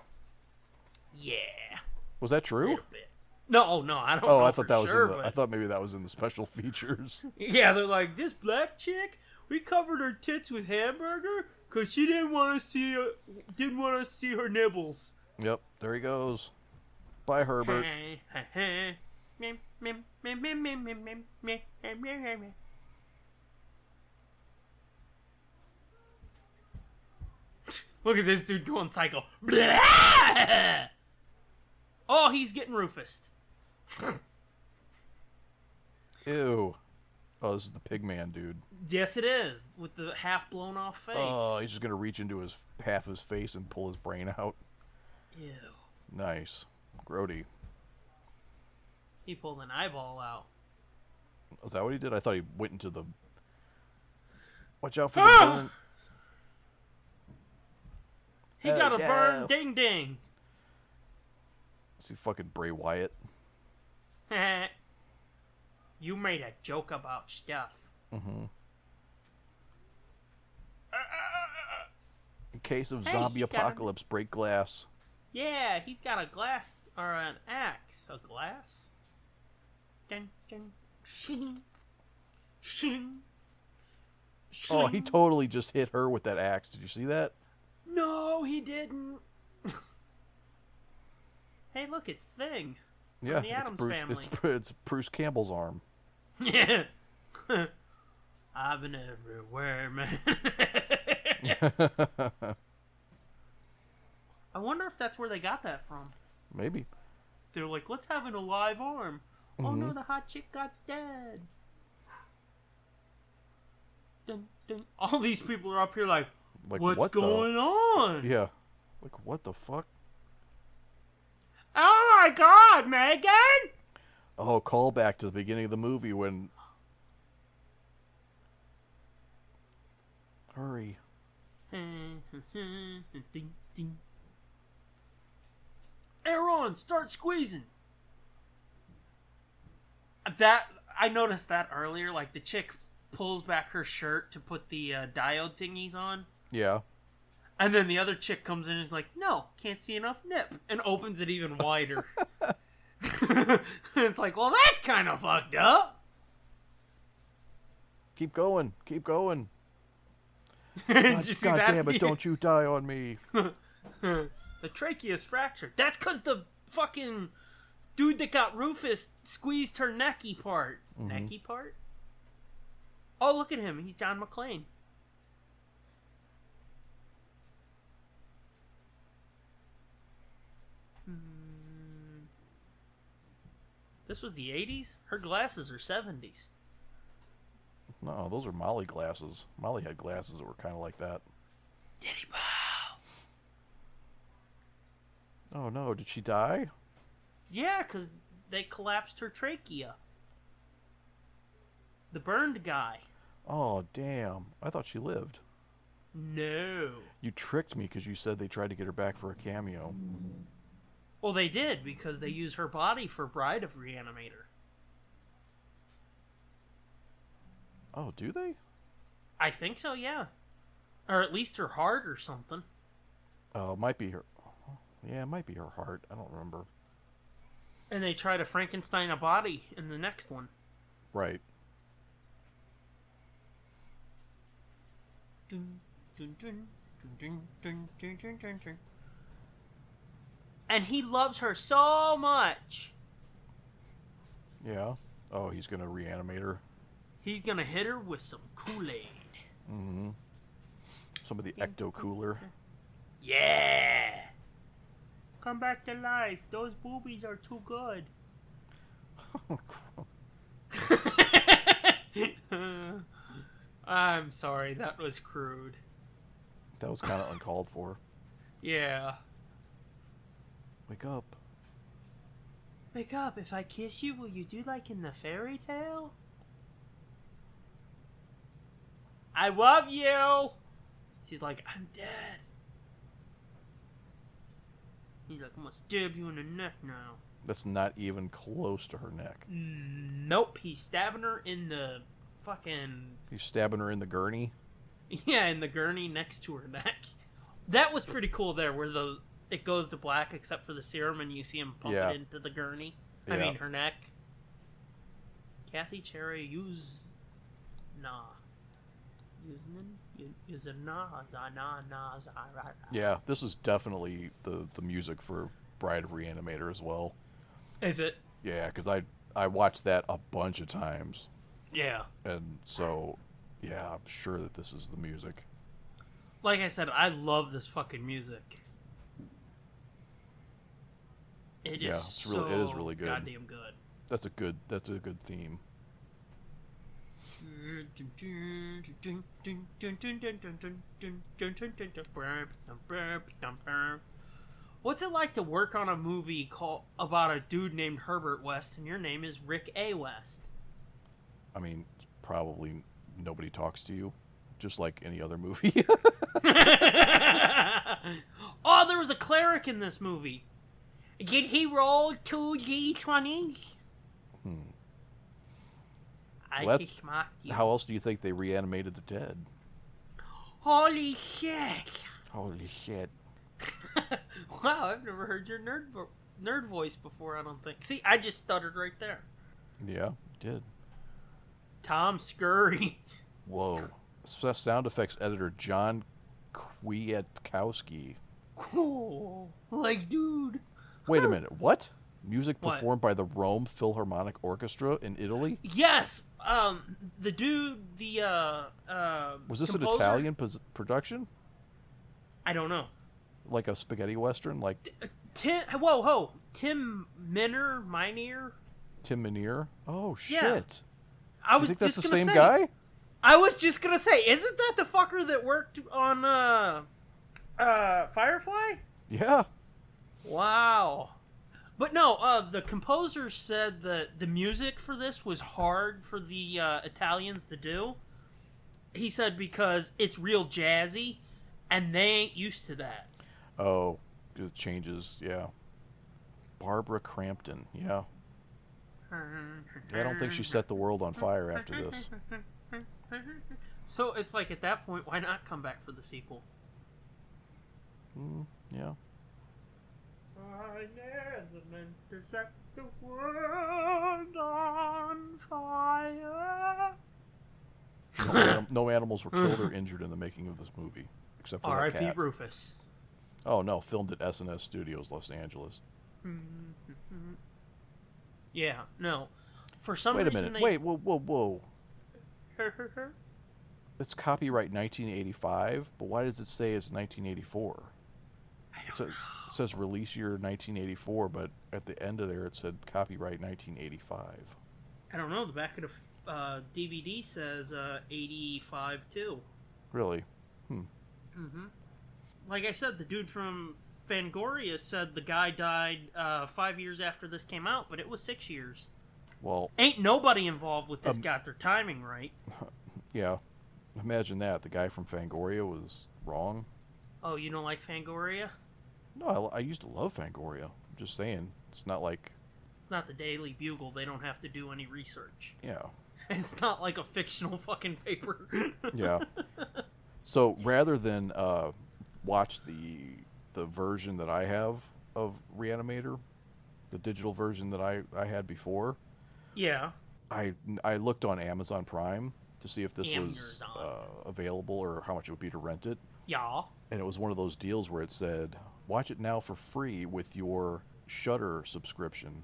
E: Yeah,
D: Was that
E: a
D: true?
E: little bit. No, oh no, I don't.
D: Oh,
E: know
D: I thought
E: for
D: that was
E: sure,
D: in the. I
E: but-
D: thought maybe that was in the special features.
E: Yeah, they're like this black chick. We covered her tits with hamburger because she didn't want to see uh, didn't want to see her nibbles.
D: yep, there he goes. Bye, Herbert.
E: Look at this dude going psycho. Blah! Oh, he's getting Rufus.
D: Ew. Oh, this is the pig man, dude.
E: Yes, it is with the half blown off face.
D: Oh, he's just gonna reach into his half his face and pull his brain out.
E: Ew.
D: Nice, Grody.
E: He pulled an eyeball out.
D: Is that what he did? I thought he went into the. Watch out for the
E: Ah!
D: burn.
E: He
D: Oh,
E: got a
D: no.
E: burn ding ding.
D: See fucking Bray Wyatt.
E: you made a joke about stuff.
D: Mm-hmm. In case of zombie
E: he's got a-
D: apocalypse, break glass.
E: Yeah, he's got a glass or an axe. A glass? Dun, dun, shing, shing,
D: Oh, he
E: shing.
D: totally just hit her with that axe. Did you see that?
E: No, he didn't. hey, look, it's Thing.
D: Yeah,
E: the
D: it's
E: Addams
D: Bruce. It's, it's Bruce Campbell's arm.
E: Yeah. I've been everywhere, man. I wonder if that's where they got that from.
D: Maybe.
E: They're like, let's have an alive arm. Oh no,
D: Mm-hmm.
E: the hot chick got dead. Dun, dun. All these people are up here like,
D: Like
E: what's
D: what the-
E: going on?
D: Yeah. Like what the fuck?
E: Oh my god, Megan!
D: Oh, call back to the beginning of the movie when. Hurry.
E: ding, ding. Air on, start squeezing. That I noticed that earlier. Like the chick pulls back her shirt to put the uh, diode thingies on.
D: Yeah.
E: And then the other chick comes in and is like, "No, can't see enough nip," and opens it even wider. it's like, well, that's kind of fucked up.
D: Keep going. Keep going.
E: Did
D: God,
E: you see
D: God
E: that?
D: damn it, don't you die on me.
E: The trachea is fractured. That's because the fucking dude that got Rufus squeezed her necky part. Necky part? Oh, look at him. He's John McClane. Hmm. This was the 80s? Her glasses are 70s.
D: No, those are Molly glasses. Molly had glasses that were kind of like that.
E: Diddy Bob.
D: Oh no, did she die?
E: Yeah, because they collapsed her trachea. The burned guy.
D: Oh damn, I thought she lived.
E: No.
D: You tricked me because you said they tried to get her back for a cameo.
E: Well, they did because they used her body for Bride of Reanimator.
D: Oh, do they?
E: I think so, yeah. Or at least her heart or something.
D: Oh, it might be her. Yeah, it might be her heart. I don't remember.
E: And they try to Frankenstein a body in the next one.
D: Right.
E: Dun, dun, dun, dun, dun, dun, dun, dun, dun, dun. And he loves her so much.
D: Yeah. Oh, he's gonna reanimate her.
E: He's gonna hit her with some Kool Aid.
D: Mm-hmm. Some of the ecto cooler.
E: Yeah! Come back to life. Those boobies are too good. I'm sorry, that was crude.
D: that was kind of uncalled for.
E: Yeah.
D: Wake up.
E: Wake up, if I kiss you, will you do like in the fairy tale? I love you! She's like, I'm dead. He's like, I'm gonna stab you in the neck now.
D: That's not even close to her neck.
E: Nope, he's stabbing her in the fucking
D: He's stabbing her in the gurney.
E: Yeah, and the gurney next to her neck. That was pretty cool there, where the it goes to black except for the serum, and you see him pump
D: Yeah.
E: it into the gurney. I
D: Yeah.
E: mean, her neck. Kathy Cherry use nah. Using using nah za nah nah za ra, ra.
D: Yeah, this is definitely the the music for Bride of Reanimator as well.
E: Is it?
D: Yeah, because I I watched that a bunch of times,
E: Yeah.
D: and so yeah, I'm sure that this is the music.
E: Like I said, I love this fucking music. It is
D: Yeah, it's really- it is
E: so
D: really good.
E: Goddamn good.
D: That's a good that's a good theme.
E: What's it like to work on a movie called about a dude named Herbert West and your name is Rick A. West?
D: I mean, probably nobody talks to you, just like any other movie.
E: oh, there was a cleric in this movie. Did he roll two d20s?
D: Hmm.
E: I
D: Well,
E: just
D: that's-
E: mocked you.
D: How else do you think they reanimated the dead?
E: Holy shit!
D: Holy shit!
E: wow, I've never heard your nerd vo- nerd voice before. I don't think. See, I just stuttered right there.
D: Yeah, did.
E: Tom Scurry.
D: Whoa. S- Sound effects editor John Kwiatkowski.
E: Cool. Like, dude.
D: Wait a minute. What? Music
E: What?
D: performed by the Rome Philharmonic Orchestra in Italy?
E: Yes. Um, the dude, the uh, uh
D: Was this an
E: composer-
D: Italian pos- production?
E: I don't know.
D: Like a spaghetti western, like
E: Tim. Whoa, whoa. Tim Minner, Minear.
D: Tim Minear? Oh shit!
E: Yeah. I
D: You
E: was
D: think that's the
E: just gonna say,
D: same guy?
E: I was just gonna say, isn't that the fucker that worked on uh, uh, Firefly?
D: Yeah.
E: Wow. But no, uh, the composer said that the music for this was hard for the uh, Italians to do. He said because it's real jazzy, and they ain't used to that.
D: Oh, it changes. Yeah. Barbara Crampton. Yeah.
G: Mm-hmm.
D: I don't think she
E: Mm.
D: set the world on fire after this.
E: So it's like at that point, why not come back for the sequel?
D: Mm, yeah.
E: I never
G: meant to set the world on fire.
D: No, anim- no animals were killed or injured in the making of this movie, except for that
E: R.I.P.
D: cat.
E: Rufus.
D: Oh no, filmed at S&S Studios, Los Angeles.
G: Mm-hmm.
E: Yeah, no. For some
D: Wait a
E: reason,
D: minute.
E: they...
D: Wait, whoa, whoa, whoa. It's copyright 1985, but why does it say it's 1984? So it says release year 1984, but at the end of there it said copyright 1985.
E: I don't know. The back of the uh, DVD says uh, 85 too.
D: Really?
E: Like I said, the dude from Fangoria said the guy died uh, five years after this came out, but it was six years.
D: Well,
E: Ain't nobody involved with this
D: Um,
E: got their timing right.
D: yeah. Imagine that. The guy from Fangoria was wrong.
E: Oh, you don't like Fangoria?
D: No, I, I used to love Fangoria. I'm just saying. It's not like,
E: It's not the Daily Bugle. They don't have to do any research.
D: yeah.
E: It's not like a fictional fucking paper.
D: Yeah. so rather than uh, watch the the version that I have of Reanimator, the digital version that I, I had before,
E: yeah.
D: I I looked on Amazon Prime to see if this was
E: Amazon.
D: uh, available or how much it would be to rent it,
E: Yeah.
D: and it was one of those deals where it said watch it now for free with your Shutter subscription.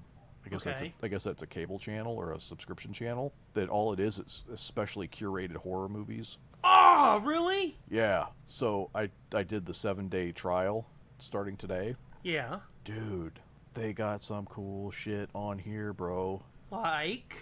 D: I guess
E: Okay.
D: that's a, I guess that's a cable channel or a subscription channel. That all it is is especially curated horror movies.
E: Oh, really?
D: Yeah. So I I did the seven day trial starting today.
E: Yeah.
D: Dude, they got some cool shit on here, bro.
E: Like.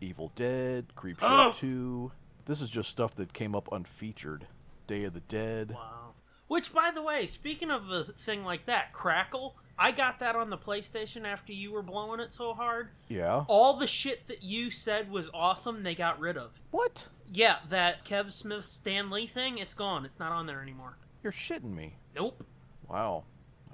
D: Evil Dead, Creepshow
E: Ah!
G: Oh!
D: Two. This is just stuff that came up unfeatured. Day of the Dead.
E: Wow. Which, by the way, speaking of a thing like that, Crackle, I got that on the PlayStation after you were blowing it so hard.
D: Yeah.
E: All the shit that you said was awesome, they got rid of.
D: What?
E: Yeah, that Kev Smith Stan Lee thing, it's gone. It's not on there anymore.
D: You're shitting me.
E: Nope.
D: Wow.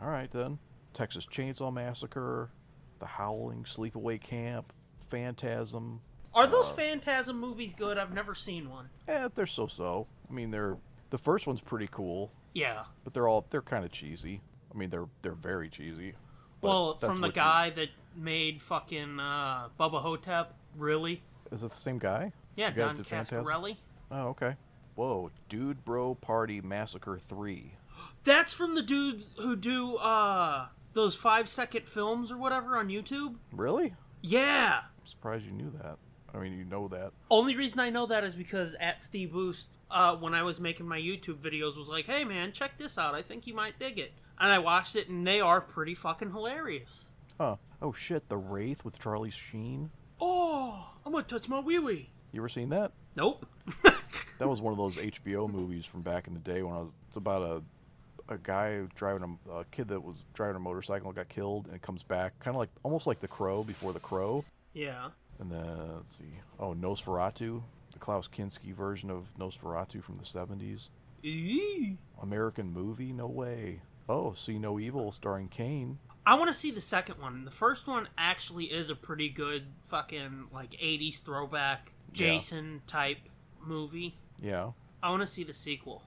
D: All right then. Texas Chainsaw Massacre, The Howling, Sleepaway Camp, Phantasm.
E: Are those Phantasm movies good? I've never seen one.
D: Eh, they're so-so. I mean, they're the first one's pretty cool.
E: Yeah.
D: but they're all they're kind of cheesy. I mean, they're they're very cheesy. but
E: well,
D: that's
E: from the
D: what you-
E: guy that made fucking uh, Bubba Hotep, really?
D: is it the same guy?
E: Yeah,
D: The guy that
E: Don
D: did Phantasm?
E: Cascarelli.
D: Oh, okay. Whoa, dude, bro, party massacre three.
E: That's from the dudes who do uh those five second films or whatever on YouTube.
D: Really?
E: Yeah.
D: I'm surprised you knew that. I mean, you know that.
E: Only reason I know that is because at Steve Boost, uh, when I was making my YouTube videos, was like, "Hey man, check this out. I think you might dig it." And I watched it, and they are pretty fucking hilarious.
D: Huh? Oh shit, the Wraith with Charlie Sheen.
E: Oh, I'm gonna touch my wee wee.
D: You ever seen that?
E: Nope.
D: That was one of those HBO movies from back in the day when I was. It's about a a guy driving a, a kid that was driving a motorcycle and got killed and comes back, kind of like almost like The Crow before The Crow.
E: yeah.
D: And then let's see. Oh, Nosferatu, the Klaus Kinski version of Nosferatu from the 70s.
E: Eee.
D: American movie? No way. Oh, See No Evil, starring Kane.
E: I want to see the second one. The first one actually is a pretty good fucking like '80s throwback Jason type movie.
D: Yeah.
E: I want to see the sequel.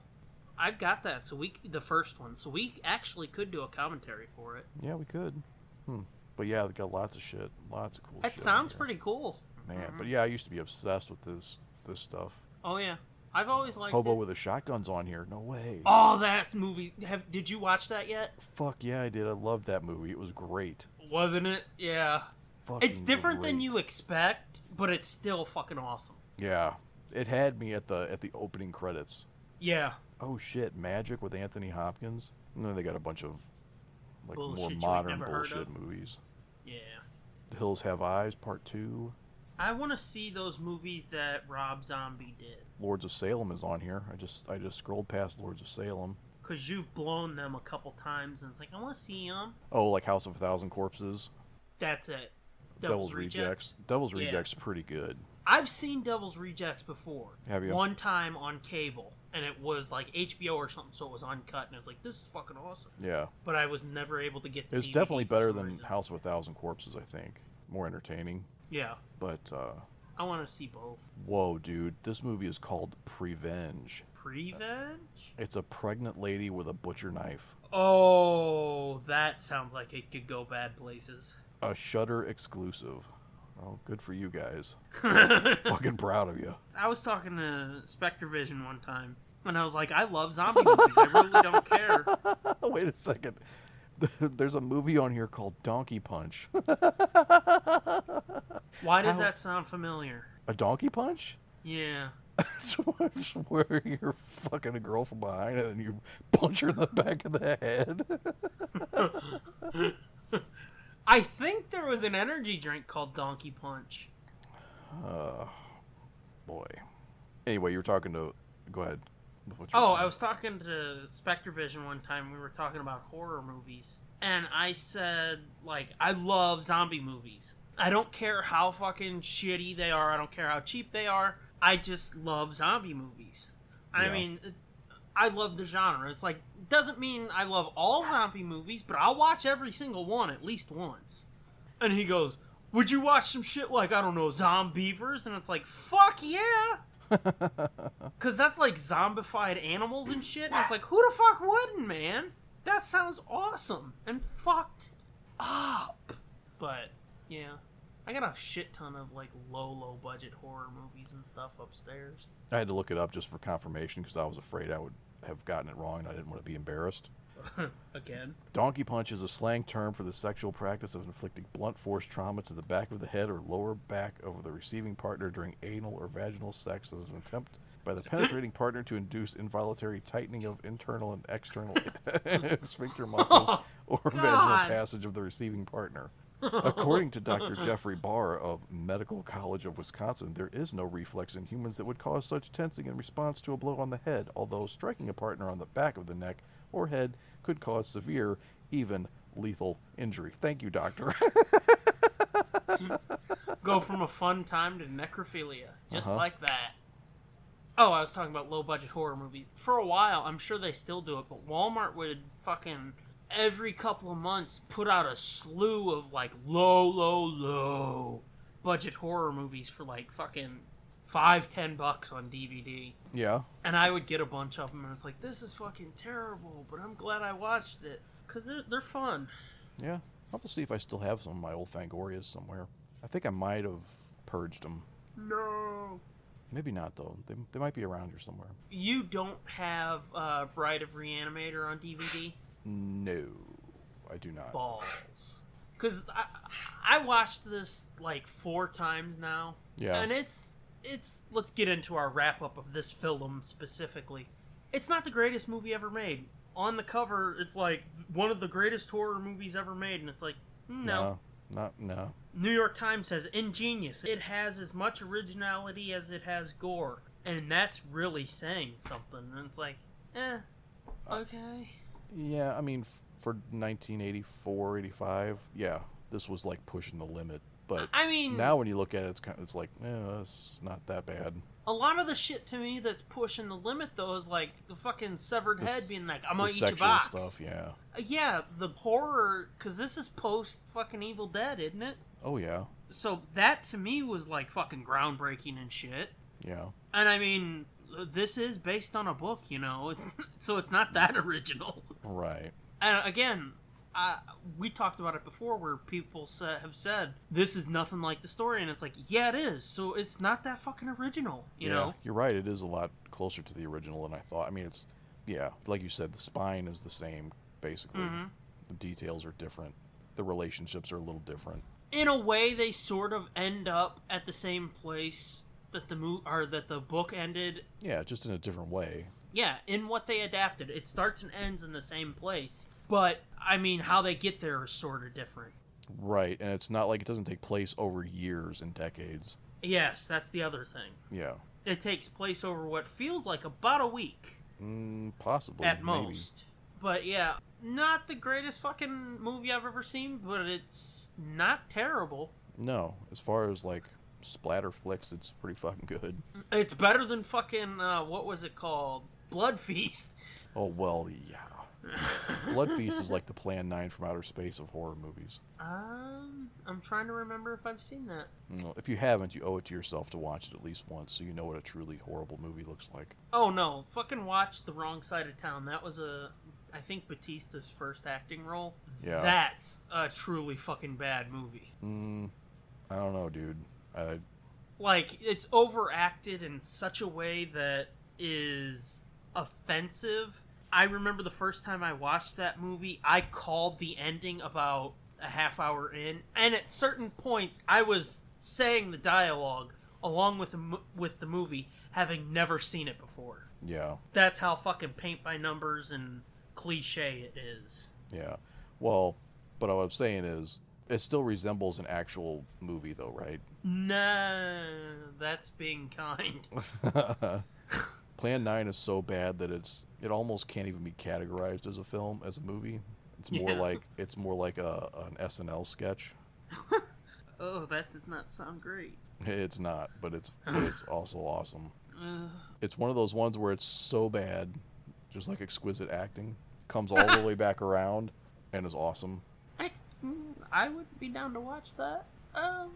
E: I've got that, so we the first one, so we actually could do a commentary for it.
D: Yeah, we could. Hmm. But yeah, they got lots of shit. Lots of cool
E: That
D: shit. on
E: sounds
D: there.
E: pretty cool.
D: Man, but yeah, I used to be obsessed with this this stuff.
E: Oh yeah, I've always liked
D: Hobo
E: it.
D: with a shotgun's on here. No way.
E: oh, that movie. Have did you watch that yet?
D: Fuck yeah, I did. I loved that movie. It was great.
E: Wasn't it? Yeah. it's
D: Fucking
E: different than
D: great.
E: you expect, but it's still fucking awesome.
D: Yeah. It had me at the at the opening credits.
E: Yeah.
D: oh shit, Magic with Anthony Hopkins. And then they got a bunch of like
E: Bullshit you ain't
D: more modern
E: never heard
D: bullshit
E: of.
D: movies.
E: Yeah.
D: The Hills Have Eyes Part Two.
E: I want to see those movies that Rob Zombie did,
D: Lords of Salem is on here. I just I just scrolled past Lords of Salem.
E: cause you've blown them a couple times, and it's like I want to see them.
D: Oh, like House of a Thousand Corpses.
E: That's it.
D: Devil's, Rejects. Devil's
E: Yeah.
D: Rejects pretty good.
E: I've seen Devil's Rejects before.
D: Have you?
E: One time on cable, and it was like HBO or something, so it was uncut, and I was like, "This is fucking awesome."
D: Yeah,
E: But I was never able to get. The
D: it's
E: DVD
D: definitely
E: for
D: better
E: some
D: than
E: reason.
D: House of a Thousand Corpses. I think more entertaining.
E: Yeah,
D: But uh,
E: I want to see both.
D: whoa, dude, this movie is called Prevenge.
E: Prevenge?
D: It's a pregnant lady with a butcher knife.
E: Oh, that sounds like it could go bad places.
D: A Shutter exclusive. Oh, good for you guys. Fucking proud of you.
E: I was talking to Spectre Vision one time, and I was like, I love zombie movies. I really don't care.
D: Wait a second. There's a movie on here called Donkey Punch.
E: Why does that sound familiar?
D: a donkey punch?
E: Yeah.
D: It's where you're fucking a girl from behind and then you punch her in the back of the head.
E: I think there was an energy drink called Donkey Punch.
D: Boy. Anyway, you were talking to. Go ahead. with what you were
E: Oh, I
D: saying.
E: was talking to Spectre Vision one time. We were talking about horror movies. And I said, like, I love zombie movies. I don't care how fucking shitty they are. I don't care how cheap they are. I just love zombie movies. I
D: Yeah.
E: mean, it- I love the genre. It's like, doesn't mean I love all zombie movies, but I'll watch every single one at least once. And he goes, Would you watch some shit like, I don't know, Zombievers? And it's like, Fuck yeah! Because that's like zombified animals and shit. And it's like, who the fuck wouldn't, man? That sounds awesome and fucked up. But, yeah. I got a shit ton of like low, low budget horror movies and stuff upstairs.
D: I had to look it up just for confirmation because I was afraid I would have gotten it wrong and I didn't want to be embarrassed.
E: Again.
D: Donkey punch is a slang term for the sexual practice of inflicting blunt force trauma to the back of the head or lower back of the receiving partner during anal or vaginal sex as an attempt by the penetrating partner to induce involuntary tightening of internal and external sphincter muscles or vaginal passage of the receiving partner. According to Dr. Jeffrey Barr of Medical College of Wisconsin, there is no reflex in humans that would cause such tensing in response to a blow on the head, although striking a partner on the back of the neck or head could cause severe, even lethal injury. Thank you, doctor.
E: Go from a fun time to necrophilia. Just
D: Uh-huh.
E: like that. Oh, I was talking about low budget horror movies. For a while, I'm sure they still do it, but Walmart would fucking every couple of months put out a slew of like low, low, low budget horror movies for like fucking five, ten bucks on DVD.
D: yeah.
E: And I would get a bunch of them, and it's like, this is fucking terrible, but I'm glad I watched it. Because they're, they're fun.
D: Yeah. I'll have to see if I still have some of my old Fangorias somewhere. I think I might have purged them.
E: No.
D: Maybe not, though. They, they might be around here somewhere.
E: You don't have uh, Bride of Reanimator on DVD?
D: No, I do not.
E: balls. Because I, I watched this like four times now.
D: Yeah.
E: And it's it's let's get into our wrap up of this film specifically. It's not the greatest movie ever made. On the cover, it's like one of the greatest horror movies ever made, and it's like hmm, no.
D: No, not, no.
E: New York Times says ingenious. It has as much originality as it has gore, and that's really saying something. And it's like, eh, okay.
D: Yeah, I mean, f- for 1984, 85, yeah, this was like pushing the limit. But
E: I mean,
D: now when you look at it, it's kind of, it's like, eh, that's not that bad.
E: A lot of the shit to me that's pushing the limit though is like the fucking severed
D: The
E: head
D: s-
E: being like, "I'm
D: The
E: gonna eat your
D: sexual
E: box."
D: stuff, yeah.
E: Uh, yeah, the horror because this is post fucking Evil Dead, isn't it?
D: Oh yeah,
E: So that to me was like fucking groundbreaking and shit.
D: yeah.
E: And I mean, this is based on a book, you know, it's, so it's not that original.
D: Right.
E: And again, I, we talked about it before where people sa- have said this is nothing like the story, and it's like, yeah, it is. So it's not that fucking original, you
D: yeah,
E: know.
D: you're right. It is a lot closer to the original than I thought. I mean, it's yeah, like you said, the spine is the same basically.
E: Mhm.
D: The details are different. The relationships are a little different.
E: in a way they sort of end up at the same place that the mo- or that the book ended
D: Yeah, just in a different way.
E: yeah in what they adapted it starts and ends in the same place but i mean how they get there is sort of different
D: Right, and it's not like it doesn't take place over years and decades.
E: yes that's the other thing
D: Yeah,
E: it takes place over what feels like about a week
D: mm, possibly
E: at
D: maybe.
E: most but yeah not the greatest fucking movie i've ever seen but it's not terrible
D: No, as far as like splatter flicks, it's pretty fucking good.
E: it's better than fucking uh, what was it called blood feast
D: Oh well, yeah. Blood Feast is like the Plan 9 from outer space of horror movies.
E: Um, I'm trying to remember if I've seen that.
D: You know, Mm, if you haven't, you owe it to yourself to watch it at least once so you know what a truly horrible movie looks like.
E: Oh no! Fucking watch The Wrong Side of Town. That was a, I think Batista's first acting role.
D: Yeah.
E: That's a truly fucking bad movie.
D: Mm, I don't know, dude. I,
E: Like it's overacted in such a way that is offensive. I remember the first time I watched that movie, I called the ending about a half hour in, and at certain points, I was saying the dialogue along with the, mo- with the movie, having never seen it before.
D: yeah,
E: that's how fucking paint by numbers and cliche it is.
D: yeah. Well, but what I'm saying is, it still resembles an actual movie, though, right?
E: Nah, that's being kind.
D: Plan 9 is so bad that it's it almost can't even be categorized as a film, as a movie. It's more
E: Yeah.
D: like it's more like a an SNL sketch.
E: Oh, that does not sound great.
D: It's not, but it's but it's also awesome.
E: Uh,
D: It's one of those ones where it's so bad, just like exquisite acting, comes all the way back around and is awesome.
E: I, mm, I would be down to watch that. Um,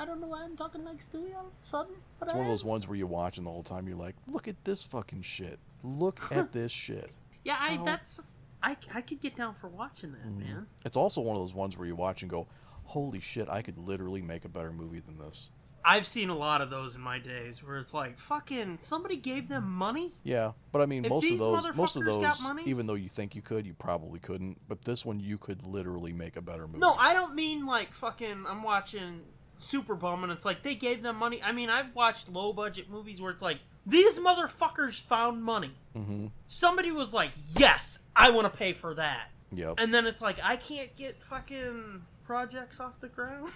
E: I don't know why I'm talking like Stewie all of a sudden, but
D: It's
E: I
D: one of
E: am.
D: those ones where you watch and the whole time you're like, look at this fucking shit. Look at this shit.
E: yeah, I
D: Oh.
E: that's I, I could get down for watching that,
D: Mm-hmm.
E: man.
D: It's also one of those ones where you watch and go, holy shit, I could literally make a better movie than this.
E: I've seen a lot of those in my days where it's like fucking somebody gave them money.
D: Yeah, but I mean,
E: If
D: most of
E: these
D: those, most of
E: motherfuckers
D: those,
E: got money-
D: even though you think you could, you probably couldn't. But this one, you could literally make a better movie.
E: No, I don't mean like fucking. I'm watching Super Bum and it's like they gave them money. I mean, I've watched low budget movies where it's like these motherfuckers found money.
D: Mm-hmm.
E: Somebody was like, "Yes, I want to pay for that,"
D: Yep.
E: and then it's like I can't get fucking projects off the ground.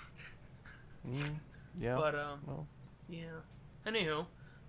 D: Mhm. Yeah.
E: But um,
D: Well.
E: yeah. Anywho,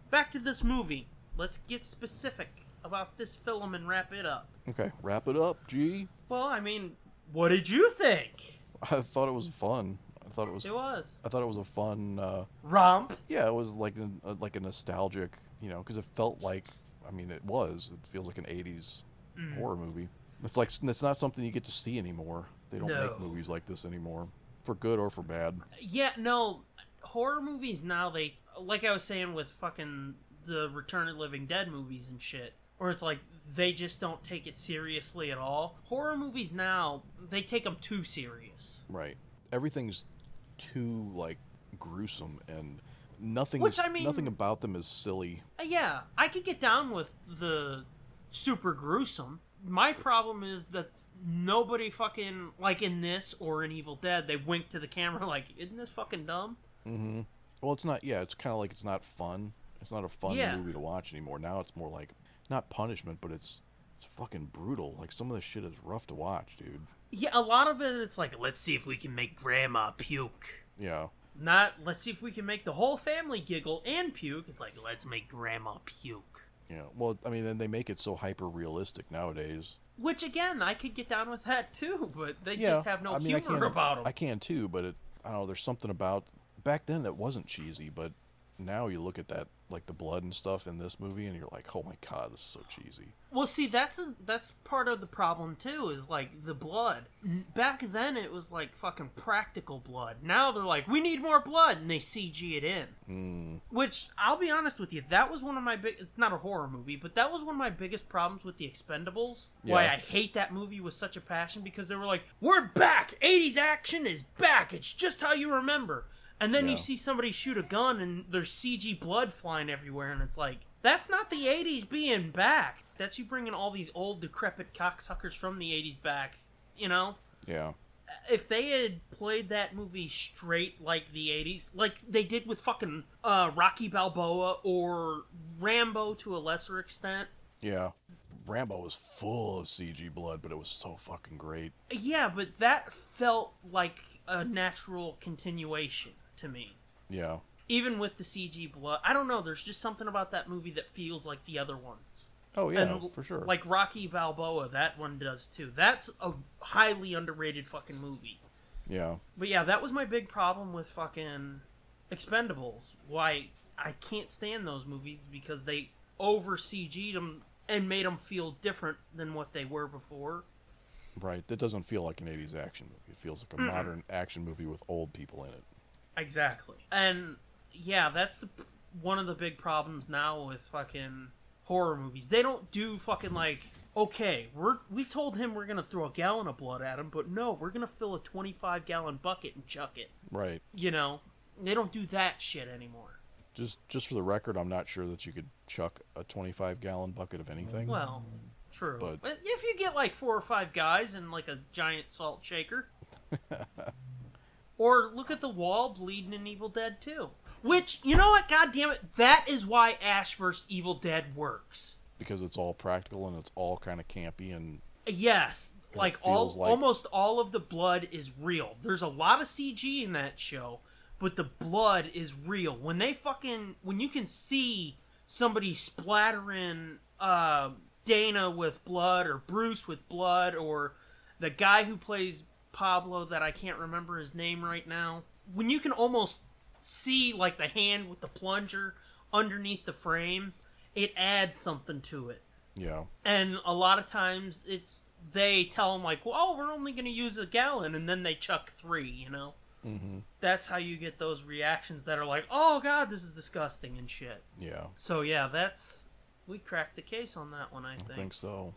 E: back to this movie. Let's get specific about this film and wrap it up.
D: Okay. Wrap it up, G.
E: Well, I mean, what did you think?
D: I thought it was fun. I thought it was.
E: It was
D: I thought it was a fun. Uh,
E: romp.
D: yeah, it was like an, uh, like a nostalgic, you know, because it felt like. I mean, it was. It feels like an '80s
E: Mm.
D: horror movie. It's like it's not something you get to see anymore. They don't
E: No.
D: make movies like this anymore, for good or for bad.
E: Yeah, no, horror movies now they like I was saying with fucking the Return of the Living Dead movies and shit, where it's like they just don't take it seriously at all. Horror movies now they take them too serious,
D: Right. Everything's too like gruesome and nothing
E: Which,
D: is-
E: I mean-
D: nothing about them is silly.
E: Uh, yeah, I could get down with the super gruesome. My problem is that nobody fucking like in this or in Evil Dead they wink to the camera like isn't this fucking dumb?
D: Well, it's not yeah, it's kind of like it's not fun. It's not a fun
E: Yeah.
D: movie to watch anymore. Now it's more like not punishment, but it's it's fucking brutal. Like some of this shit is rough to watch, dude.
E: Yeah, a lot of it it's like let's see if we can make grandma puke.
D: Yeah.
E: Not let's see if we can make the whole family giggle and puke. It's like let's make grandma puke.
D: Yeah. Well, I mean, then they make it so hyper realistic nowadays.
E: Which again, I could get down with that too, but they
D: Yeah.
E: just have no
D: I mean, I
E: humor
D: can,
E: about 'em.
D: I can too, but it I don't know, there's something about back then that wasn't cheesy, but now you look at that like the blood and stuff in this movie and you're like, "Oh my god, this is so cheesy."
E: Well, see, that's a, that's part of the problem too. Is like the blood. N- Back then, it was like fucking practical blood. Now they're like, we need more blood, and they CG it in. Which I'll be honest with you, that was one of my big. It's not a horror movie, but that was one of my biggest problems with the Expendables. Why
D: Yeah.
E: I hate that movie with such a passion because they were like, we're back. '80s action is back. It's just how you remember. And then you
D: Yeah.
E: see somebody shoot a gun and there's CG blood flying everywhere, and it's like, that's not the 80s being back. That's you bringing all these old, decrepit cocksuckers from the 80s back, you know?
D: Yeah.
E: If they had played that movie straight like the 80s, like they did with fucking uh, Rocky Balboa or Rambo to a lesser extent.
D: Yeah. Rambo was full of CG blood, but it was so fucking great.
E: Yeah, but that felt like a natural continuation to me.
D: Yeah.
E: even with the CG blood, I don't know. There's just something about that movie that feels like the other ones.
D: Oh yeah,
E: And,
D: for sure.
E: Like Rocky Balboa, that one does too. That's a highly underrated fucking movie.
D: yeah.
E: But yeah, that was my big problem with fucking Expendables. Why I can't stand those movies because they over CG'd them and made them feel different than what they were before.
D: Right. That doesn't feel like an 80s action movie. It feels like a modern action movie with old people in it.
E: Exactly. And yeah, that's the one of the big problems now with fucking horror movies. They don't do fucking like okay, we're we told him we're gonna throw a gallon of blood at him, but no, we're gonna fill a twenty five gallon bucket and chuck it.
D: Right.
E: You know, they don't do that shit anymore.
D: Just just for the record, I'm not sure that you could chuck a 25 gallon bucket of anything.
E: Well, true.
D: But-
E: But if you get like four or five guys and like a giant salt shaker, or look at the wall bleeding in Evil Dead 2. Which you know what? God damn it! That is why Ash vs. Evil Dead works.
D: because it's all practical and it's all kind of campy and
E: Yes,
D: it
E: like all
D: feels like-
E: almost all of the blood is real. There's a lot of CG in that show, but the blood is real. When they fucking when you can see somebody splattering uh, Dana with blood or Bruce with blood or the guy who plays Pablo that I can't remember his name right now. When you can almost see like the hand with the plunger underneath the frame, it adds something to it
D: yeah.
E: and a lot of times it's they tell them like, "Well, oh, we're only going to use a gallon," and then they chuck three. You know,
D: Mm-hmm.
E: that's how you get those reactions that are like, "Oh God, this is disgusting" and shit.
D: Yeah.
E: So yeah, that's we cracked the case on that one. I
D: I
E: think.
D: think so.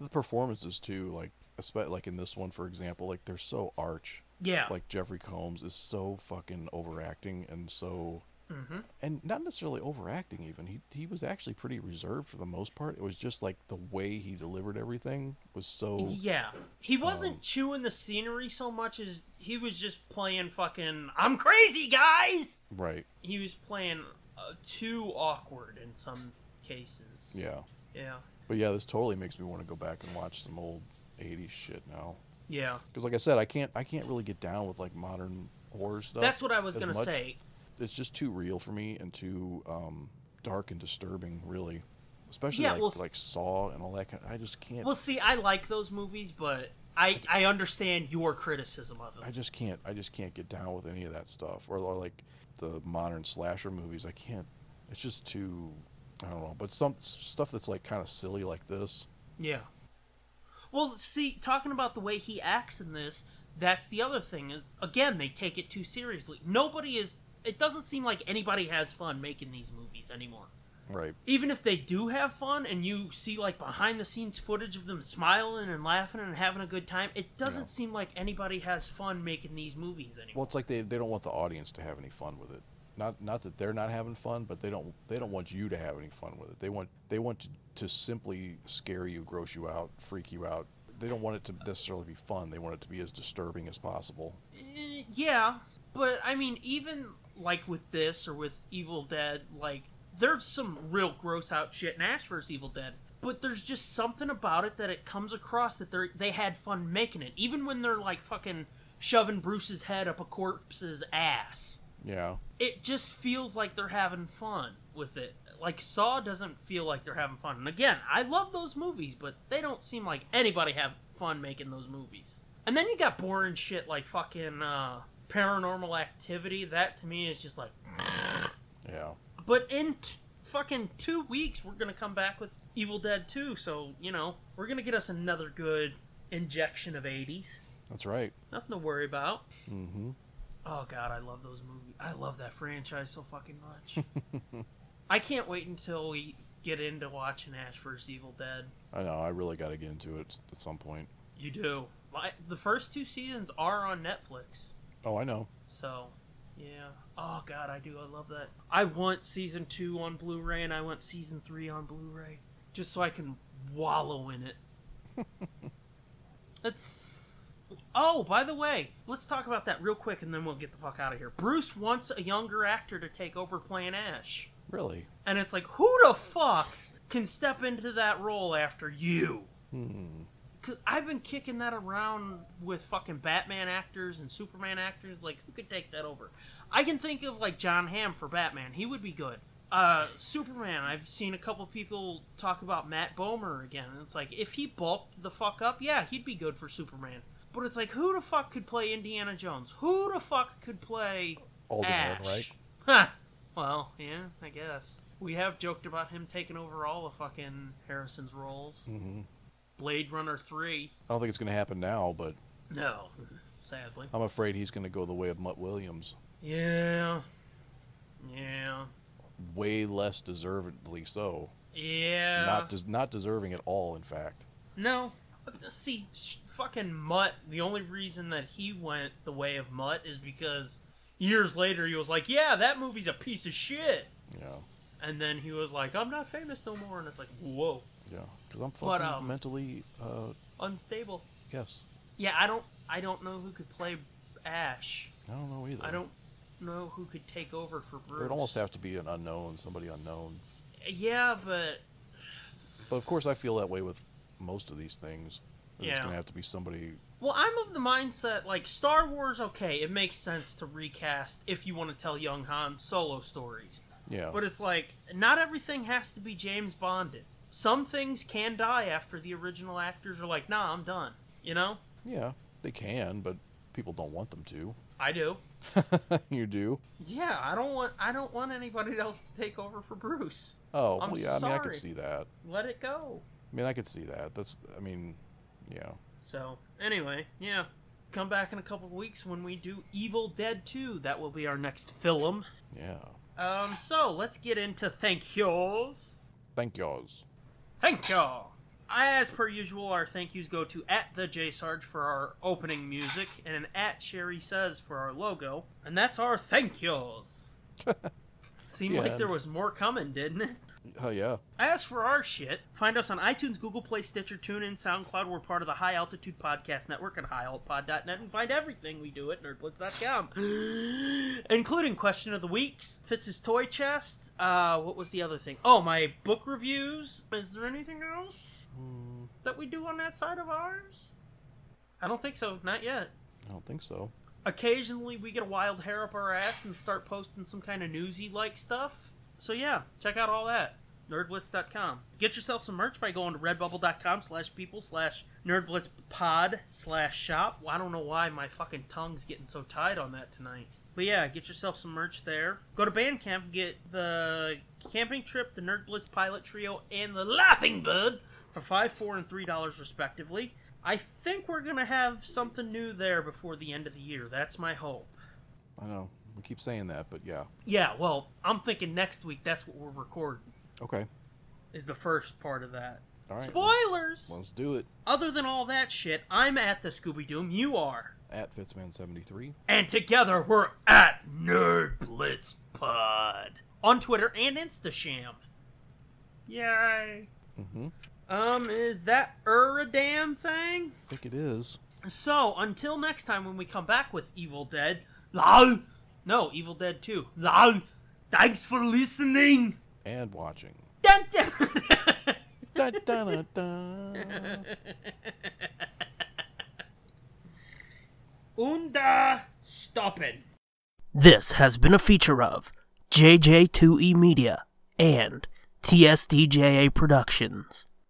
D: The performances too, like especially like in this one for example, like they're so arch.
E: Yeah.
D: Like Jeffrey Combs is so fucking overacting and so
E: hmm
D: and not necessarily overacting even. He he was actually pretty reserved for the most part. It was just like the way he delivered everything was so
E: Yeah, he wasn't
D: Um,
E: chewing the scenery so much as he was just playing fucking. I'm crazy, guys.
D: right.
E: He was playing uh, too awkward in some cases.
D: Yeah.
E: Yeah.
D: But yeah, this totally makes me want to go back and watch some old 80s shit now.
E: Yeah.
D: Cuz like I said, I can't I can't really get down with like modern horror stuff.
E: That's what I was
D: as
E: gonna
D: much.
E: say.
D: It's just too real for me and too um, dark and disturbing, really. Especially
E: Yeah,
D: like,
E: well, s-
D: like Saw and all that kind I just can't
E: Well, see, I like those movies, but I I understand your criticism of
D: I
E: them.
D: just can't I just can't get down with any of that stuff or, or like the modern slasher movies. I can't it's just too I don't know, but some stuff that's like kind of silly like this.
E: Yeah. Well, see, talking about the way he acts in this, that's the other thing is again they take it too seriously. Nobody is. It doesn't seem like anybody has fun making these movies anymore.
D: Right.
E: Even if they do have fun and you see like behind the scenes footage of them smiling and laughing and having a good time, it doesn't
D: Yeah.
E: seem like anybody has fun making these movies anymore.
D: Well, it's like they, they don't want the audience to have any fun with it. Not not that they're not having fun, but they don't they don't want you to have any fun with it. They want they want to, to simply scare you, gross you out, freak you out. They don't want it to necessarily be fun. They want it to be as disturbing as possible.
E: Eh, yeah, but I mean, even like with this or with Evil Dead, like there's some real gross out shit in Ash vs. Evil Dead, but there's just something about it that it comes across that they are they had fun making it, even when they're like fucking shoving Bruce's head up a corpse's ass.
D: Yeah.
E: It just feels like they're having fun with it. Like Saw doesn't feel like they're having fun. And again, I love those movies, but they don't seem like anybody have fun making those movies. And then you got boring shit like fucking uh, Paranormal Activity. That to me is just like.
D: Yeah.
E: But in t- fucking two weeks, we're gonna come back with Evil Dead 2. So you know we're gonna get us another good injection of 80s.
D: That's right.
E: Nothing to worry about.
D: Mhm.
E: Oh god, I love those movies. I love that franchise so fucking much. I can't wait until we get into watching Ash vs. Evil Dead.
D: I know. I really got to get into it s- at some point.
E: You do. My, the first two seasons are on Netflix,
D: Oh, I know.
E: so yeah. Oh god, I do. I love that. I want season two on Blu-ray, and I want season three on Blu-ray, just so I can wallow in it. It's. Oh, by the way, let's talk about that real quick, and then we'll get the fuck out of here. Bruce wants a younger actor to take over playing Ash.
D: Really?
E: And it's like, who the fuck can step into that role after you?
D: Hmm.
E: Cause I've been kicking that around with fucking Batman actors and Superman actors. Like, who could take that over? I can think of like John Hamm for Batman. He would be good. Uh, Superman. I've seen a couple people talk about Matt Bomer again. and It's like if he bulked the fuck up, yeah, he'd be good for Superman. But it's like, who the fuck could play Indiana Jones? Who the fuck could play
D: Alderman,
E: Ash?
D: right?
E: Huh. Well, yeah, I guess. We have joked about him taking over all of fucking Harrison's roles.
D: hmm
E: Blade Runner 3.
D: I don't think it's going to happen now, but
E: No, sadly.
D: I'm afraid he's going to go the way of Mutt Williams.
E: Yeah. Yeah.
D: Way less deservedly so.
E: Yeah.
D: Not des- not deserving at all, in fact.
E: No. See, sh- fucking Mutt, the only reason that he went the way of Mutt is because years later he was like, yeah, that movie's a piece of shit.
D: Yeah,
E: And then he was like, I'm not famous no more. And it's like, whoa,
D: yeah. Because I'm fucking
E: But, um,
D: mentally, uh,
E: unstable.
D: yes.
E: Yeah, I don't, I don't know who could play Ash.
D: I don't know either.
E: I don't know who could take over for Bruce.
D: It would almost have to be an unknown, somebody unknown.
E: Yeah, but
D: But of course, I feel that way with most of these things. that It's
E: Yeah.
D: going to have to be somebody.
E: Well, I'm of the mindset like Star Wars. Okay, it makes sense to recast if you want to tell young Han Solo stories,
D: Yeah.
E: but it's like not everything has to be James Bonded. Some things can die after the original actors are like, "Nah, I'm done." You know,
D: yeah, they can, but people don't want them to.
E: I do.
D: you do.
E: Yeah, I don't want I don't want anybody else to take over for Bruce.
D: Oh,
E: I'm
D: well, yeah. I mean, I could
E: sorry.
D: see that.
E: Let it go.
D: I mean, I could see that. That's. I mean, yeah.
E: So anyway, yeah. Come back in a couple of weeks when we do Evil Dead 2. That will be our next film.
D: Yeah.
E: Um, so let's get into thank yous.
D: Thank y'alls.
E: Thank y'all. As per usual, our thank yous go to at the J Sarge for our opening music, and an at Sherry says for our logo, and that's our thank yous. Seemed
D: Yeah,
E: like there
D: and-
E: was more coming, didn't it?
D: Oh yeah.
E: As for our shit, find us on iTunes, Google Play, Stitcher, TuneIn, SoundCloud. We're part of the High Altitude Podcast Network at highaltpod.net and find everything we do at nerdblitz.com, including Question of the Weeks, Fitz's Toy Chest. Uh, what was the other thing? Oh, my book reviews. Is there anything else that we do on that side of ours? I don't think so. Not yet.
D: I don't think so.
E: Occasionally, we get a wild hair up our ass and start posting some kind of newsy like stuff. So yeah, check out all that. Nerdblitz.com. Get yourself some merch by going to redbubble.com slash people slash nerdblitzpod slash shop. Well, I don't know why my fucking tongue's getting so tied on that tonight. But yeah, get yourself some merch there. Go to Bandcamp, get the Camping Trip, the Nerd Blitz Pilot Trio, and the Laughing Bud for five, four, and three dollars respectively. I think we're gonna have something new there before the end of the year. That's my hope.
D: I know. We keep saying that, but yeah.
E: Yeah, well, I'm thinking next week. That's what we're recording.
D: Okay.
E: Is the first part of that.
D: All right.
E: Spoilers.
D: Let's do it.
E: Other than all that shit, I'm at the Scooby Doom. You are,
D: At Fitzman73.
E: and together we're at Nerd Blitz Pod on Twitter and Instasham. Yay!
D: Mm-hmm.
E: Um, is that er a damn thing?
D: I think it is.
E: So, until next time when we come back with Evil Dead, lol. No, Evil Dead 2. Lol. Thanks for listening.
D: And watching.
E: Dun, dun.
D: da, da, da, da.
E: Unda stoppen.
H: This has been a feature of E JJ2E Media and TSDJA Productions.